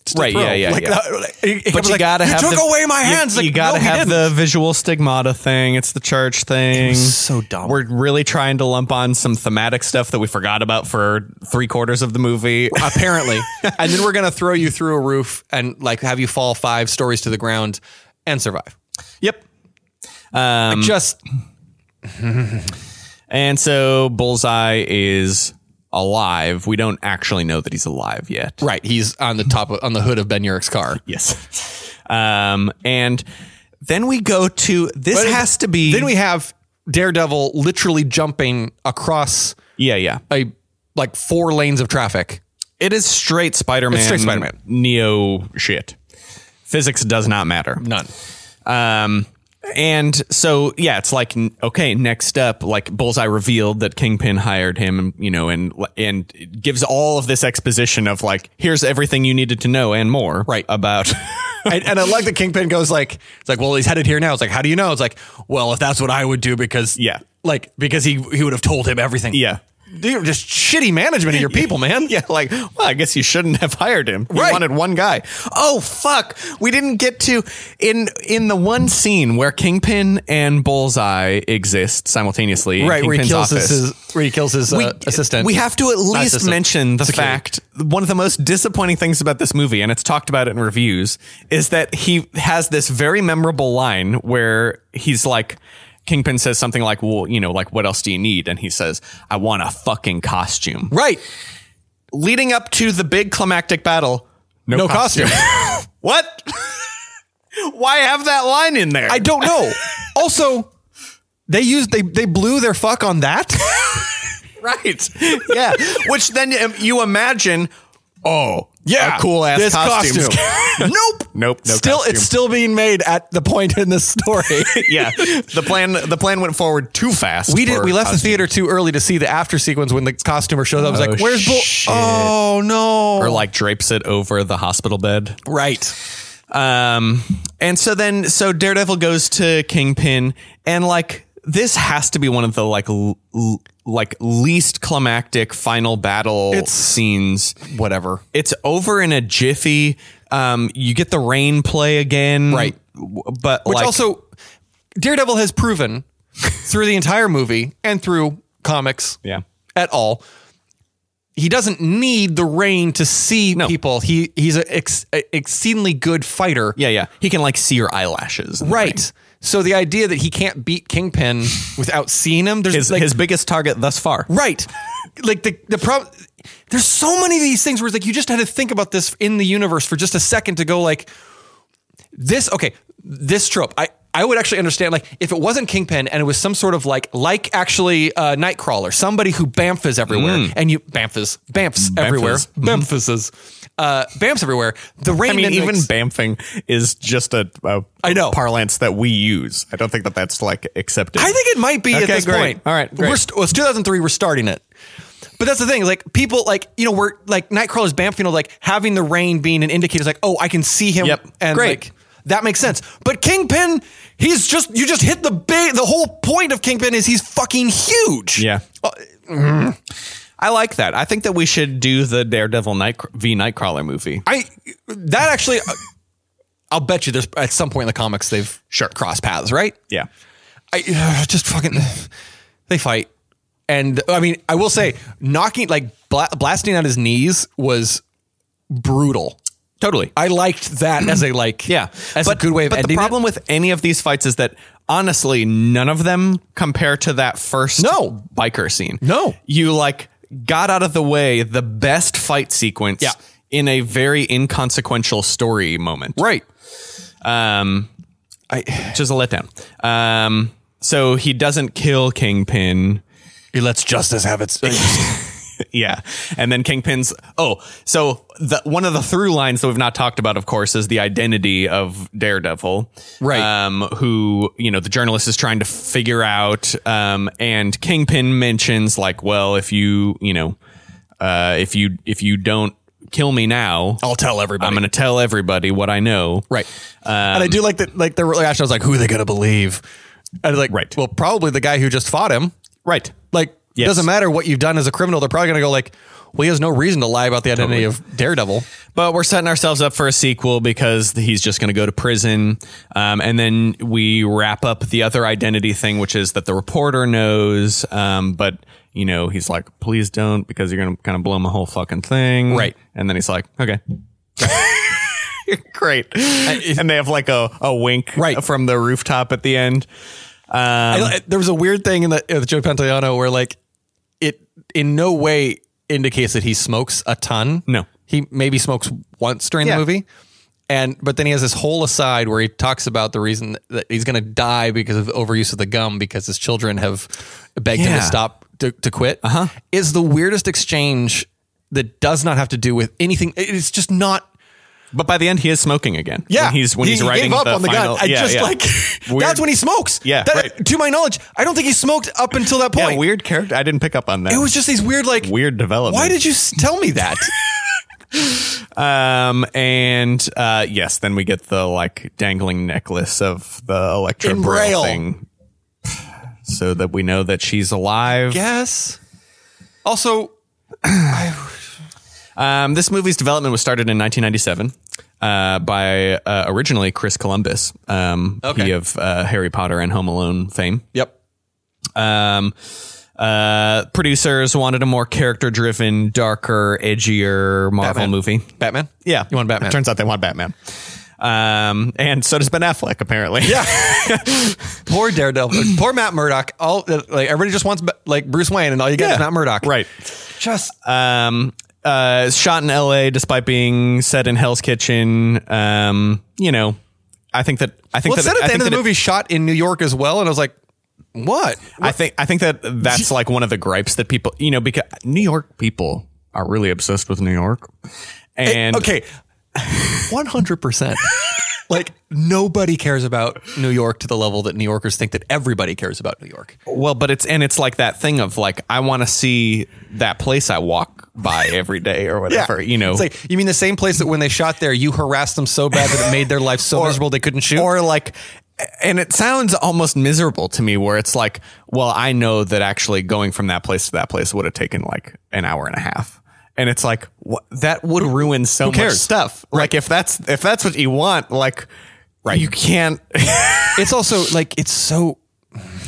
[SPEAKER 3] still
[SPEAKER 2] Right,
[SPEAKER 3] throw.
[SPEAKER 2] yeah, yeah,
[SPEAKER 3] Like,
[SPEAKER 2] yeah.
[SPEAKER 3] that- like, he- he
[SPEAKER 2] But
[SPEAKER 3] was
[SPEAKER 2] you
[SPEAKER 3] like,
[SPEAKER 2] gotta
[SPEAKER 3] "You
[SPEAKER 2] have
[SPEAKER 3] took
[SPEAKER 2] the-
[SPEAKER 3] away my
[SPEAKER 2] you-
[SPEAKER 3] hands.
[SPEAKER 2] You,
[SPEAKER 3] Like,
[SPEAKER 2] gotta
[SPEAKER 3] no, he
[SPEAKER 2] have
[SPEAKER 3] didn't.
[SPEAKER 2] the visual stigmata thing. It's the church thing.
[SPEAKER 3] so dumb.
[SPEAKER 2] We're really trying to lump on some thematic stuff that we forgot about for three quarters of the movie.
[SPEAKER 3] apparently. and then we're gonna throw you through a roof and like have you fall five stories to the ground and survive.
[SPEAKER 2] yep. Um,
[SPEAKER 3] Just
[SPEAKER 2] and so Bullseye is alive. We don't actually know that he's alive yet.
[SPEAKER 3] right. He's on the top of, on the hood of Ben Yurick's car.
[SPEAKER 2] Yes. Um, and then we go to this
[SPEAKER 3] But it-
[SPEAKER 2] has to be
[SPEAKER 3] Then we have Daredevil literally jumping across
[SPEAKER 2] yeah yeah
[SPEAKER 3] a like four lanes of traffic.
[SPEAKER 2] It is straight Spider Man.
[SPEAKER 3] It's straight Spider-Man.
[SPEAKER 2] Neo shit. Physics does not matter.
[SPEAKER 3] None.
[SPEAKER 2] Um, and so yeah, it's like n- okay, next up, like Bullseye revealed that Kingpin hired him, and you know, and and it gives all of this exposition of like, here's everything you needed to know and more,
[SPEAKER 3] Right.
[SPEAKER 2] About
[SPEAKER 3] and, and I like that Kingpin goes like, it's like, well, he's headed here now. It's like, how do you know? It's like, well, if that's what I would do, because
[SPEAKER 2] Yeah.
[SPEAKER 3] like because he he would have told him everything.
[SPEAKER 2] yeah,
[SPEAKER 3] Dude, just shitty management of your people, man.
[SPEAKER 2] yeah, like well, I guess you shouldn't have hired him. You
[SPEAKER 3] Right.
[SPEAKER 2] wanted one guy. Oh fuck, we didn't get to in in the one scene where Kingpin and Bullseye exist simultaneously, in
[SPEAKER 3] Right, where he
[SPEAKER 2] Kingpin's
[SPEAKER 3] kills his,
[SPEAKER 2] office.
[SPEAKER 3] his where he kills his uh, assistant.
[SPEAKER 2] We have to at
[SPEAKER 3] Not
[SPEAKER 2] least
[SPEAKER 3] assistant.
[SPEAKER 2] mention the
[SPEAKER 3] Security.
[SPEAKER 2] fact one of the most disappointing things about this movie, and it's talked about it in reviews, is that he has this very memorable line where he's like, Kingpin says something like, "Well, you know, like what else do you need?" And he says, "I want a fucking costume."
[SPEAKER 3] Right.
[SPEAKER 2] Leading up to the big climactic battle, no,
[SPEAKER 3] No costume.
[SPEAKER 2] what? Why have that line in there?
[SPEAKER 3] I don't know. also, they used they they blew their fuck on that.
[SPEAKER 2] Right. Yeah. Which then um, you imagine, oh,
[SPEAKER 3] Yeah.
[SPEAKER 2] cool ass
[SPEAKER 3] This
[SPEAKER 2] costumes.
[SPEAKER 3] costume. nope.
[SPEAKER 2] Nope, no
[SPEAKER 3] still
[SPEAKER 2] costume.
[SPEAKER 3] it's still being made at the point in the story.
[SPEAKER 2] yeah. The plan the plan went forward too fast.
[SPEAKER 3] We did.
[SPEAKER 2] for
[SPEAKER 3] We left
[SPEAKER 2] us.
[SPEAKER 3] the theater too early to see the after sequence when the costumer shows up. I was like,
[SPEAKER 2] Oh,
[SPEAKER 3] "Where's Bull?"
[SPEAKER 2] shit.
[SPEAKER 3] Oh no!
[SPEAKER 2] or like drapes it over the hospital bed.
[SPEAKER 3] right?
[SPEAKER 2] Um and so then so Daredevil goes to Kingpin and like this has to be one of the like l- l- like least climactic final battle
[SPEAKER 3] It's-
[SPEAKER 2] scenes.
[SPEAKER 3] Whatever.
[SPEAKER 2] It's over in a jiffy. Um you get the rain play again.
[SPEAKER 3] Right.
[SPEAKER 2] W- But
[SPEAKER 3] Which
[SPEAKER 2] like,
[SPEAKER 3] also, Daredevil has proven through the entire movie and through comics,
[SPEAKER 2] Yeah.
[SPEAKER 3] at all, he doesn't need the rain to see people. He he's an ex- a exceedingly good fighter.
[SPEAKER 2] Yeah, yeah. He can like see your eyelashes. and
[SPEAKER 3] Right. So the idea that he can't beat Kingpin without seeing him, there's
[SPEAKER 2] His
[SPEAKER 3] like,
[SPEAKER 2] his biggest target thus far.
[SPEAKER 3] Right. like the the problem there's so many of these things where it's like you just had to think about this in the universe for just a second to go like this okay, this trope. I I would actually understand like if it wasn't Kingpin and it was some sort of like like actually uh, Nightcrawler, somebody who bamfs everywhere
[SPEAKER 2] Mm.
[SPEAKER 3] and you bamfs bamfs everywhere bamfses uh, bamfs everywhere. The rain
[SPEAKER 2] Mm-hmm. I mean,
[SPEAKER 3] then
[SPEAKER 2] even
[SPEAKER 3] makes-
[SPEAKER 2] bamfing is just a, a
[SPEAKER 3] I know.
[SPEAKER 2] parlance that we use. I don't think that that's like accepted.
[SPEAKER 3] I think it might be at
[SPEAKER 2] Okay,
[SPEAKER 3] this
[SPEAKER 2] great.
[SPEAKER 3] point.
[SPEAKER 2] All right, great.
[SPEAKER 3] We're st- well, it's 2003. We're starting it. But that's the thing. Like people, like you know, we're like Nightcrawler's Banff. You know, like having the rain being an indicator. is Like, oh, I can see him.
[SPEAKER 2] Yep.
[SPEAKER 3] And
[SPEAKER 2] Great.
[SPEAKER 3] like, that makes sense. But Kingpin, he's just you just hit the big. The whole point of Kingpin is he's fucking huge.
[SPEAKER 2] Yeah.
[SPEAKER 3] Uh,
[SPEAKER 2] I like that. I think that we should do the Daredevil Night v Nightcrawler movie.
[SPEAKER 3] I that actually, uh, I'll bet you there's at some point in the comics they've sure crossed paths, right?
[SPEAKER 2] yeah.
[SPEAKER 3] I ugh, just fucking they fight, and I mean, I will say, knocking like bla- blasting out his knees was brutal.
[SPEAKER 2] Totally.
[SPEAKER 3] I liked that as a like,
[SPEAKER 2] yeah.
[SPEAKER 3] as a good way of
[SPEAKER 2] But
[SPEAKER 3] ending
[SPEAKER 2] the
[SPEAKER 3] it.
[SPEAKER 2] problem with any of these fights is that honestly, none of them compare to that first
[SPEAKER 3] No.
[SPEAKER 2] biker scene.
[SPEAKER 3] No.
[SPEAKER 2] You like got out of the way the best fight sequence
[SPEAKER 3] Yeah.
[SPEAKER 2] in a very inconsequential story moment.
[SPEAKER 3] right?
[SPEAKER 2] Um, I just a letdown. Um, so he doesn't kill Kingpin.
[SPEAKER 3] He lets justice have its.
[SPEAKER 2] Yeah, and then Kingpin's. Oh, so the, one of the through lines that we've not talked about, of course, is the identity of Daredevil,
[SPEAKER 3] Right.
[SPEAKER 2] Um, who you know the journalist is trying to figure out, um, and Kingpin mentions like, well, if you you know, uh, if you if you don't kill me now,
[SPEAKER 3] I'll tell everybody.
[SPEAKER 2] I'm going to tell everybody what I know.
[SPEAKER 3] Right. and I do like that. Like the reaction I was like, who are they going to believe? I was like,
[SPEAKER 2] Right.
[SPEAKER 3] Well, probably the guy who just fought him.
[SPEAKER 2] Right.
[SPEAKER 3] Like, it
[SPEAKER 2] Yes.
[SPEAKER 3] doesn't matter what you've done as a criminal. They're probably going to go like, well, he has no reason to lie about the identity of Daredevil.
[SPEAKER 2] But we're setting ourselves up for a sequel because he's just going to go to prison. Um, and then we wrap up the other identity thing, which is that the reporter knows. Um, but, you know, he's like, please don't because you're going to kind of blow my whole fucking thing.
[SPEAKER 3] Right.
[SPEAKER 2] And then he's like, okay. Great. and they have like a, a wink
[SPEAKER 3] Right.
[SPEAKER 2] from the rooftop at the end. Um,
[SPEAKER 3] I- I- there was a weird thing in the with Joe Pantoliano where like it in no way indicates that he smokes a ton.
[SPEAKER 2] No.
[SPEAKER 3] he maybe smokes once during
[SPEAKER 2] Yeah.
[SPEAKER 3] the movie, and but then he has this whole aside where he talks about the reason that he's going to die because of overuse of the gum because his children have begged him
[SPEAKER 2] Yeah. Uh-huh.
[SPEAKER 3] to stop to, to quit. Uh huh. Is the weirdest exchange that does not have to do with anything. It- It's just not.
[SPEAKER 2] But by the end, he is smoking again. When he's, when
[SPEAKER 3] he-
[SPEAKER 2] he's
[SPEAKER 3] he
[SPEAKER 2] writing
[SPEAKER 3] gave up
[SPEAKER 2] the
[SPEAKER 3] on the
[SPEAKER 2] final,
[SPEAKER 3] gun. I
[SPEAKER 2] Yeah,
[SPEAKER 3] just
[SPEAKER 2] yeah.
[SPEAKER 3] like
[SPEAKER 2] Weird-
[SPEAKER 3] that's when he smokes.
[SPEAKER 2] Yeah,
[SPEAKER 3] That-
[SPEAKER 2] right.
[SPEAKER 3] To my knowledge, I don't think he smoked up until that point.
[SPEAKER 2] Yeah, weird character. I didn't pick up on that.
[SPEAKER 3] It was just these weird like
[SPEAKER 2] weird development.
[SPEAKER 3] Why did you s- tell me that?
[SPEAKER 2] Um, and uh, yes, then we get the like dangling necklace of the Electra
[SPEAKER 3] In
[SPEAKER 2] Braille
[SPEAKER 3] Braille.
[SPEAKER 2] thing, so that we know that she's alive.
[SPEAKER 3] yes. Also,
[SPEAKER 2] Um, this movie's development was started in 1997 uh, by uh, originally Chris Columbus, um,
[SPEAKER 3] Okay.
[SPEAKER 2] he of uh, Harry Potter and Home Alone fame.
[SPEAKER 3] yep.
[SPEAKER 2] Um, uh, producers wanted a more character-driven, darker, edgier Marvel
[SPEAKER 3] Batman.
[SPEAKER 2] movie.
[SPEAKER 3] Batman.
[SPEAKER 2] Yeah,
[SPEAKER 3] You want Batman?
[SPEAKER 2] It turns out they want Batman. Um, and so does Ben Affleck apparently.
[SPEAKER 3] Yeah. poor Daredevil. poor Matt Murdock. All uh, like everybody just wants like Bruce Wayne, and all you get is Matt Murdock.
[SPEAKER 2] Right.
[SPEAKER 3] Just
[SPEAKER 2] Um, uh, it's shot in L.A. despite being set in Hell's Kitchen. Um, you know, I think that I think
[SPEAKER 3] well, it
[SPEAKER 2] that
[SPEAKER 3] said at
[SPEAKER 2] I
[SPEAKER 3] the
[SPEAKER 2] think
[SPEAKER 3] end of
[SPEAKER 2] that
[SPEAKER 3] the
[SPEAKER 2] it-
[SPEAKER 3] movie, shot in New York as well, and I was like, what?
[SPEAKER 2] I think I think that that's like one of the gripes that people you know because New York people are really obsessed with New York. And
[SPEAKER 3] okay, one hundred percent. Like nobody cares about New York to the level that New Yorkers think that everybody cares about New York.
[SPEAKER 2] well, but it's and it's like that thing of like I want to see that place I walk by every day or whatever. You know,
[SPEAKER 3] It's like you mean the same place that when they shot there, you harassed them so bad that it made their life so miserable they couldn't shoot.
[SPEAKER 2] or like and it sounds almost miserable to me where it's like well i know that actually going from that place to that place would have taken like an hour and a half and it's like what, that would ruin so much
[SPEAKER 3] cares?
[SPEAKER 2] stuff like if that's if that's what you want like right you can't
[SPEAKER 3] it's also like it's so.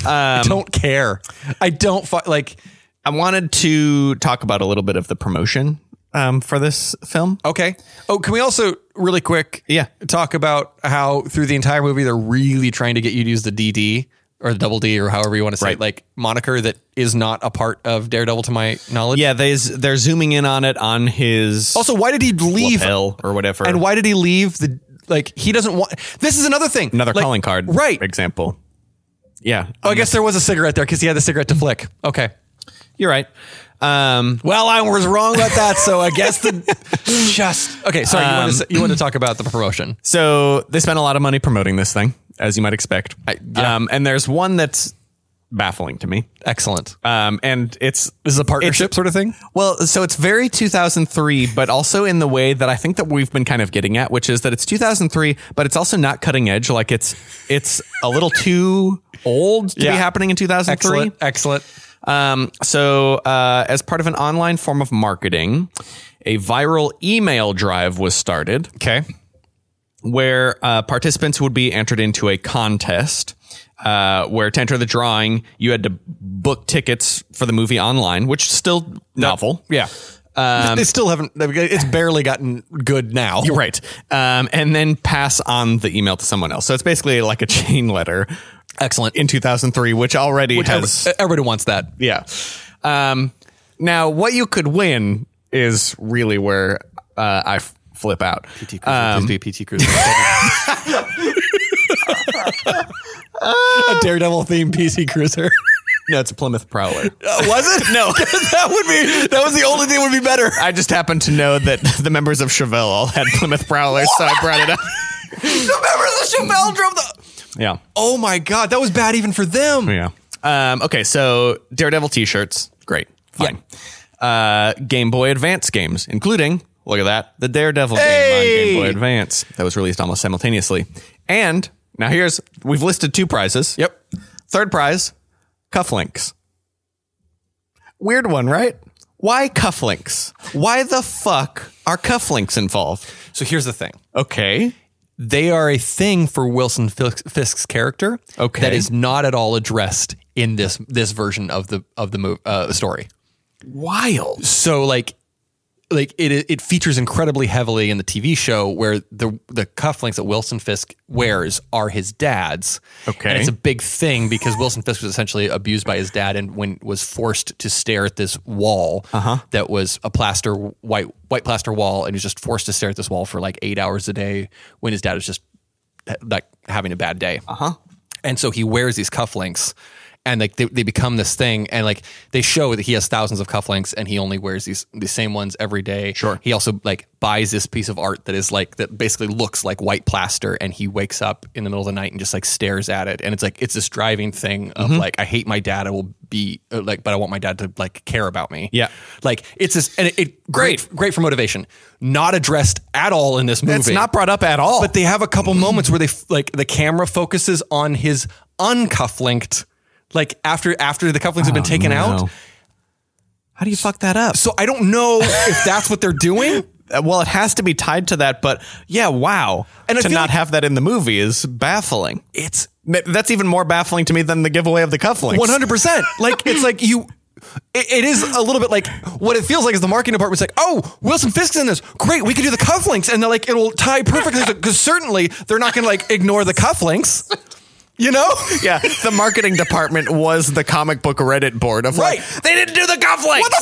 [SPEAKER 3] I don't care. I don't fi- like.
[SPEAKER 2] um, i wanted to talk about a little bit of the promotion um, for this film
[SPEAKER 3] Okay. Oh, can we also really quick?
[SPEAKER 2] Yeah.
[SPEAKER 3] Talk about how through the entire movie they're really trying to get you to use the DD or double D or however you want to say it,
[SPEAKER 2] Right.
[SPEAKER 3] like moniker that is not a part of Daredevil to my knowledge.
[SPEAKER 2] yeah they, they're zooming in on it on his
[SPEAKER 3] Also, why did he leave
[SPEAKER 2] lapel or whatever
[SPEAKER 3] And why did he leave the like he doesn't want this is another thing.
[SPEAKER 2] another
[SPEAKER 3] Like,
[SPEAKER 2] calling card
[SPEAKER 3] Right.
[SPEAKER 2] example yeah
[SPEAKER 3] Oh, I guess there was a cigarette there because he had the cigarette to flick. Okay.
[SPEAKER 2] you're right um,
[SPEAKER 3] Well, I was wrong about that, so I guess the just okay. Sorry, you,
[SPEAKER 2] Um,
[SPEAKER 3] want to, you want to talk about the promotion?
[SPEAKER 2] So they spent a lot of money promoting this thing, as you might expect.
[SPEAKER 3] yeah.
[SPEAKER 2] um, and there's one that's baffling to me.
[SPEAKER 3] Excellent.
[SPEAKER 2] Um, and it's
[SPEAKER 3] This is a partnership
[SPEAKER 2] It's-
[SPEAKER 3] sort of thing.
[SPEAKER 2] well, so it's very 2003, but also in the way that I think that we've been kind of getting at, which is that it's 2003, but it's also not cutting edge. Like it's it's a little too old to
[SPEAKER 3] Yeah.
[SPEAKER 2] be happening in 2003.
[SPEAKER 3] Excellent. Excellent.
[SPEAKER 2] Um, so, uh, as part of an online form of marketing, a viral email drive was started. Okay. Where uh, participants would be entered into a contest. Uh, where to enter the drawing, you had to book tickets for the movie online, which is still novel.
[SPEAKER 3] Yeah. they still haven't. It's barely gotten good now.
[SPEAKER 2] Um, You're right. Um, and then pass on the email to someone else. So it's basically like a chain letter
[SPEAKER 3] Excellent.
[SPEAKER 2] in 2003, which already
[SPEAKER 3] Which
[SPEAKER 2] has
[SPEAKER 3] has, everybody wants that.
[SPEAKER 2] Yeah. Um, now, what you could win is really where uh, I f- flip out. Um,
[SPEAKER 3] PT Cruiser, please be PT Cruiser. a Daredevil themed PC Cruiser. Uh,
[SPEAKER 2] No, it's a Plymouth Prowler.
[SPEAKER 3] was it? No, that would be. That was the only thing would be better.
[SPEAKER 2] I just happened to know that the members of Chevelle all had Plymouth Prowlers, so I brought it up.
[SPEAKER 3] Remember the Chevelle drove the.
[SPEAKER 2] Yeah.
[SPEAKER 3] Oh my god, that was bad even for them.
[SPEAKER 2] Yeah. Um, okay, so Daredevil t-shirts, great, fine. Uh, Game Boy Advance games, including look at that, the Daredevil game on Game Boy Advance that was released almost simultaneously. And now here's we've listed two prizes.
[SPEAKER 3] Yep.
[SPEAKER 2] Third prize, cufflinks. Weird one, right? Why cufflinks? Why the fuck are cufflinks involved?
[SPEAKER 3] So here's the thing.
[SPEAKER 2] Okay.
[SPEAKER 3] they are a thing for Wilson Fisk- Fisk's character
[SPEAKER 2] Okay.
[SPEAKER 3] that is not at all addressed in this this version of the of the move, uh, the story.
[SPEAKER 2] Wild.
[SPEAKER 3] So like like it it features incredibly heavily in the TV show where the the cufflinks that Wilson Fisk wears are his dad's.
[SPEAKER 2] Okay.
[SPEAKER 3] and it's a big thing because Wilson Fisk was essentially abused by his dad and when was forced to stare at this wall that was a plaster white white plaster wall and he was just forced to stare at this wall for like eight hours a day when his dad was just like having a bad day. Uh
[SPEAKER 2] Uh-huh.
[SPEAKER 3] huh. And so he wears these cufflinks and like they, they become this thing and like they show that he has thousands of cufflinks and he only wears these the same ones every day.
[SPEAKER 2] Sure.
[SPEAKER 3] He also like buys this piece of art that is like that basically looks like white plaster and he wakes up in the middle of the night and just like stares at it and it's like it's this driving thing of
[SPEAKER 2] Mm-hmm.
[SPEAKER 3] like I hate my dad I will be uh, like but I want my dad to like care about me.
[SPEAKER 2] Yeah.
[SPEAKER 3] Like it's this and it, it great great for motivation. Not addressed at all in this movie.
[SPEAKER 2] It's not brought up at all.
[SPEAKER 3] But they have a couple moments where they f- like the camera focuses on his uncufflinked, like after after the cufflinks
[SPEAKER 2] Oh,
[SPEAKER 3] have been taken out.
[SPEAKER 2] How do you fuck that up?
[SPEAKER 3] So I don't know if that's what they're doing.
[SPEAKER 2] Uh, well, it has to be tied to that, but yeah, wow.
[SPEAKER 3] And I
[SPEAKER 2] to
[SPEAKER 3] feel
[SPEAKER 2] not
[SPEAKER 3] like-
[SPEAKER 2] have that in the movie is baffling.
[SPEAKER 3] It's
[SPEAKER 2] Ma- That's even more baffling to me than the giveaway of the cufflinks.
[SPEAKER 3] one hundred percent. Like it's like you. It, it is a little bit like what it feels like is the marketing department's like, oh, Wilson Fisk's in this. Great, we can do the cufflinks, and they're like, it'll tie perfectly because certainly they're not going to like ignore the cufflinks. You know?
[SPEAKER 2] Yeah, the marketing department was the comic book Reddit board of
[SPEAKER 3] Right.
[SPEAKER 2] like, they didn't do the cufflinks.
[SPEAKER 3] What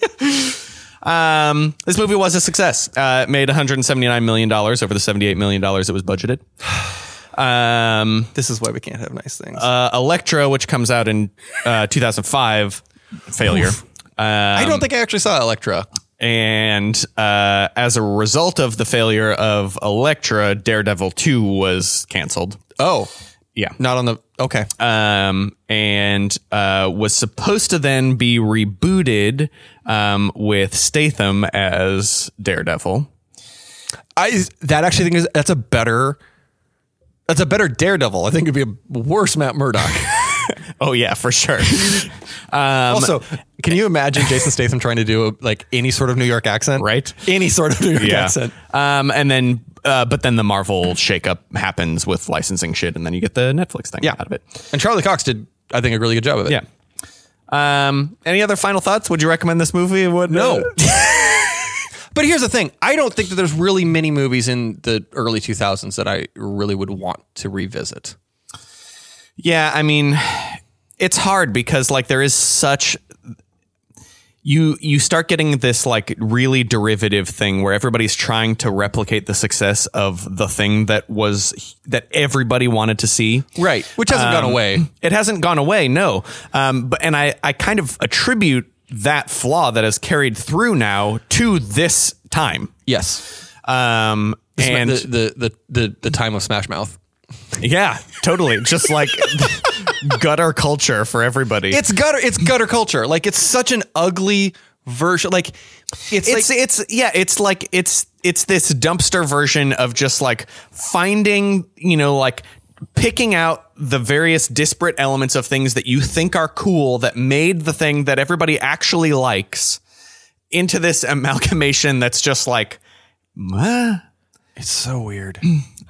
[SPEAKER 3] the fuck?
[SPEAKER 2] Um, this movie was a success. Uh, it made 179 million dollars over the 78 million dollars it was budgeted. Um,
[SPEAKER 3] This is why we can't have nice things.
[SPEAKER 2] uh, Electra, which comes out in uh, 2005, failure.
[SPEAKER 3] I don't think I actually saw Electra.
[SPEAKER 2] And uh, as a result of the failure of Electra, Daredevil 2 was canceled.
[SPEAKER 3] Oh,
[SPEAKER 2] Yeah.
[SPEAKER 3] not on the. Okay.
[SPEAKER 2] um, and uh, was supposed to then be rebooted um, with Statham as Daredevil.
[SPEAKER 3] I that actually think is that's a better that's a better Daredevil. I think it'd be a worse Matt Murdock.
[SPEAKER 2] Oh yeah, for sure.
[SPEAKER 3] also, can you imagine Jason Statham trying to do like any sort of New York accent?
[SPEAKER 2] Right.
[SPEAKER 3] Any sort of New York
[SPEAKER 2] yeah.
[SPEAKER 3] accent.
[SPEAKER 2] Um, and then, uh, but then the Marvel shakeup happens with licensing shit, and then you get the Netflix thing
[SPEAKER 3] Yeah. Uh,
[SPEAKER 2] out of it.
[SPEAKER 3] And Charlie Cox did, I think, a really good job of it.
[SPEAKER 2] Yeah. Um, any other final thoughts? Would you recommend this movie? uh, Would
[SPEAKER 3] No. but here's the thing: I don't think that there's really many movies in the early 2000s that I really would want to revisit.
[SPEAKER 2] Yeah, I mean, it's hard because like there is such you you start getting this like really derivative thing where everybody's trying to replicate the success of the thing that was that everybody wanted to see.
[SPEAKER 3] Right. Which hasn't gone
[SPEAKER 2] Um,
[SPEAKER 3] away.
[SPEAKER 2] It hasn't gone away, no. Um, but and I I kind of attribute that flaw that has carried through now to this time.
[SPEAKER 3] Yes.
[SPEAKER 2] Um, and
[SPEAKER 3] the the, the the the time of Smash Mouth.
[SPEAKER 2] yeah, totally. Just like gutter culture for everybody.
[SPEAKER 3] It's gutter. It's gutter culture. Like it's such an ugly version. Like it's,
[SPEAKER 2] it's
[SPEAKER 3] like
[SPEAKER 2] it's yeah it's like it's it's this dumpster version of just like finding you know like picking out the various disparate elements of things that you think are cool that made the thing that everybody actually likes into this amalgamation that's just like "Meh."
[SPEAKER 3] it's so weird.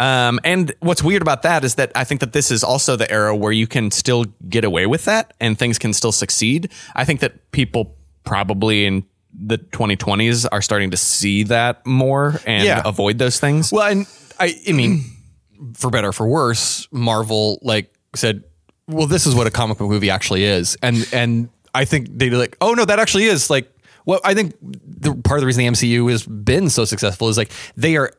[SPEAKER 2] um and what's weird about that is that I think that this is also the era where you can still get away with that and things can still succeed I think that people probably in the 2020s are starting to see that more and
[SPEAKER 3] Yeah.
[SPEAKER 2] avoid those things.
[SPEAKER 3] Well, and I I mean, for better or for worse, Marvel like said, well, this is what a comic book movie actually is, and and I think they were like, oh no, that actually is like. well, I think the part of the reason the MCU has been so successful is like they are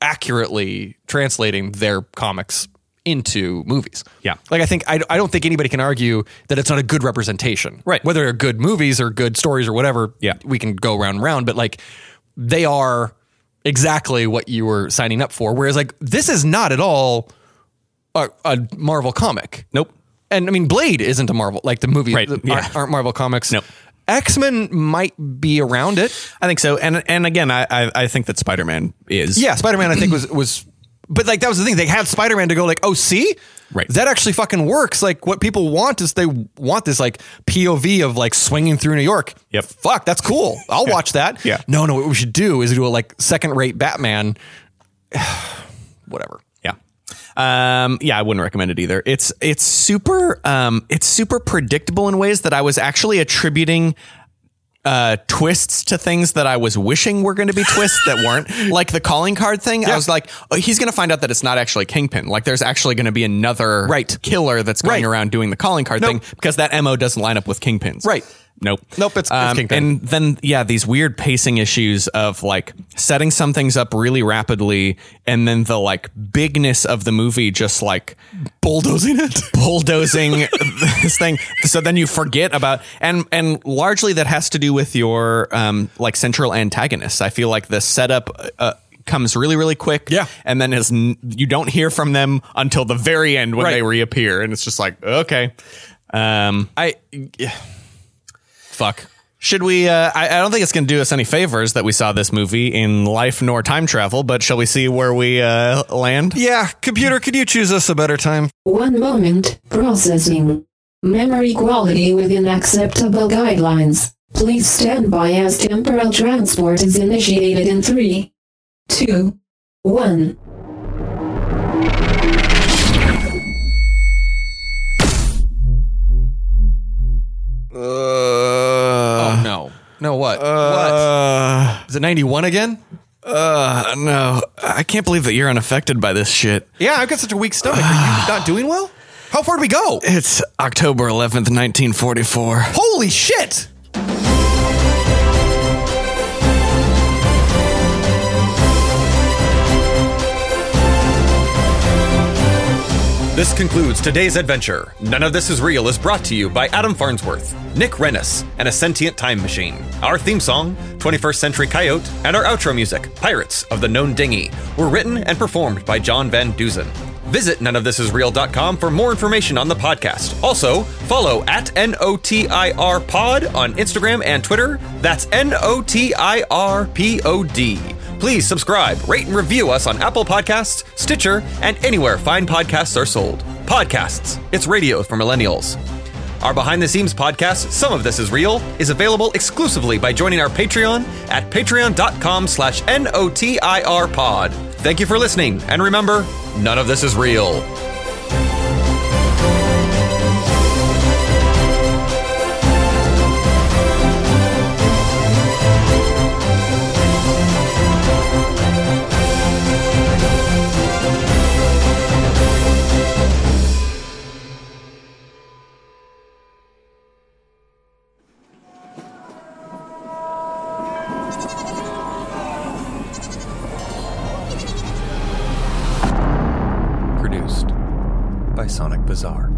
[SPEAKER 3] accurately translating their comics into movies.
[SPEAKER 2] Yeah.
[SPEAKER 3] Like I think I, I don't think anybody can argue that it's not a good representation.
[SPEAKER 2] Right.
[SPEAKER 3] Whether they're good movies or good stories or whatever,
[SPEAKER 2] Yeah.
[SPEAKER 3] we can go round and round, but like they are exactly what you were signing up for. Whereas like this is not at all a, a Marvel comic.
[SPEAKER 2] Nope.
[SPEAKER 3] And I mean Blade isn't a Marvel like the movie
[SPEAKER 2] Right,
[SPEAKER 3] the-
[SPEAKER 2] yeah.
[SPEAKER 3] aren't, aren't Marvel comics.
[SPEAKER 2] Nope.
[SPEAKER 3] X-Men might be around it.
[SPEAKER 2] I think so. And and again, I I, I think that Spider Man is
[SPEAKER 3] Yeah, Spider Man I think was was, but like that was the thing. They had Spider Man to go like, oh, see,
[SPEAKER 2] Right.
[SPEAKER 3] That actually fucking works. Like what people want is they want this like POV of like swinging through New York.
[SPEAKER 2] Yep.
[SPEAKER 3] Fuck, that's cool. I'll watch that.
[SPEAKER 2] Yeah.
[SPEAKER 3] No, no. What we should do is do a like second rate Batman. Whatever.
[SPEAKER 2] Yeah. Um, yeah, I wouldn't recommend it either. It's it's super um, it's super predictable in ways that I was actually attributing uh, twists to things that I was wishing were going to be twists that weren't. Like the calling card thing, I was like, oh, he's going to find out that it's not actually Kingpin. Like there's actually going to be another
[SPEAKER 3] Right.
[SPEAKER 2] killer that's going
[SPEAKER 3] Right.
[SPEAKER 2] around doing the calling card
[SPEAKER 3] Nope.
[SPEAKER 2] thing because that mo doesn't line up with Kingpin's.
[SPEAKER 3] Right.
[SPEAKER 2] Nope. Um,
[SPEAKER 3] Nope, it's- it's Kingpin.
[SPEAKER 2] And then yeah, these weird pacing issues of like setting some things up really rapidly, and then the like bigness of the movie just like bulldozing it, bulldozing this thing. So then you forget about and and largely that has to do with your um like central antagonists. I feel like the setup. Uh, comes really really quick
[SPEAKER 3] Yeah.
[SPEAKER 2] and then is n- you don't hear from them until the very end when
[SPEAKER 3] Right.
[SPEAKER 2] they reappear and it's just like okay um
[SPEAKER 3] I. Yeah. Fuck.
[SPEAKER 2] should we? Uh, I, I don't think it's going to do us any favors that we saw this movie in life nor time travel, but shall we see where we uh, land?
[SPEAKER 3] Yeah, computer, could you choose us a better time?
[SPEAKER 9] One moment, processing. Memory quality within acceptable guidelines. Please stand by as temporal transport is initiated in 3, 2, 1.
[SPEAKER 3] oh no. No what? what? Is it ninety one again?
[SPEAKER 2] Uh, no, I can't believe that you're unaffected by this shit.
[SPEAKER 3] Yeah, I've got such a weak stomach. Are you not doing well? How far do we go?
[SPEAKER 2] It's October 11th, 1944.
[SPEAKER 3] Holy shit!
[SPEAKER 10] This concludes today's adventure. None of This Is Real is brought to you by Adam Farnsworth, Nick Rennis, and a sentient time machine. Our theme song, 21st Century Coyote, and our outro music, Pirates of the Known Dinghy, were written and performed by John Van Dusen. Visit noneofthisisreal.com Um, for more information on the podcast. Also, follow at NOTIR Pod on Instagram and Twitter. That's N O T I R P O D. Please subscribe, rate, and review us on Apple Podcasts, Stitcher, and anywhere fine podcasts are sold. Podcasts, it's radio for millennials. Our behind the scenes podcast, Some of This Is Real, is available exclusively by joining our Patreon at patreon.com slash N-O-T-I-R pod. Thank you for listening, and remember, none of this is real. Produced by Sonic Bazaar.